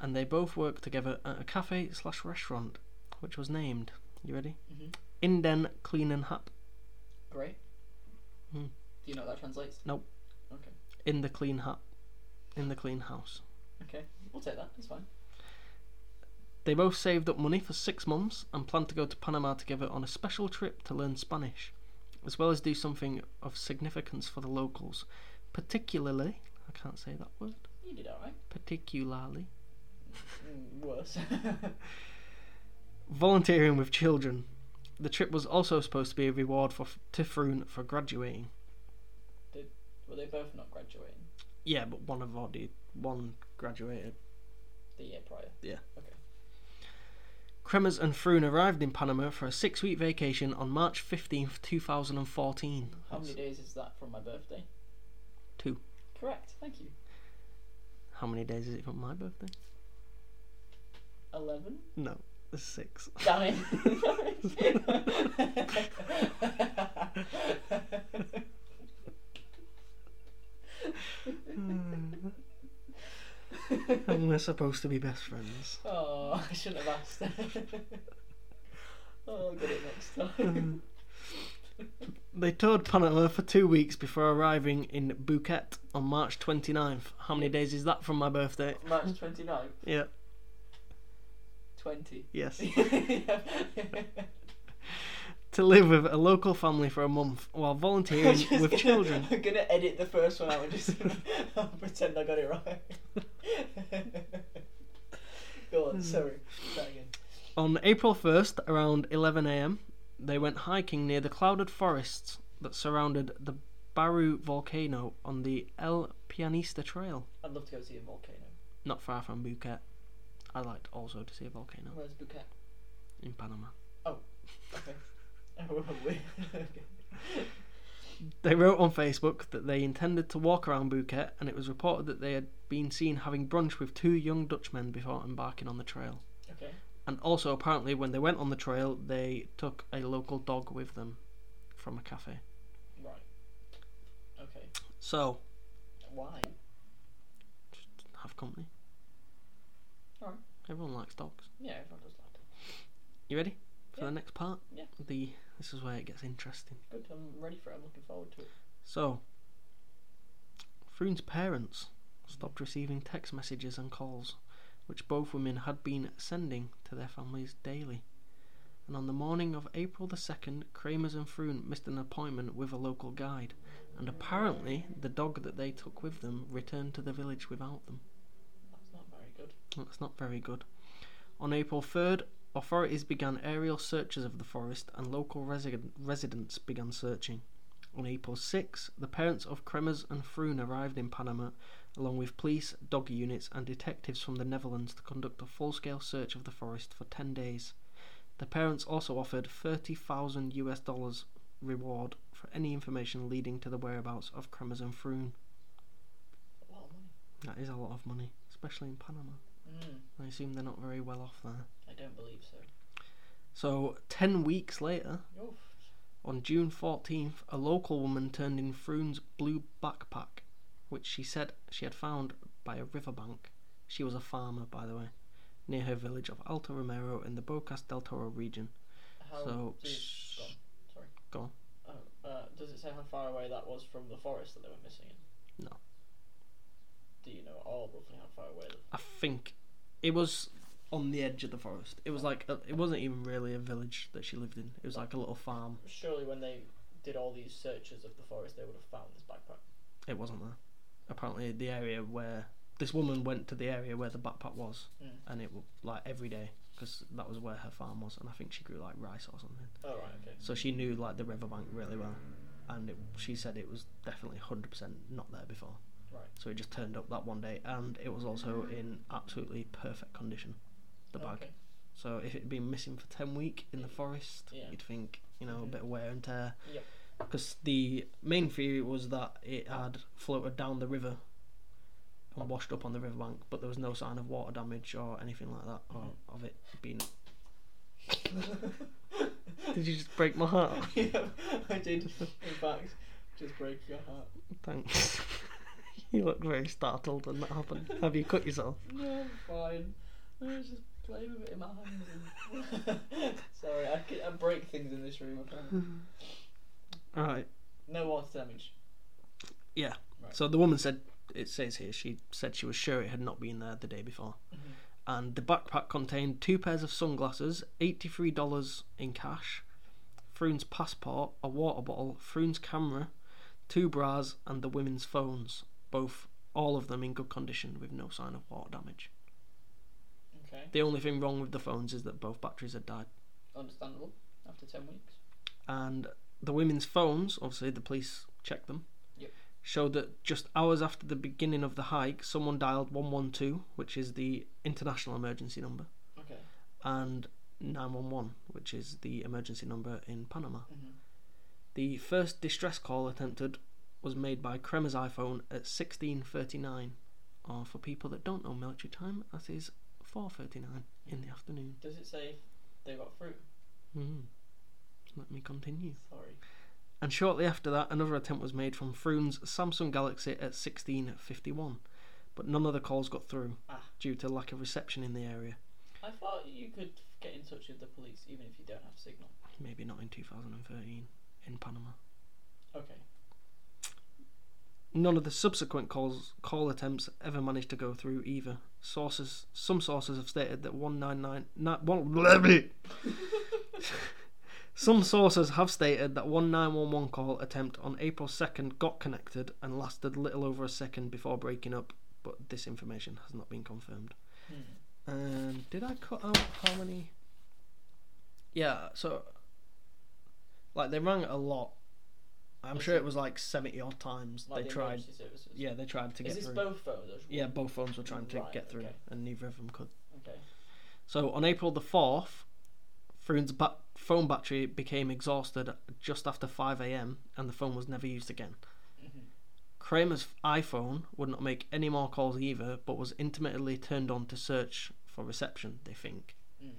[SPEAKER 2] and they both worked together at a cafe slash restaurant, which was named. You ready?
[SPEAKER 1] Mhm.
[SPEAKER 2] Inden Clean and Hap.
[SPEAKER 1] Great.
[SPEAKER 2] Hmm.
[SPEAKER 1] Do you know what that translates? to?
[SPEAKER 2] Nope.
[SPEAKER 1] Okay.
[SPEAKER 2] In the clean hap. In the clean house.
[SPEAKER 1] Okay. We'll take that. It's fine.
[SPEAKER 2] They both saved up money for six months and planned to go to Panama together on a special trip to learn Spanish, as well as do something of significance for the locals, particularly. I can't say that word.
[SPEAKER 1] You did alright.
[SPEAKER 2] Particularly.
[SPEAKER 1] Mm, worse. [LAUGHS]
[SPEAKER 2] Volunteering with children. The trip was also supposed to be a reward for Tifroon for graduating.
[SPEAKER 1] Were they both not graduating
[SPEAKER 2] Yeah, but one of already one graduated.
[SPEAKER 1] the year prior?
[SPEAKER 2] Kremers and Froon arrived in Panama for a six-week vacation on March fifteenth, two thousand and fourteen.
[SPEAKER 1] How many days is that from my birthday?
[SPEAKER 2] Two.
[SPEAKER 1] Correct. Thank you.
[SPEAKER 2] How many days is it from my birthday?
[SPEAKER 1] Eleven.
[SPEAKER 2] No, there's six.
[SPEAKER 1] Damn it.
[SPEAKER 2] [LAUGHS]
[SPEAKER 1] [LAUGHS] Sorry.
[SPEAKER 2] Hmm. and we're supposed to be best friends.
[SPEAKER 1] oh, [LAUGHS] I shouldn't have asked. oh, I'll get it next
[SPEAKER 2] [LAUGHS]
[SPEAKER 1] time.
[SPEAKER 2] They toured Panama for two weeks before arriving in Phuket on March 29th. How many days is that from my birthday?
[SPEAKER 1] March 29th,
[SPEAKER 2] Yeah,
[SPEAKER 1] 20. [LAUGHS]
[SPEAKER 2] yes.
[SPEAKER 1] With
[SPEAKER 2] to live with a local family for a month
[SPEAKER 1] [LAUGHS]
[SPEAKER 2] while volunteering with children.
[SPEAKER 1] I'm gonna edit the first one out and just [LAUGHS] I'll pretend I got it right. [LAUGHS] Go
[SPEAKER 2] Hmm.
[SPEAKER 1] on, sorry. That again.
[SPEAKER 2] On April 1st, around 11am, they went hiking near the clouded forests that surrounded the Baru volcano on the El Pianista Trail.
[SPEAKER 1] I'd love to go see a volcano.
[SPEAKER 2] not far from Phuket. I'd like also to see a volcano
[SPEAKER 1] Where's Bouquet?
[SPEAKER 2] in Panama.
[SPEAKER 1] [LAUGHS] Oh,
[SPEAKER 2] They wrote on Facebook that they intended to walk around Phuket, and it was reported that they had been seen having brunch with two young Dutchmen before embarking on the trail.
[SPEAKER 1] okay.
[SPEAKER 2] And also, apparently, when they went on the trail, they took a local dog with them from a cafe.
[SPEAKER 1] Right. Okay.
[SPEAKER 2] So,
[SPEAKER 1] Why?
[SPEAKER 2] have company.
[SPEAKER 1] Alright.
[SPEAKER 2] Everyone likes dogs.
[SPEAKER 1] Yeah, everyone does like that.
[SPEAKER 2] You ready for
[SPEAKER 1] Yeah.
[SPEAKER 2] the next part?
[SPEAKER 1] Yeah.
[SPEAKER 2] The this is where it gets interesting.
[SPEAKER 1] Good. I'm ready for it. I'm looking forward to it.
[SPEAKER 2] So, Froon's parents stopped receiving text messages and calls, which both women had been sending to their families daily. And on the morning of April the 2nd, Kramers and Froon missed an appointment with a local guide, and apparently the dog that they took with them returned to the village without them.
[SPEAKER 1] That's not very good.
[SPEAKER 2] That's not very good. On April 3rd, authorities began aerial searches of the forest and local resident, residents began searching. On April 6th, the parents of Kremers and Froon arrived in Panama along with police, dog units, and detectives from the Netherlands to conduct a full scale search of the forest for 10 days. The parents also offered 30,000 US dollars reward for any information leading to the whereabouts of Kremers and Froon.
[SPEAKER 1] A lot of money.
[SPEAKER 2] That is a lot of money, especially in Panama.
[SPEAKER 1] Mm,
[SPEAKER 2] I assume they're not very well off there.
[SPEAKER 1] I don't believe so.
[SPEAKER 2] So, 10 weeks later,
[SPEAKER 1] Oof.
[SPEAKER 2] on June 14th, a local woman turned in Froon's blue backpack, which she said she had found by a riverbank. She was a farmer, by the way, near her village of Alto Romero in the Bocas del Toro region.
[SPEAKER 1] How
[SPEAKER 2] so,
[SPEAKER 1] did
[SPEAKER 2] sh-
[SPEAKER 1] gone. Sorry.
[SPEAKER 2] go on.
[SPEAKER 1] Oh, uh, does it say how far away that was from the forest that they were missing in?
[SPEAKER 2] No.
[SPEAKER 1] Do you know at all roughly how far away?
[SPEAKER 2] I think it was on the edge of the forest. It was like a, it wasn't even really a village that she lived in. It was like a little farm.
[SPEAKER 1] The... Surely when they did all these searches of the forest, they would have found this backpack.
[SPEAKER 2] It wasn't there. Apparently, the area where this woman went to the area where the backpack was,
[SPEAKER 1] Mm.
[SPEAKER 2] and it was like every day because that was where her farm was, and I think she grew like rice or something.
[SPEAKER 1] Oh right, okay.
[SPEAKER 2] So she knew like the riverbank really well, and it, she said it was definitely hundred percent not there before.
[SPEAKER 1] Right.
[SPEAKER 2] So it just turned up that one day, and it was also in absolutely perfect condition, the bag.
[SPEAKER 1] Okay.
[SPEAKER 2] So if it had been missing for ten week in the forest,
[SPEAKER 1] Yeah.
[SPEAKER 2] you'd think you know a
[SPEAKER 1] Mhm.
[SPEAKER 2] bit of wear and tear.
[SPEAKER 1] Yep.
[SPEAKER 2] Because the main theory was that it had floated down the river and washed up on the riverbank, but there was no sign of water damage or anything like that, or
[SPEAKER 1] Mm-hmm.
[SPEAKER 2] of it being. [LAUGHS] Did you just break my heart? [LAUGHS]
[SPEAKER 1] [LAUGHS] yeah, I did. In fact, just break your heart.
[SPEAKER 2] Thanks. [LAUGHS] you look very startled when that happened. Have you cut yourself?
[SPEAKER 1] No, I'm fine. I was just playing with it in my hands. And [LAUGHS] Sorry, I, c- I break things in this room. Apparently.
[SPEAKER 2] [LAUGHS] Alright.
[SPEAKER 1] No water damage.
[SPEAKER 2] So the woman said, it says here, she said she was sure it had not been there the day before. And the backpack contained two pairs of sunglasses, $83 in cash, Froon's passport, a water bottle, Froon's camera, two bras, and the women's phones. Both, all of them in good condition with no sign of water damage.
[SPEAKER 1] Okay,
[SPEAKER 2] The only thing wrong with the phones is that both batteries had died.
[SPEAKER 1] understandable. After ten weeks.
[SPEAKER 2] and the women's phones, obviously the police checked them,
[SPEAKER 1] Yep.
[SPEAKER 2] showed that just hours after the beginning of the hike, someone dialed 112, which is the international emergency number,
[SPEAKER 1] Okay.
[SPEAKER 2] and 911, which is the emergency number in Panama.
[SPEAKER 1] Mm-hmm.
[SPEAKER 2] The first distress call attempted was made by Kremer's iPhone at 16.39, or for people that don't know military time, that is 4.39 in the afternoon.
[SPEAKER 1] Does it say if they got through?
[SPEAKER 2] Mm. Let me continue.
[SPEAKER 1] Sorry.
[SPEAKER 2] And shortly after that, another attempt was made from Froon's Samsung Galaxy at 1651, but none of the calls got through
[SPEAKER 1] Ah.
[SPEAKER 2] due to lack of reception in the area.
[SPEAKER 1] I thought you could get in touch with the police even if you don't have signal.
[SPEAKER 2] Maybe not in 2013 in Panama.
[SPEAKER 1] Okay.
[SPEAKER 2] [LAUGHS] None of the subsequent calls call attempts ever managed to go through either. Sources, some sources have stated that 199 na- one- blah, blah. Some sources have stated that one 911 call attempt on April 2nd got connected and lasted little over a second before breaking up, but this information has not been confirmed.
[SPEAKER 1] Hmm.
[SPEAKER 2] And did I cut out how many? Yeah, so like they rang a lot. I'm sure it was like 70 odd times
[SPEAKER 1] Like
[SPEAKER 2] they
[SPEAKER 1] the
[SPEAKER 2] tried.
[SPEAKER 1] emergency services.
[SPEAKER 2] Yeah, they tried to
[SPEAKER 1] Is
[SPEAKER 2] get
[SPEAKER 1] this
[SPEAKER 2] through.
[SPEAKER 1] both phones? or just
[SPEAKER 2] yeah,
[SPEAKER 1] one?
[SPEAKER 2] both phones were trying to
[SPEAKER 1] Right,
[SPEAKER 2] get through,
[SPEAKER 1] okay.
[SPEAKER 2] and neither of them could.
[SPEAKER 1] Okay.
[SPEAKER 2] So on April the 4th, Froon's ba- phone battery became exhausted just after 5 a.m., and the phone was never used again.
[SPEAKER 1] Mhm.
[SPEAKER 2] Kramer's iPhone would not make any more calls either, but was intermittently turned on to search for reception, they think.
[SPEAKER 1] Mm.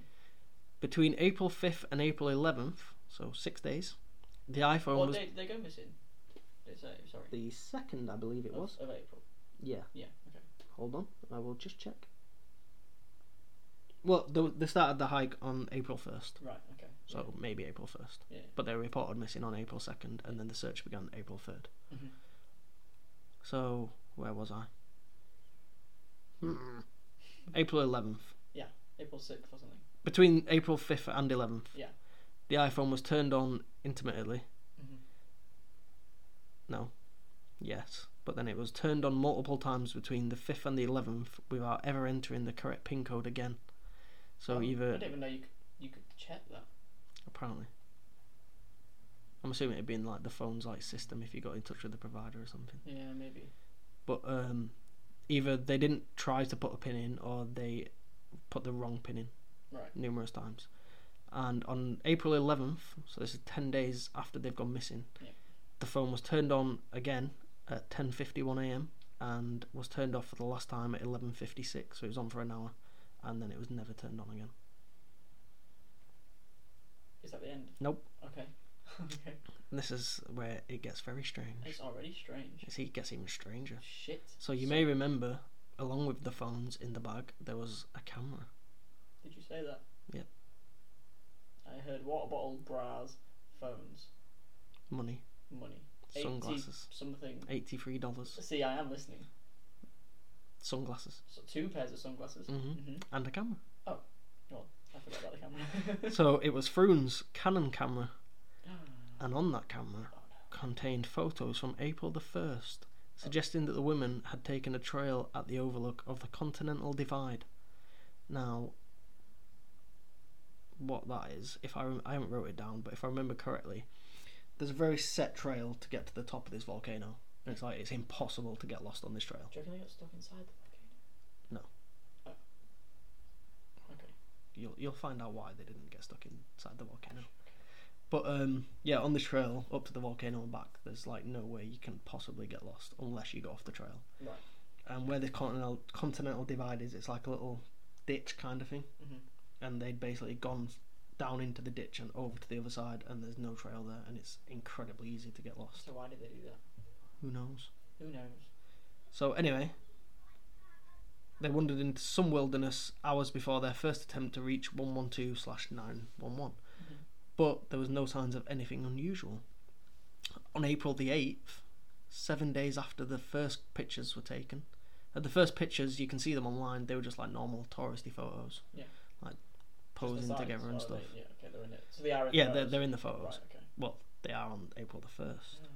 [SPEAKER 2] Between April 5th and April 11th, so six days, the iPhone
[SPEAKER 1] Well,
[SPEAKER 2] was.
[SPEAKER 1] they, they go missing. They say, sorry.
[SPEAKER 2] The second, I believe it
[SPEAKER 1] Of- Of April.
[SPEAKER 2] Yeah,
[SPEAKER 1] Yeah, okay.
[SPEAKER 2] hold on, I will just check. Well, they, they started the hike on April 1st,
[SPEAKER 1] Right, okay.
[SPEAKER 2] so maybe April 1st.
[SPEAKER 1] Yeah.
[SPEAKER 2] But they were reported missing on April 2nd, and then the search began April 3rd.
[SPEAKER 1] Mhm.
[SPEAKER 2] So, where was I? Hmm. April 11th.
[SPEAKER 1] April 6th or something.
[SPEAKER 2] Between April 5th and 11th,
[SPEAKER 1] Yeah.
[SPEAKER 2] the iPhone was turned on intermittently.
[SPEAKER 1] Mhm. Mm-hmm.
[SPEAKER 2] No. Yes. But then it was turned on multiple times between the 5th and the 11th without ever entering the correct PIN code again. So,
[SPEAKER 1] Oh, I
[SPEAKER 2] either.
[SPEAKER 1] didn't even know you could, you could check that.
[SPEAKER 2] Apparently. I'm assuming it'd been like the phone's like system if you got in touch with the provider or something.
[SPEAKER 1] Yeah, maybe.
[SPEAKER 2] but um, either they didn't try to put a pin in or they put the wrong pin in
[SPEAKER 1] Right.
[SPEAKER 2] numerous times. And on April 11th, so this is 10 days after they've gone missing,
[SPEAKER 1] Yeah.
[SPEAKER 2] the phone was turned on again at 10:51 a.m. and was turned off for the last time at 11:56. So it was on for an hour, and then it was never turned on again.
[SPEAKER 1] Is that the end?
[SPEAKER 2] Nope.
[SPEAKER 1] Okay. [LAUGHS] okay.
[SPEAKER 2] And this is where it gets very strange.
[SPEAKER 1] It's already strange.
[SPEAKER 2] It's, it gets even stranger.
[SPEAKER 1] Shit.
[SPEAKER 2] So you may remember, along with the phones in the bag, there was a camera.
[SPEAKER 1] Did you say that?
[SPEAKER 2] Yep.
[SPEAKER 1] I heard water bottle, bras, phones,
[SPEAKER 2] Money
[SPEAKER 1] money.
[SPEAKER 2] Sunglasses.
[SPEAKER 1] something.
[SPEAKER 2] Eighty-three dollars.
[SPEAKER 1] See, I am listening.
[SPEAKER 2] Sunglasses
[SPEAKER 1] So two pairs of sunglasses.
[SPEAKER 2] Mhm.
[SPEAKER 1] Mm-hmm.
[SPEAKER 2] and a camera.
[SPEAKER 1] I forgot about the camera. [LAUGHS]
[SPEAKER 2] so it was Froon's Canon camera, and on that camera contained photos from April the first, suggesting that the women had taken a trail at the overlook of the Continental Divide. Now, what that is, if I rem- I haven't wrote it down, but if I remember correctly, there's a very set trail to get to the top of this volcano. And it's like it's impossible to get lost on this trail.
[SPEAKER 1] Do you reckon they got stuck inside the
[SPEAKER 2] No.
[SPEAKER 1] volcano? Oh. Okay.
[SPEAKER 2] you'll you'll find out why they didn't get stuck inside the volcano. But um, yeah, on the trail up to the volcano and back, there's like no way you can possibly get lost unless you go off the trail.
[SPEAKER 1] Right.
[SPEAKER 2] And where the continental continental divide is, it's like a little ditch kind of thing,
[SPEAKER 1] Mhm.
[SPEAKER 2] and they'd basically gone down into the ditch and over to the other side, and there's no trail there, and it's incredibly easy to get lost.
[SPEAKER 1] So why did they do that?
[SPEAKER 2] Who knows?
[SPEAKER 1] Who knows?
[SPEAKER 2] So anyway, they wandered into some wilderness hours before their first attempt to reach 112 slash 911,
[SPEAKER 1] Mhm.
[SPEAKER 2] but there was no signs of anything unusual. On April the 8th, seven days after the first pictures were taken, at the first pictures you can see them online. They were just like normal touristy photos,
[SPEAKER 1] Yeah.
[SPEAKER 2] like
[SPEAKER 1] Just the
[SPEAKER 2] posing
[SPEAKER 1] signs,
[SPEAKER 2] together and
[SPEAKER 1] are
[SPEAKER 2] stuff.
[SPEAKER 1] Oh, they? yeah, okay, they're in it. So they are in
[SPEAKER 2] yeah,
[SPEAKER 1] the
[SPEAKER 2] they're,
[SPEAKER 1] photos.
[SPEAKER 2] they're in the photos.
[SPEAKER 1] Right, okay.
[SPEAKER 2] Well, they are on April the first.
[SPEAKER 1] Mm.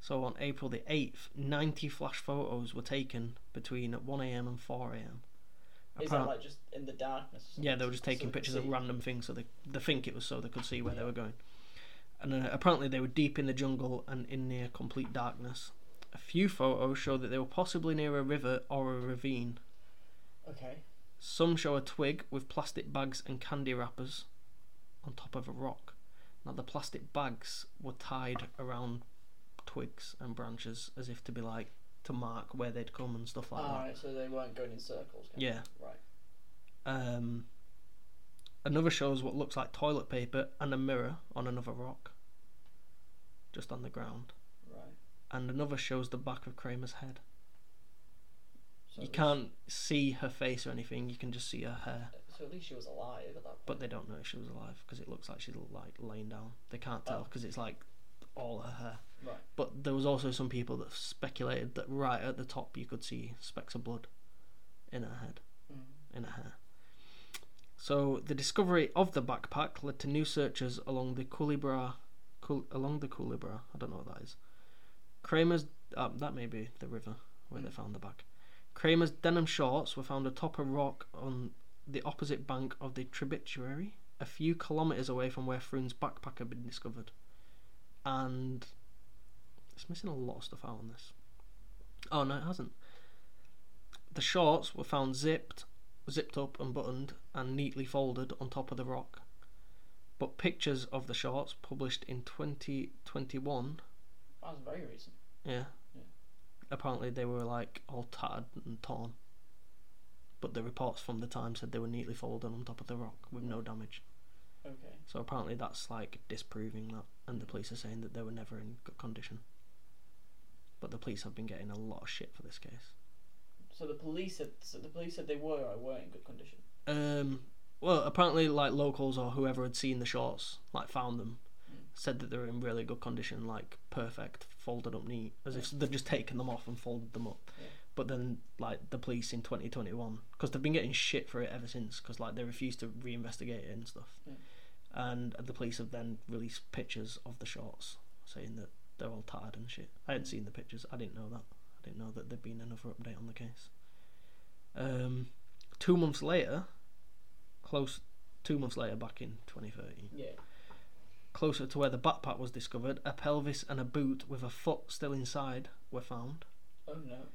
[SPEAKER 2] So on April the 8th, 90 flash photos were taken between 1am and 4am.
[SPEAKER 1] Is that
[SPEAKER 2] Apparent-
[SPEAKER 1] like just in the darkness? or
[SPEAKER 2] yeah,
[SPEAKER 1] something?
[SPEAKER 2] they were just
[SPEAKER 1] So
[SPEAKER 2] taking
[SPEAKER 1] we could
[SPEAKER 2] pictures of
[SPEAKER 1] see-
[SPEAKER 2] random things so they, they think it was so they could see where they
[SPEAKER 1] Yeah.
[SPEAKER 2] were going. And uh, apparently they were deep in the jungle and in near complete darkness. A few photos show that they were possibly near a river or a ravine.
[SPEAKER 1] Okay.
[SPEAKER 2] Some show a twig with plastic bags and candy wrappers on top of a rock. Now, the plastic bags were tied around twigs and branches as if to be like to mark where they'd come and stuff like that.
[SPEAKER 1] Alright, so they weren't going in circles. kind of.
[SPEAKER 2] Yeah.
[SPEAKER 1] Ah, Right.
[SPEAKER 2] Um, another shows what looks like toilet paper and a mirror on another rock, just on the ground.
[SPEAKER 1] Right.
[SPEAKER 2] And another shows the back of Kramer's head.
[SPEAKER 1] So
[SPEAKER 2] you
[SPEAKER 1] at
[SPEAKER 2] can't see her face or anything, you can just see her hair.
[SPEAKER 1] least- So at least she was alive at that point.
[SPEAKER 2] but they don't know if she was alive because it looks like she's like laying down. They can't tell
[SPEAKER 1] Oh.
[SPEAKER 2] because it's like all her hair.
[SPEAKER 1] Right.
[SPEAKER 2] But there was also some people that speculated that right at the top you could see specks of blood in her head,
[SPEAKER 1] Mm.
[SPEAKER 2] in her hair. So the discovery of the backpack led to new searches along the Culebra, Cul- along the Culebra. I don't know what that is. Kramer's uh, that may be the river where they
[SPEAKER 1] Mm.
[SPEAKER 2] found the bag. Kramer's denim shorts were found atop a rock on the opposite bank of the tributary, a few kilometres away from where Froon's backpack had been discovered. And it's missing a lot of stuff out on this. Oh no, it hasn't. The shorts were found zipped, zipped up and buttoned, and neatly folded on top of the rock. But pictures of the shorts published in 2021
[SPEAKER 1] That was very recent.
[SPEAKER 2] yeah.
[SPEAKER 1] Yeah.
[SPEAKER 2] Apparently they were like all tattered and torn. But the reports from the time said they were neatly folded on top of the rock with no damage.
[SPEAKER 1] Okay.
[SPEAKER 2] So apparently that's like disproving that, and the police are saying that they were never in good condition. But the police have been getting a lot of shit for this case.
[SPEAKER 1] So the police said so the police said they were or were in good condition.
[SPEAKER 2] Um, well, apparently, like locals or whoever had seen the shorts, like found them,
[SPEAKER 1] Mm.
[SPEAKER 2] said that they were in really good condition, like perfect, folded up neat, as if they'd just taken them off and folded them up.
[SPEAKER 1] Yeah.
[SPEAKER 2] But then, like the police in 2021, because they've been getting shit for it ever since, because like they refused to reinvestigate it and stuff.
[SPEAKER 1] Yeah.
[SPEAKER 2] And the police have then released pictures of the shorts, saying that they're all tattered and shit. I hadn't
[SPEAKER 1] Mm.
[SPEAKER 2] seen the pictures. I didn't know that. I didn't know that there'd been another update on the case. Um, two months later, close two months later, back in 2013,
[SPEAKER 1] Yeah.
[SPEAKER 2] closer to where the backpack was discovered, a pelvis and a boot with a foot still inside were found,
[SPEAKER 1] Oh no.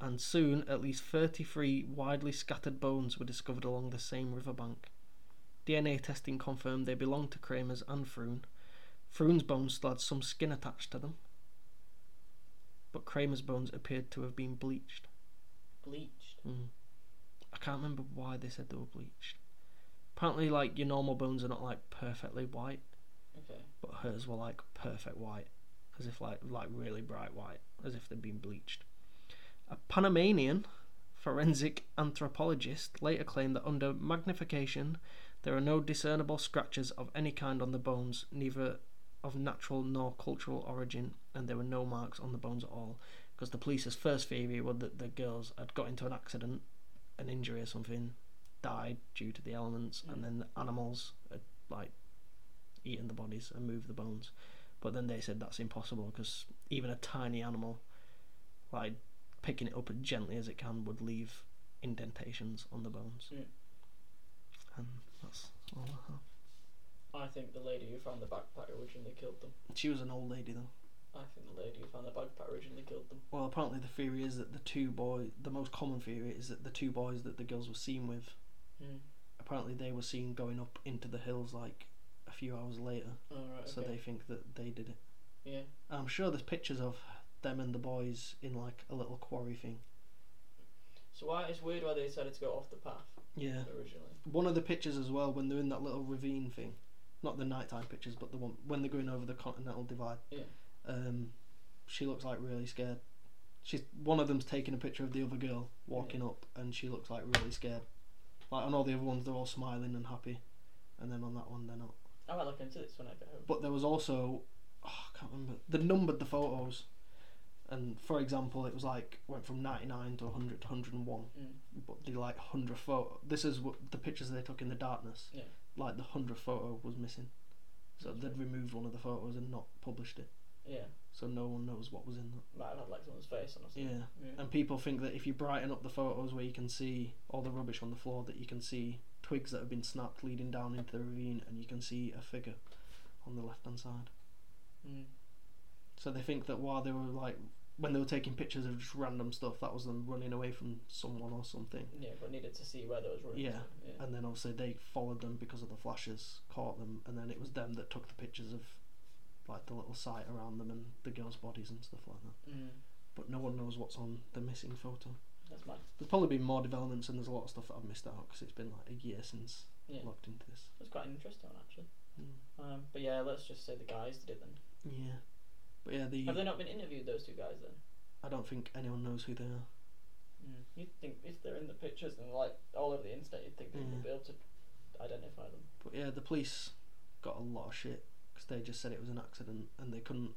[SPEAKER 2] and soon at least 33 widely scattered bones were discovered along the same riverbank. DNA testing confirmed they belonged to Kramer's and Froon. Froon's bones still had some skin attached to them, but Kramer's bones appeared to have been bleached.
[SPEAKER 1] Bleached.
[SPEAKER 2] Mm. I can't remember why they said they were bleached. Apparently, like your normal bones are not like perfectly white,
[SPEAKER 1] Okay.
[SPEAKER 2] but hers were like perfect white, as if like like really bright white, as if they'd been bleached. A Panamanian forensic anthropologist later claimed that under magnification, there are no discernible scratches of any kind on the bones, neither of natural nor cultural origin, and there were no marks on the bones at all. Because the police's first theory was that the girls had got into an accident, an injury or something, died due to the elements,
[SPEAKER 1] Mm.
[SPEAKER 2] and then the animals had like eaten the bodies and moved the bones. But then they said that's impossible because even a tiny animal, like picking it up as gently as it can, would leave indentations on the bones.
[SPEAKER 1] Mm.
[SPEAKER 2] And that's all I have.
[SPEAKER 1] I think the lady who found the backpack originally killed them.
[SPEAKER 2] She was an old lady though.
[SPEAKER 1] I think the lady who found the backpack originally killed them.
[SPEAKER 2] Well, apparently the theory is that the two boy, the most common theory is that the two boys that the girls were seen with,
[SPEAKER 1] Mm.
[SPEAKER 2] apparently they were seen going up into the hills like a few hours later.
[SPEAKER 1] All right.
[SPEAKER 2] So they think that they did it.
[SPEAKER 1] Yeah.
[SPEAKER 2] I'm sure there's pictures of them and the boys in like a little quarry thing.
[SPEAKER 1] So why it's weird why they decided to go off the path
[SPEAKER 2] Yeah.
[SPEAKER 1] originally.
[SPEAKER 2] One of the pictures as well when they're in that little ravine thing, not the nighttime pictures, but the one when they're going over the continental divide.
[SPEAKER 1] Yeah.
[SPEAKER 2] Um, she looks like really scared. She's one of them's taking a picture of the other girl walking up, and she looks like really scared. Like on all the other ones, they're all smiling and happy, and then on that one, they're not.
[SPEAKER 1] I might look into this when I get home.
[SPEAKER 2] But there was also, oh, I can't remember. They numbered the photos, and for example, it was like went from ninety nine to 100 to 101
[SPEAKER 1] Mm.
[SPEAKER 2] but the like hundredth photo. This is what the pictures they took in the darkness.
[SPEAKER 1] Yeah.
[SPEAKER 2] Like the hundredth photo was missing, so
[SPEAKER 1] That's
[SPEAKER 2] they'd
[SPEAKER 1] right.
[SPEAKER 2] removed one of the photos and not published it,
[SPEAKER 1] Yeah.
[SPEAKER 2] so no one knows what was in that.
[SPEAKER 1] Might have had like someone's face on or something.
[SPEAKER 2] Yeah.
[SPEAKER 1] Yeah.
[SPEAKER 2] And people think that if you brighten up the photos where you can see all the rubbish on the floor, that you can see twigs that have been snapped leading down into the ravine, and you can see a figure on the left hand side.
[SPEAKER 1] Mm.
[SPEAKER 2] So they think that while they were like when they were taking pictures of just random stuff, that was them running away from someone or something.
[SPEAKER 1] Yeah, but needed to see where those were.
[SPEAKER 2] Yeah.
[SPEAKER 1] yeah.
[SPEAKER 2] and then obviously they followed them because of the flashes, caught them, and then it was them that took the pictures of like the little site around them and the girls' bodies and stuff like that.
[SPEAKER 1] Mm.
[SPEAKER 2] But no one knows what's on the missing photo.
[SPEAKER 1] That's mad.
[SPEAKER 2] There's probably been more developments, and there's a lot of stuff that I've missed out because it's been like a year since
[SPEAKER 1] Yeah.
[SPEAKER 2] logged into this.
[SPEAKER 1] That's quite an interesting one actually.
[SPEAKER 2] Mm.
[SPEAKER 1] Um, but yeah, let's just say the guys did it then.
[SPEAKER 2] Yeah, but yeah, the
[SPEAKER 1] Have they not been interviewed those two guys then?
[SPEAKER 2] I don't think anyone knows who they are.
[SPEAKER 1] Mm. You'd think if they're in the pictures and like all over the internet, you'd think they
[SPEAKER 2] Yeah.
[SPEAKER 1] would be able to identify them.
[SPEAKER 2] But yeah, the police got a lot of shit because they just said it was an accident and they couldn't.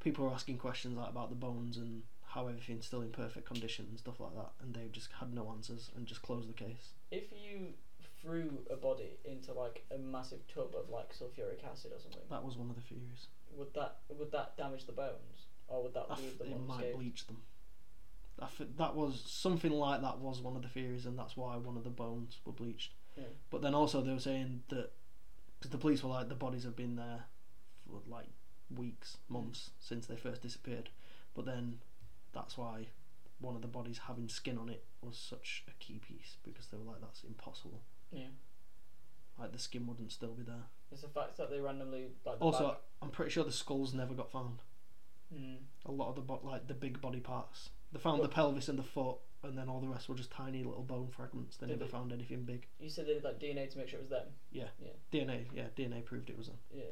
[SPEAKER 2] People were asking questions like about the bones and how everything's still in perfect condition and stuff like that, and they just had no answers and just closed the case.
[SPEAKER 1] If you threw a body into like a massive tub of like sulfuric acid or something,
[SPEAKER 2] That was one of the theories.
[SPEAKER 1] would that would that damage the bones or would that
[SPEAKER 2] I
[SPEAKER 1] leave
[SPEAKER 2] f-
[SPEAKER 1] them
[SPEAKER 2] it might
[SPEAKER 1] unscathed?
[SPEAKER 2] bleach them. I f- that was something like that was one of the theories, and that's why one of the bones were bleached.
[SPEAKER 1] Yeah.
[SPEAKER 2] But then also they were saying that because the police were like the bodies have been there for like weeks,
[SPEAKER 1] Mm.
[SPEAKER 2] months since they first disappeared. But then that's why one of the bodies having skin on it was such a key piece because they were like that's impossible.
[SPEAKER 1] Yeah,
[SPEAKER 2] Like the skin wouldn't still be there.
[SPEAKER 1] it's the fact that they randomly like the
[SPEAKER 2] Also,
[SPEAKER 1] back-
[SPEAKER 2] I'm pretty sure the skulls never got found.
[SPEAKER 1] mm.
[SPEAKER 2] a lot of the bo- like the big body parts. They found the pelvis and the foot, and then all the rest were just tiny little bone fragments. They
[SPEAKER 1] Did
[SPEAKER 2] never
[SPEAKER 1] they-
[SPEAKER 2] found anything big.
[SPEAKER 1] You said they did like DNA to make sure it was them.
[SPEAKER 2] DNA, yeah, DNA proved it was them.
[SPEAKER 1] Yeah.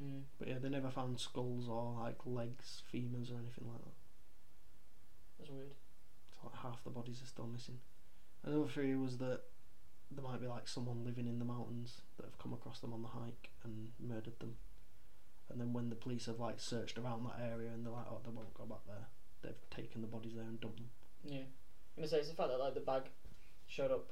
[SPEAKER 1] Mm.
[SPEAKER 2] But yeah, they never found skulls or like legs, femurs, or anything like that.
[SPEAKER 1] That's weird.
[SPEAKER 2] So like half the bodies are still missing. Another theory was that there might be like someone living in the mountains that have come across them on the hike and murdered them. And then when the police have like searched around that area and they're like, oh, they won't go back there. They've taken the bodies there and dumped them.
[SPEAKER 1] Yeah. I'm gonna say it's the fact that like the bag showed up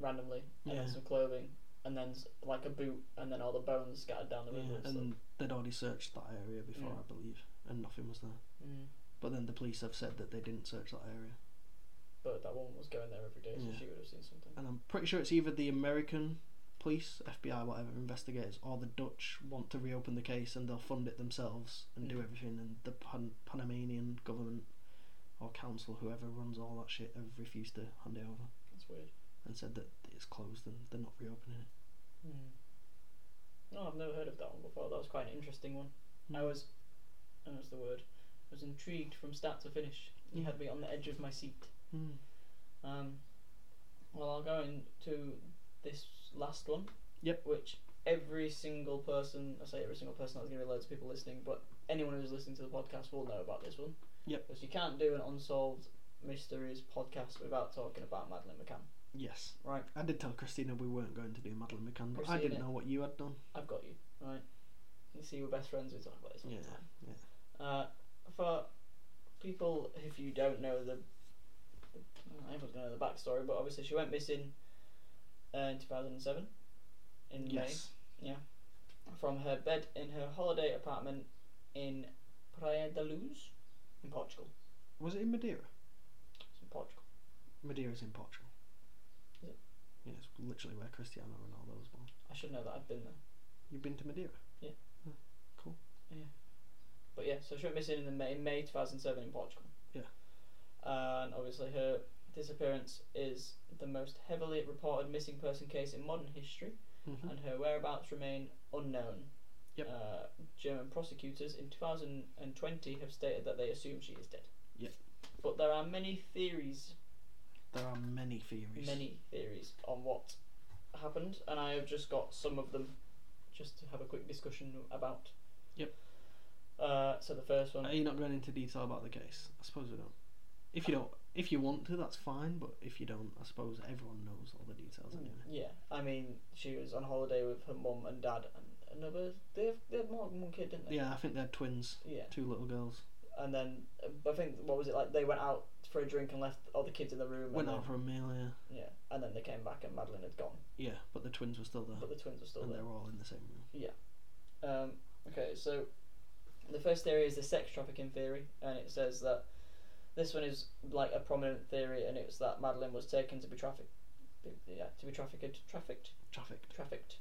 [SPEAKER 1] randomly and then
[SPEAKER 2] Yeah.
[SPEAKER 1] some clothing and then s- like a boot and then all the bones scattered down the river.
[SPEAKER 2] Yeah,
[SPEAKER 1] and stuff.
[SPEAKER 2] and they'd already searched that area before,
[SPEAKER 1] Yeah.
[SPEAKER 2] I believe, and nothing was there.
[SPEAKER 1] Mm.
[SPEAKER 2] But then the police have said that they didn't search that area.
[SPEAKER 1] But that woman was going there every day, so
[SPEAKER 2] Yeah.
[SPEAKER 1] she would have seen something.
[SPEAKER 2] And I'm pretty sure it's either the American police, FBI, whatever, investigators, or the Dutch want to reopen the case and they'll fund it themselves and do
[SPEAKER 1] Mm.
[SPEAKER 2] everything. And the Pan- Panamanian government or council, whoever runs all that shit, have refused to hand it over
[SPEAKER 1] That's weird.
[SPEAKER 2] and said that it's closed and they're not reopening it.
[SPEAKER 1] Mm. No, I've never heard of that one before. That was quite an interesting one. I
[SPEAKER 2] Mm.
[SPEAKER 1] was, what was the word? I was intrigued from start to finish. You
[SPEAKER 2] Yeah.
[SPEAKER 1] had me on the edge of my seat.
[SPEAKER 2] Mm.
[SPEAKER 1] Um, well, I'll go into this last one.
[SPEAKER 2] Yep.
[SPEAKER 1] Which every single person, I say every single person, there's going to be loads of people listening, but anyone who's listening to the podcast will know about this one.
[SPEAKER 2] Yep.
[SPEAKER 1] Because you can't do an Unsolved Mysteries podcast without talking about Madeline McCann.
[SPEAKER 2] Yes.
[SPEAKER 1] Right.
[SPEAKER 2] I did tell Christina we weren't going to do Madeline McCann, but I
[SPEAKER 1] Christina.
[SPEAKER 2] didn't know what you had done.
[SPEAKER 1] I've got you. Right. You see, we're best friends. We talk about this all
[SPEAKER 2] Yeah,
[SPEAKER 1] the time.
[SPEAKER 2] yeah.
[SPEAKER 1] Uh, for people, if you don't know the, the everyone's gonna know the backstory, but obviously she went missing uh, in two thousand and seven in
[SPEAKER 2] Yes.
[SPEAKER 1] May from her bed in her holiday apartment in Praia da Luz in Portugal.
[SPEAKER 2] Was it in Madeira?
[SPEAKER 1] It's in Portugal.
[SPEAKER 2] Madeira's in Portugal.
[SPEAKER 1] Is it?
[SPEAKER 2] Yeah, it's literally where Cristiano Ronaldo was born.
[SPEAKER 1] I should know that. I've been there.
[SPEAKER 2] You've been to Madeira?
[SPEAKER 1] But yeah, so she went missing in the May, in May 2007 in Portugal.
[SPEAKER 2] Yeah.
[SPEAKER 1] And obviously her disappearance is the most heavily reported missing person case in modern history,
[SPEAKER 2] Mm-hmm.
[SPEAKER 1] and her whereabouts remain unknown.
[SPEAKER 2] Yep.
[SPEAKER 1] Uh, German prosecutors in 2020 have stated that they assume she is dead.
[SPEAKER 2] Yep.
[SPEAKER 1] But there are many theories,
[SPEAKER 2] There are many theories.
[SPEAKER 1] many theories on what happened, and I have just got some of them just to have a quick discussion about.
[SPEAKER 2] Yep.
[SPEAKER 1] Uh, so the first one.
[SPEAKER 2] Are you not going into detail about the case? I suppose we don't. If you don't, if you want to, that's fine. But if you don't, I suppose everyone knows all the details
[SPEAKER 1] Mm,
[SPEAKER 2] anyway.
[SPEAKER 1] Yeah, I mean, she was on holiday with her mum and dad and another. They have, they had more than one kid, didn't they?
[SPEAKER 2] Yeah, I think they're twins,
[SPEAKER 1] Yeah.
[SPEAKER 2] two little girls.
[SPEAKER 1] And then uh, I think what was it like? They went out for a drink and left all the kids in the room.
[SPEAKER 2] Went
[SPEAKER 1] and
[SPEAKER 2] out for a meal, yeah.
[SPEAKER 1] then, yeah, and then they came back and Madeline had gone,
[SPEAKER 2] Yeah, but the twins were still there,
[SPEAKER 1] but the twins were still
[SPEAKER 2] and they
[SPEAKER 1] there.
[SPEAKER 2] were all in the same room.
[SPEAKER 1] Um, okay, so the first theory is the sex trafficking theory, and it says that this one is like a prominent theory, and it's that Madeline was taken to be trafficked. Yeah, to be trafficked, trafficked,
[SPEAKER 2] Trafficked.
[SPEAKER 1] trafficked.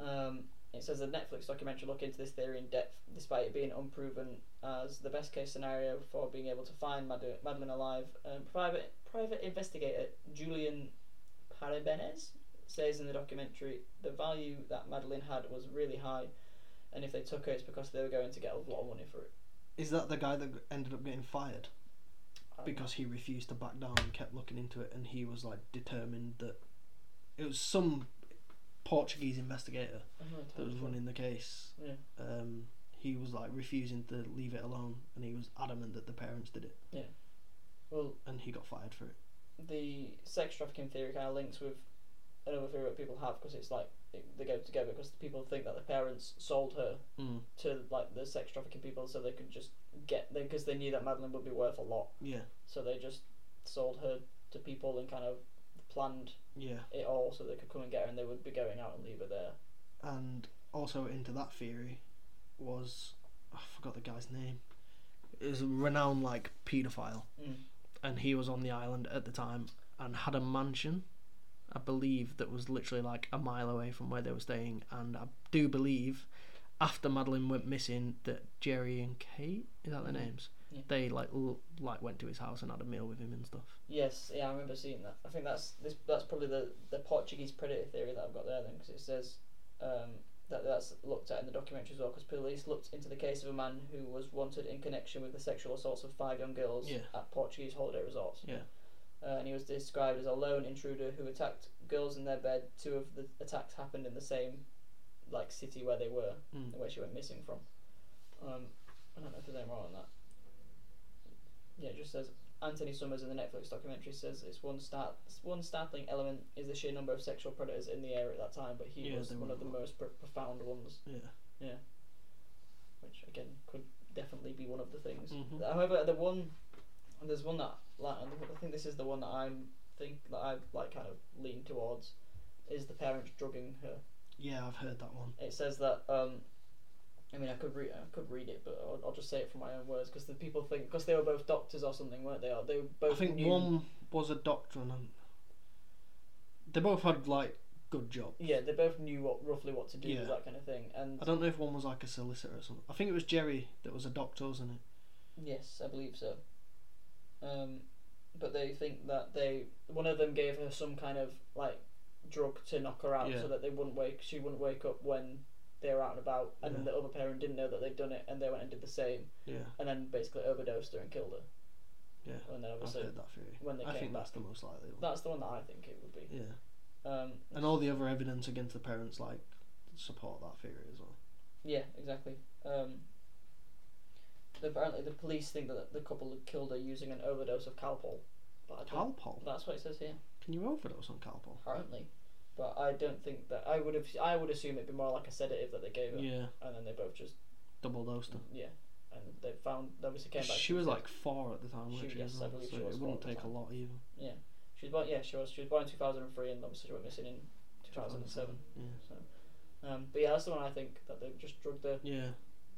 [SPEAKER 1] Um, it says the Netflix documentary look into this theory in depth, despite it being unproven as the best case scenario for being able to find Mad- Madeline alive. Um, private private investigator Julian Parabenes says in the documentary the value that Madeline had was really high, and if they took her, it's because they were going to get a lot of money for it.
[SPEAKER 2] Is that the guy that ended up getting fired
[SPEAKER 1] Um,
[SPEAKER 2] because he refused to back down and kept looking into it, and he was like determined that it was some Portuguese investigator
[SPEAKER 1] I'm not
[SPEAKER 2] that was
[SPEAKER 1] entirely sure.
[SPEAKER 2] running the case.
[SPEAKER 1] Yeah.
[SPEAKER 2] Um, he was like refusing to leave it alone, and he was adamant that the parents did it,
[SPEAKER 1] Well,
[SPEAKER 2] and he got fired for it.
[SPEAKER 1] the sex trafficking theory kind of links with another theory that people have because it's like it, they go together because people think that the parents sold her
[SPEAKER 2] Mm.
[SPEAKER 1] to like the sex trafficking people so they could just get them because they knew that Madeline would be worth a lot
[SPEAKER 2] Yeah,
[SPEAKER 1] so they just sold her to people and kind of planned
[SPEAKER 2] yeah,
[SPEAKER 1] it all so they could come and get her and they would be going out and leave her there
[SPEAKER 2] and also into that theory was I forgot the guy's name. It was a renowned like paedophile,
[SPEAKER 1] Mm.
[SPEAKER 2] and he was on the island at the time and had a mansion, I believe, that was literally like a mile away from where they were staying. And I do believe, after Madeline went missing, that Jerry and Kate is that their
[SPEAKER 1] Mhm.
[SPEAKER 2] names?
[SPEAKER 1] Yeah.
[SPEAKER 2] They like l- like went to his house and had a meal with him and stuff.
[SPEAKER 1] yes yeah I remember seeing that I think that's this that's probably the the Portuguese predator theory that I've got there then because it says um, that that's looked at in the documentary as well because police looked into the case of a man who was wanted in connection with the sexual assaults of five young girls
[SPEAKER 2] Yeah.
[SPEAKER 1] at Portuguese holiday resorts
[SPEAKER 2] Yeah,
[SPEAKER 1] uh, and he was described as a lone intruder who attacked girls in their bed. Two of the attacks happened in the same, like city where they were,
[SPEAKER 2] Mm.
[SPEAKER 1] where she went missing from. Um, I don't know if there's anything wrong on that. Yeah, it just says Anthony Summers in the Netflix documentary says it's one start one startling element is the sheer number of sexual predators in the area at that time, but he
[SPEAKER 2] Yeah,
[SPEAKER 1] was
[SPEAKER 2] there
[SPEAKER 1] one
[SPEAKER 2] were
[SPEAKER 1] of the
[SPEAKER 2] a lot.
[SPEAKER 1] most pr- profound ones,
[SPEAKER 2] yeah.
[SPEAKER 1] which again could definitely be one of the things.
[SPEAKER 2] Mhm.
[SPEAKER 1] However, the one there's one that like I think this is the one that I'm think that I like kind of lean towards is the parents drugging her.
[SPEAKER 2] Yeah, I've heard that one.
[SPEAKER 1] It says that um, I mean I could read I could read it, but I'll, I'll just say it from my own words because the people think because they were both doctors or something, weren't they? Or they were both
[SPEAKER 2] I think
[SPEAKER 1] knew-
[SPEAKER 2] one was a doctor and um, they both had like good jobs.
[SPEAKER 1] yeah they both knew what roughly what to do
[SPEAKER 2] Yeah.
[SPEAKER 1] that kind of thing. And
[SPEAKER 2] I don't know if one was like a solicitor or something. I think it was Jerry that was a doctor, wasn't it?
[SPEAKER 1] Yes, I believe so. Um, but they think that they one of them gave her some kind of like drug to knock her out
[SPEAKER 2] Yeah.
[SPEAKER 1] so that they wouldn't wake she wouldn't wake up when they were out and about and then
[SPEAKER 2] Yeah.
[SPEAKER 1] the other parent didn't know that they'd done it and they went and did the same
[SPEAKER 2] Yeah,
[SPEAKER 1] and then basically overdosed her and killed her
[SPEAKER 2] yeah.
[SPEAKER 1] and then
[SPEAKER 2] I've
[SPEAKER 1] obviously
[SPEAKER 2] heard that theory.
[SPEAKER 1] Oh, when they
[SPEAKER 2] I
[SPEAKER 1] came
[SPEAKER 2] think
[SPEAKER 1] back
[SPEAKER 2] that's the most likely one.
[SPEAKER 1] that's the one that I think it would be
[SPEAKER 2] Yeah.
[SPEAKER 1] um,
[SPEAKER 2] And all the other evidence against the parents like support that theory as well.
[SPEAKER 1] yeah exactly um, apparently the police think that the couple had killed her using an overdose of Calpol but I don't-
[SPEAKER 2] Calpol?
[SPEAKER 1] that's what it says here
[SPEAKER 2] Can you overdose on Calpol?
[SPEAKER 1] apparently But I don't think that I would have. I would assume it'd be more like a sedative that they gave her,
[SPEAKER 2] Yeah,
[SPEAKER 1] and then they both just
[SPEAKER 2] double dosed her.
[SPEAKER 1] yeah, and they found they obviously came back.
[SPEAKER 2] She was like four at the time,
[SPEAKER 1] She-
[SPEAKER 2] wasn't she?
[SPEAKER 1] yes,
[SPEAKER 2] as
[SPEAKER 1] I
[SPEAKER 2] well?
[SPEAKER 1] believe
[SPEAKER 2] so
[SPEAKER 1] she was
[SPEAKER 2] it
[SPEAKER 1] four
[SPEAKER 2] wouldn't
[SPEAKER 1] at the
[SPEAKER 2] take a
[SPEAKER 1] time.
[SPEAKER 2] lot either.
[SPEAKER 1] she was born. Yeah, she was. She was born in two thousand and three, and obviously she went missing in two thousand and seven.
[SPEAKER 2] Yeah.
[SPEAKER 1] Um, but yeah, that's the one I think that they just drugged her,
[SPEAKER 2] Yeah.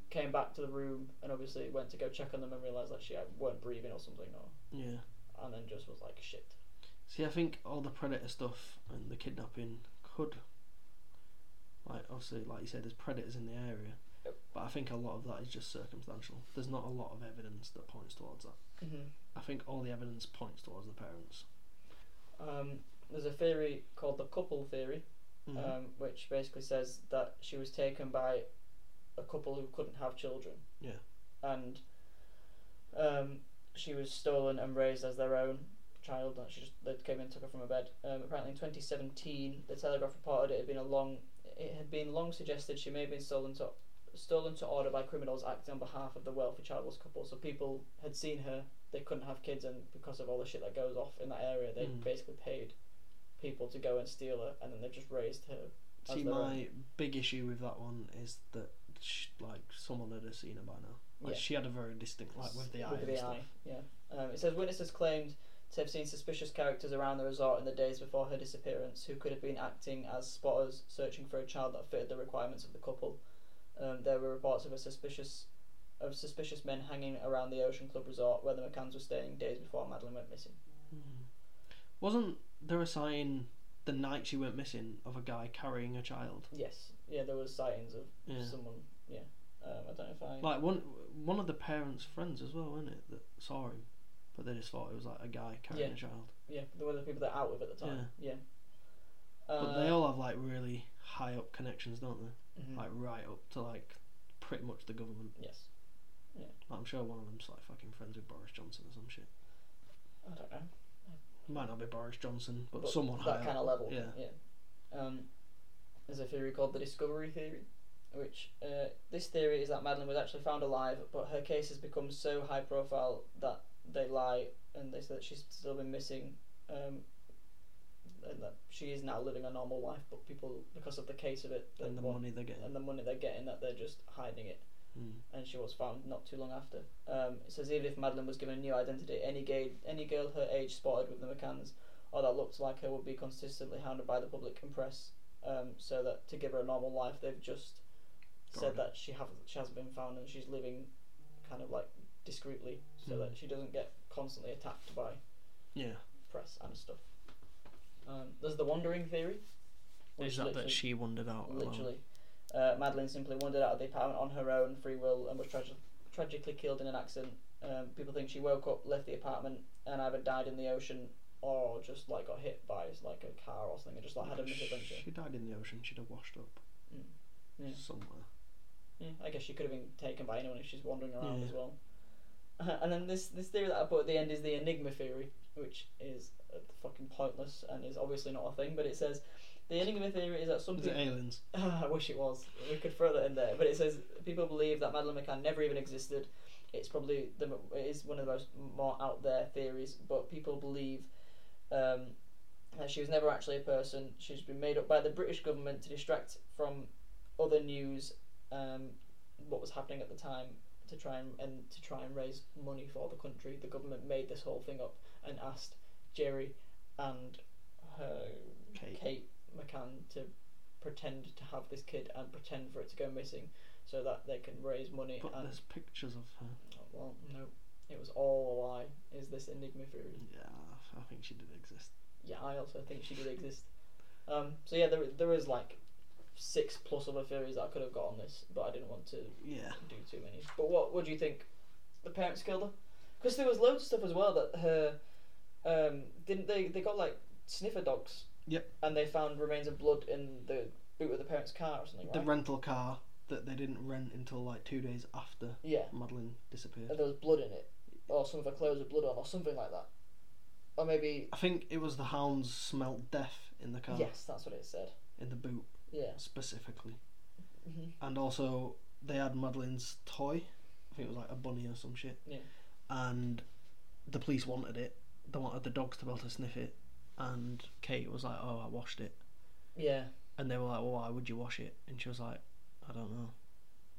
[SPEAKER 1] came back to the room, and obviously went to go check on them and realized that she uh, weren't breathing or something, or
[SPEAKER 2] Yeah.
[SPEAKER 1] and then just was like shit.
[SPEAKER 2] See, I think all the predator stuff and the kidnapping could, like, obviously, like you said, there's predators in the area,
[SPEAKER 1] Yep.
[SPEAKER 2] but I think a lot of that is just circumstantial. There's not a lot of evidence that points towards that.
[SPEAKER 1] Mm-hmm.
[SPEAKER 2] I think all the evidence points towards the parents.
[SPEAKER 1] Um, there's a theory called the couple theory,
[SPEAKER 2] Mm-hmm. Uh,
[SPEAKER 1] um, which basically says that she was taken by a couple who couldn't have children.
[SPEAKER 2] Yeah.
[SPEAKER 1] And um, she was stolen and raised as their own child. And she just they came and took her from her bed. Um, apparently, in 2017, the Telegraph reported it had been a long. It had been long suggested she may have been stolen to stolen to order by criminals acting on behalf of the wealthy childless couple. So people had seen her. They couldn't have kids, and because of all the shit that goes off in that area, they
[SPEAKER 2] Mm.
[SPEAKER 1] basically paid people to go and steal her, and then they just raised her
[SPEAKER 2] See,
[SPEAKER 1] as their
[SPEAKER 2] my big issue with that one is that, sh like, someone had seen her by now. Like,
[SPEAKER 1] Yeah.
[SPEAKER 2] she had a very distinct, like, with the eye.
[SPEAKER 1] With
[SPEAKER 2] and
[SPEAKER 1] the
[SPEAKER 2] stuff.
[SPEAKER 1] eye, yeah. Um, it says witnesses claimed to have seen suspicious characters around the resort in the days before her disappearance, who could have been acting as spotters searching for a child that fitted the requirements of the couple. Um, there were reports of a suspicious of suspicious men hanging around the Ocean Club resort where the McCanns were staying days before Madeline went missing.
[SPEAKER 2] Mm. Wasn't there a sign the night she went missing of a guy carrying a child?
[SPEAKER 1] Yes, yeah, there was sightings of
[SPEAKER 2] Yeah.
[SPEAKER 1] someone. Yeah, um, I don't know if I.
[SPEAKER 2] Like one one of the parents' friends as well, wasn't it? That saw him, but they just thought it was like a guy carrying
[SPEAKER 1] Yeah.
[SPEAKER 2] a child.
[SPEAKER 1] yeah, there were the people that were out with at the time. Yeah.
[SPEAKER 2] But
[SPEAKER 1] Uh,
[SPEAKER 2] they all have like really high up connections, don't they?
[SPEAKER 1] mhm,
[SPEAKER 2] Like right up to like pretty much the government.
[SPEAKER 1] yes,
[SPEAKER 2] Like, I'm sure one of them's like fucking friends with Boris Johnson or some shit.
[SPEAKER 1] I don't know.
[SPEAKER 2] Might not be Boris Johnson, but,
[SPEAKER 1] But
[SPEAKER 2] someone high
[SPEAKER 1] that kind
[SPEAKER 2] up.
[SPEAKER 1] of level.
[SPEAKER 2] Yeah.
[SPEAKER 1] yeah. Um, there's a theory called the discovery theory, which uh, this theory is that Madeline was actually found alive, but her case has become so high profile that they lie and they say that she's still been missing, um, and that she is now living a normal life, but people because of the case of it
[SPEAKER 2] and
[SPEAKER 1] they
[SPEAKER 2] the
[SPEAKER 1] want-
[SPEAKER 2] money they're getting.
[SPEAKER 1] and the money they're getting that they're just hiding it
[SPEAKER 2] Mm.
[SPEAKER 1] and she was found not too long after. Um, it says even if Madeline was given a new identity, any gay, any girl her age spotted with the McCanns or that looked like her would be consistently hounded by the public and press. Um, so that to give her a normal life, they've just
[SPEAKER 2] Got
[SPEAKER 1] said
[SPEAKER 2] it.
[SPEAKER 1] that she hasn't she hasn't been found and she's living kind of like discreetly, so
[SPEAKER 2] Mm.
[SPEAKER 1] that she doesn't get constantly attacked by
[SPEAKER 2] Yeah.
[SPEAKER 1] press and stuff. Um, there's the wandering theory. which
[SPEAKER 2] Is that that
[SPEAKER 1] literally-
[SPEAKER 2] she wandered out alone?
[SPEAKER 1] Literally. Uh, Madeline simply wandered out of the apartment on her own free will and was tragi- tragically killed in an accident. Um, people think she woke up, left the apartment, and either died in the ocean or just like got hit by like a car or something and just like had a misadventure.
[SPEAKER 2] She died in the ocean. She'd have washed up
[SPEAKER 1] Mm. Yeah.
[SPEAKER 2] somewhere.
[SPEAKER 1] Yeah, I guess she could have been taken by anyone if she's wandering around
[SPEAKER 2] Yeah.
[SPEAKER 1] as well. [LAUGHS] and then this this theory that I put at the end is the enigma theory, which is uh, fucking pointless and is obviously not a thing. But it says the enigma theory is that some
[SPEAKER 2] Is it
[SPEAKER 1] people
[SPEAKER 2] aliens?
[SPEAKER 1] [LAUGHS] I wish it was. We could throw that in there, but it says people believe that Madeline McCann never even existed. It's probably the mo- it is one of the most more out there theories, but people believe um, that she was never actually a person. She's been made up by the British government to distract from other news, um, what was happening at the time to try and, and to try and raise money for the country. The government made this whole thing up and asked Jerry and her
[SPEAKER 2] Kate.
[SPEAKER 1] Kate McCann to pretend to have this kid and pretend for it to go missing so that they can raise money
[SPEAKER 2] But
[SPEAKER 1] and
[SPEAKER 2] there's pictures of her.
[SPEAKER 1] Oh, well no it was all a lie is this enigma theory
[SPEAKER 2] Yeah, I think she did exist.
[SPEAKER 1] yeah I also think she did exist um so yeah there, there is like six plus other theories that I could have got on this but I didn't want to
[SPEAKER 2] Yeah.
[SPEAKER 1] do too many but what what do you think the parents killed her because there was loads of stuff as well that her um didn't they they got like sniffer dogs
[SPEAKER 2] Yep.
[SPEAKER 1] and they found remains of blood in the boot of the parents car or something
[SPEAKER 2] The
[SPEAKER 1] right?
[SPEAKER 2] rental car that they didn't rent until like two days after
[SPEAKER 1] Yeah,
[SPEAKER 2] Madeline disappeared.
[SPEAKER 1] and there was blood in it, or some of her clothes had blood on, or something like that. Or maybe
[SPEAKER 2] I think it was the hounds smelt death in the car,
[SPEAKER 1] yes, that's what it said.
[SPEAKER 2] in the boot
[SPEAKER 1] Yeah.
[SPEAKER 2] specifically,
[SPEAKER 1] Mhm.
[SPEAKER 2] and also they had Madeline's toy. I think it was like a bunny or some shit.
[SPEAKER 1] Yeah.
[SPEAKER 2] And the police wanted it. They wanted the dogs to be able to sniff it, and Kate was like, "Oh, I washed it."
[SPEAKER 1] yeah,
[SPEAKER 2] And they were like, well, why would you wash it? And she was like, I don't know.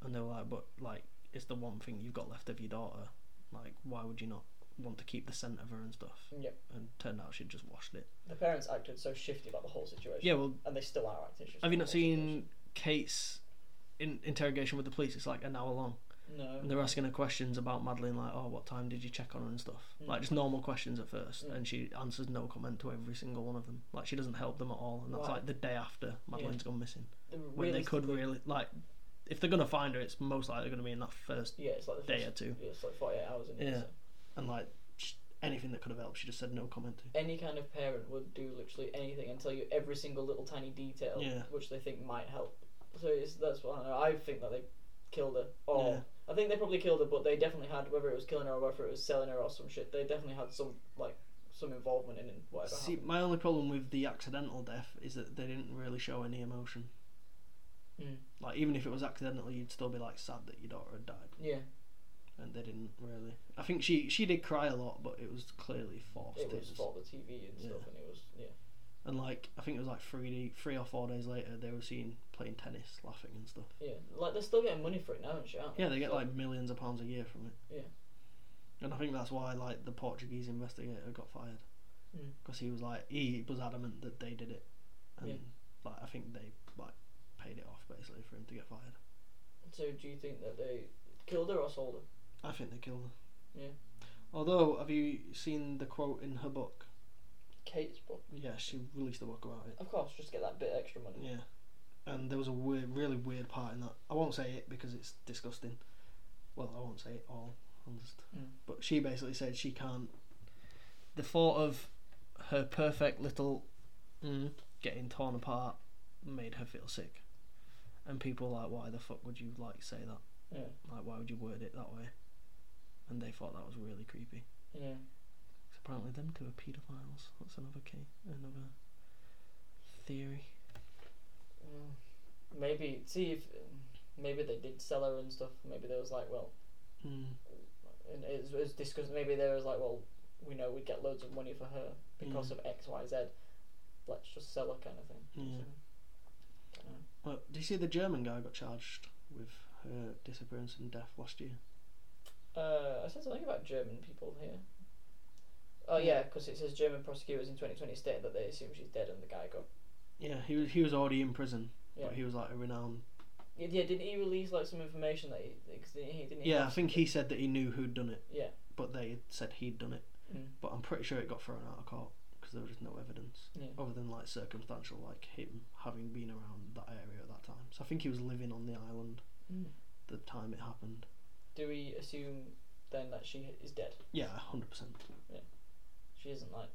[SPEAKER 2] And they were like, but like, it's the one thing you've got left of your daughter. Like, why would you not want to keep the scent of her and stuff?
[SPEAKER 1] Yep.
[SPEAKER 2] And turned out she'd just washed it.
[SPEAKER 1] the parents acted so shifty about the whole situation.
[SPEAKER 2] Yeah, well,
[SPEAKER 1] and they still are acting shifty.
[SPEAKER 2] have you not
[SPEAKER 1] about the whole
[SPEAKER 2] seen Kate's in- interrogation with the police? It's like an hour long.
[SPEAKER 1] situation. No.
[SPEAKER 2] And they're asking her questions about Madeline, like, oh, what time did you check on her and stuff? Like, just normal questions at first. And she answers no comment to every single one of them. Like, she doesn't help them at all. And that's
[SPEAKER 1] Wow.
[SPEAKER 2] like the day after Madeline's gone missing.
[SPEAKER 1] The
[SPEAKER 2] When they could
[SPEAKER 1] realistically-
[SPEAKER 2] really, like, if they're going to find her, it's most likely going to be in that first.
[SPEAKER 1] Yeah, it's like the
[SPEAKER 2] day
[SPEAKER 1] first-
[SPEAKER 2] or two.
[SPEAKER 1] Yeah, it's like forty-eight hours. In
[SPEAKER 2] Yeah. And, like, sh- anything that could have helped, she just said no comment to.
[SPEAKER 1] Any kind of parent would do literally anything and tell you every single little tiny detail,
[SPEAKER 2] Yeah.
[SPEAKER 1] which they think might help. So it's, that's why I, I think that they killed her. Or
[SPEAKER 2] Yeah.
[SPEAKER 1] I think they probably killed her, but they definitely had whether it was killing her or whether it was selling her or some shit. They definitely had some like some involvement in whatever.
[SPEAKER 2] See, my only problem with the accidental death is that they didn't really show any emotion.
[SPEAKER 1] Mm.
[SPEAKER 2] Like, even if it was accidental, you'd still be, like, sad that your daughter had died.
[SPEAKER 1] happened. yeah.
[SPEAKER 2] and they didn't really. I think she she did cry a lot, but it was clearly forced.
[SPEAKER 1] It was
[SPEAKER 2] was-
[SPEAKER 1] for the TV and stuff,
[SPEAKER 2] Yeah.
[SPEAKER 1] and it was yeah.
[SPEAKER 2] and like I think it was like three day, three or four days later, they were seen playing tennis, laughing and stuff.
[SPEAKER 1] Yeah, like they're still getting money for it now, aren't you?
[SPEAKER 2] Yeah, they get like millions of pounds a year from it.
[SPEAKER 1] Yeah.
[SPEAKER 2] And I think that's why like the Portuguese investigator got fired
[SPEAKER 1] Mm.
[SPEAKER 2] because he was like he was adamant that they did it, and
[SPEAKER 1] Yeah.
[SPEAKER 2] like I think they like paid it off basically for him to get fired.
[SPEAKER 1] So do you think that they killed her or sold her?
[SPEAKER 2] I think they killed her.
[SPEAKER 1] Yeah.
[SPEAKER 2] Although, have you seen the quote in her book?
[SPEAKER 1] Kate's book.
[SPEAKER 2] Yeah, she released a book about it.
[SPEAKER 1] Of course, just get that bit extra money.
[SPEAKER 2] Yeah. And there was a weird, really weird part in that. I won't say it because it's disgusting. Well, I won't say it all. I'll just.
[SPEAKER 1] Mm.
[SPEAKER 2] But she basically said she can't. The thought of her perfect little mm, getting torn apart made her feel sick. And people were like, why the fuck would you like say that?
[SPEAKER 1] Yeah.
[SPEAKER 2] Like, why would you word it that way? And they thought that was really creepy.
[SPEAKER 1] Yeah.
[SPEAKER 2] 'Cause apparently, them two are paedophiles. That's another key, another theory.
[SPEAKER 1] Mm. Maybe see if maybe they did sell her and stuff. Maybe they was like, well,
[SPEAKER 2] Mm.
[SPEAKER 1] and it was, it was discussed. Maybe they was like, well, we know we'd get loads of money for her because
[SPEAKER 2] Mm.
[SPEAKER 1] of X, Y, Z. Let's just sell her, kind of thing.
[SPEAKER 2] Yeah.
[SPEAKER 1] Dunno.
[SPEAKER 2] Well, do you see the German guy got charged with her disappearance and death last year?
[SPEAKER 1] Uh, I said something about German people here. Oh yeah, because it says German prosecutors in 2020 stated that they assume she's dead and the guy got.
[SPEAKER 2] Yeah, he was he was already in prison,
[SPEAKER 1] Yeah.
[SPEAKER 2] but he was like a renowned.
[SPEAKER 1] Yeah, yeah, didn't he release like some information that he cause didn't he didn't. He
[SPEAKER 2] Yeah, I
[SPEAKER 1] have-
[SPEAKER 2] think he said that he knew who'd done it,
[SPEAKER 1] Yeah.
[SPEAKER 2] but they had said he'd done it.
[SPEAKER 1] Mm.
[SPEAKER 2] But I'm pretty sure it got thrown out of court because there was just no evidence
[SPEAKER 1] Yeah.
[SPEAKER 2] other than like circumstantial, like him having been around that area at that time. So I think he was living on the island
[SPEAKER 1] Mm.
[SPEAKER 2] the time it happened.
[SPEAKER 1] Do we assume then that she is dead?
[SPEAKER 2] Yeah, hundred percent.
[SPEAKER 1] She isn't like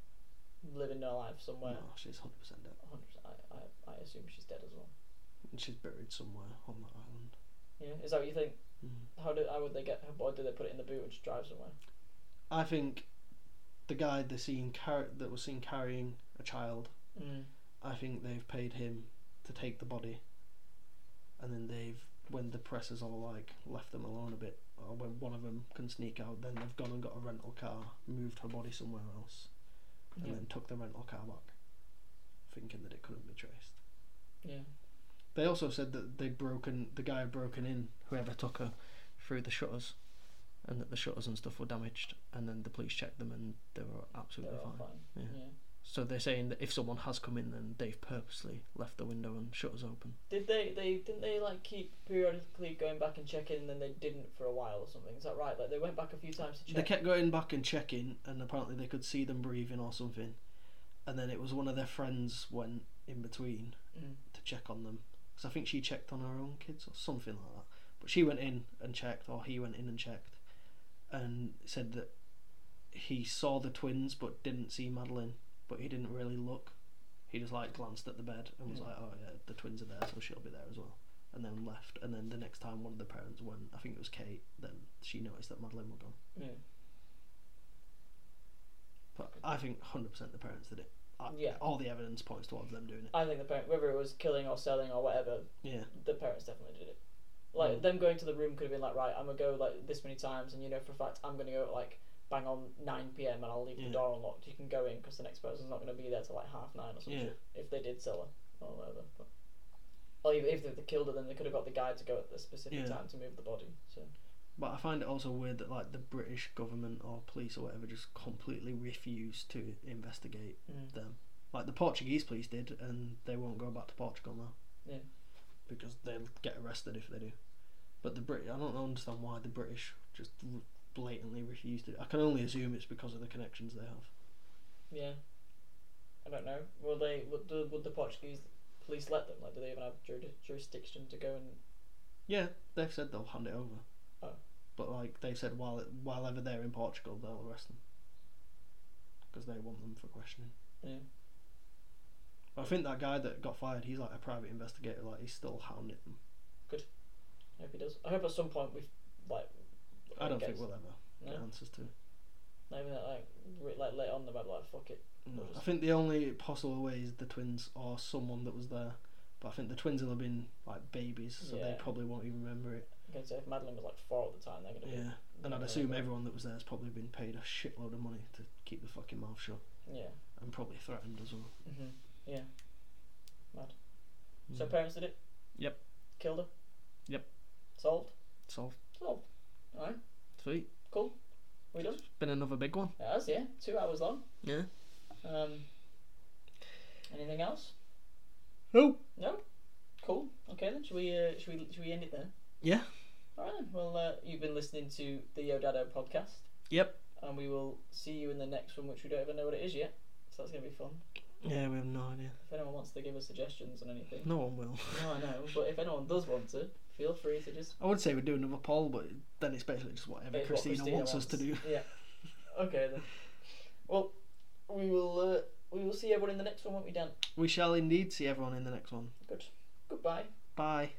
[SPEAKER 1] living her life somewhere.
[SPEAKER 2] No, she's hundred percent dead.
[SPEAKER 1] 100%. I, I, I assume she's dead as well.
[SPEAKER 2] And she's buried somewhere on that island.
[SPEAKER 1] Yeah, is that what you think?
[SPEAKER 2] Mm.
[SPEAKER 1] How do how would they get her body? Do they put it in the boot and just drive somewhere?
[SPEAKER 2] I think the guy they seen car- that was seen carrying a child,
[SPEAKER 1] Mm.
[SPEAKER 2] I think they've paid him to take the body, and then they've when the press has all like left them alone a bit, or when one of them can sneak out, then they've gone and got a rental car, moved her body somewhere else, and
[SPEAKER 1] Yeah.
[SPEAKER 2] then took the rental car back, thinking that it couldn't be traced.
[SPEAKER 1] Yeah.
[SPEAKER 2] They also said that they'd broken the guy had broken in whoever took her through the shutters, and that the shutters and stuff were damaged, and then the police checked them and they were absolutely
[SPEAKER 1] They're all
[SPEAKER 2] fine.
[SPEAKER 1] fine.
[SPEAKER 2] Yeah.
[SPEAKER 1] yeah.
[SPEAKER 2] So they're saying that if someone has come in, then they've purposely left the window and shutters open.
[SPEAKER 1] Did they, they didn't they like keep periodically going back and checking and then they didn't for a while or something? Is that right? Like they went back a few times to check.
[SPEAKER 2] They kept going back and checking, and apparently they could see them breathing or something. And then it was one of their friends went in between
[SPEAKER 1] Mm.
[SPEAKER 2] to check on them, because I think she checked on her own kids or something like that. But she went in and checked, or he went in and checked, and said that he saw the twins but didn't see Madeline, but he didn't really look. He just like glanced at the bed and was
[SPEAKER 1] Mm.
[SPEAKER 2] like, "Oh yeah, the twins are there, so she'll be there as well." And then left. And then the next time one of the parents went, I think it was Kate. Then she noticed that Madeline were gone.
[SPEAKER 1] Yeah.
[SPEAKER 2] But I think hundred percent the parents did it. I,
[SPEAKER 1] Yeah.
[SPEAKER 2] All the evidence points towards them doing it.
[SPEAKER 1] I think the parent, whether it was killing or selling or whatever,
[SPEAKER 2] Yeah.
[SPEAKER 1] the parents definitely did it. Like
[SPEAKER 2] Mm.
[SPEAKER 1] them going to the room could have been like, right, I'm gonna go like this many times, and you know for a fact I'm gonna go at, like bang on nine p.m. and I'll leave
[SPEAKER 2] Yeah.
[SPEAKER 1] the door unlocked. You can go in because the next person's not gonna be there till like half nine or
[SPEAKER 2] Yeah.
[SPEAKER 1] something. If they did sell her, or whatever. But, or even if they killed her, then they could have got the guy to go at the specific
[SPEAKER 2] Yeah.
[SPEAKER 1] time to move the body. So
[SPEAKER 2] But I find it also weird that like the British government or police or whatever just completely refuse to investigate
[SPEAKER 1] Mm.
[SPEAKER 2] them. Like the Portuguese police did, and they won't go back to Portugal now.
[SPEAKER 1] Yeah.
[SPEAKER 2] Because they'll get arrested if they do. But the Brit, I don't understand why the British just r- blatantly refused it. I can only assume it's because of the connections they have.
[SPEAKER 1] yeah, I don't know. Will they? Would the, would the Portuguese police let them? Like, do they even have jurid- jurisdiction to go and?
[SPEAKER 2] Yeah, they've said they'll hand it over.
[SPEAKER 1] Oh.
[SPEAKER 2] But like they said, while it, while ever they're in Portugal, they'll arrest them because they want them for questioning.
[SPEAKER 1] Yeah.
[SPEAKER 2] I think that guy that got fired, he's like a private investigator. Like he's still hounding them.
[SPEAKER 1] I hope he does. I hope at some point we like.
[SPEAKER 2] I don't
[SPEAKER 1] guess-
[SPEAKER 2] think we'll ever
[SPEAKER 1] No,
[SPEAKER 2] get answers to.
[SPEAKER 1] maybe not, like re- like later on they might be like fuck it.
[SPEAKER 2] No.
[SPEAKER 1] We'll just-
[SPEAKER 2] I think the only possible way is the twins or someone that was there. But I think the twins will have been like babies, so they
[SPEAKER 1] Yeah.
[SPEAKER 2] probably won't even remember it.
[SPEAKER 1] I'm gonna say if Madeline was like four at the time, they're gonna be.
[SPEAKER 2] Yeah. And
[SPEAKER 1] they're
[SPEAKER 2] I'd
[SPEAKER 1] gonna
[SPEAKER 2] assume
[SPEAKER 1] be-
[SPEAKER 2] everyone that was there has probably been paid a shitload of money to keep the fucking mouth shut
[SPEAKER 1] Yeah.
[SPEAKER 2] and probably threatened as well.
[SPEAKER 1] hmm Yeah. So
[SPEAKER 2] Mm.
[SPEAKER 1] parents did it.
[SPEAKER 2] Yep.
[SPEAKER 1] Killed her.
[SPEAKER 2] Yep.
[SPEAKER 1] Solved.
[SPEAKER 2] Solved.
[SPEAKER 1] Solved. All right.
[SPEAKER 2] Sweet.
[SPEAKER 1] Cool. We done.
[SPEAKER 2] Been another big one.
[SPEAKER 1] It has, yeah. Two hours long.
[SPEAKER 2] Yeah.
[SPEAKER 1] Um. Anything else?
[SPEAKER 2] Oh.
[SPEAKER 1] No. Cool. Okay then. Should we? Uh, should we? Should we end it there?
[SPEAKER 2] Yeah.
[SPEAKER 1] All right. Then. Well, uh, you've been listening to the Yo Dado podcast,
[SPEAKER 2] Yep.
[SPEAKER 1] and we will see you in the next one, which we don't even know what it is yet. So that's gonna be fun.
[SPEAKER 2] Yeah, we have no idea.
[SPEAKER 1] If anyone wants to give us suggestions on anything, [LAUGHS]
[SPEAKER 2] No one will.
[SPEAKER 1] no, I know. But if anyone does want to, feel free to just
[SPEAKER 2] I would say we do another poll, but then it's basically just whatever
[SPEAKER 1] It's what
[SPEAKER 2] Christina, wants, us to do.
[SPEAKER 1] [LAUGHS] Yeah. Okay then. Well, we will uh, we will see everyone in the next one, won't we, Dan?
[SPEAKER 2] We shall indeed see everyone in the next one.
[SPEAKER 1] Good. Goodbye.
[SPEAKER 2] Bye.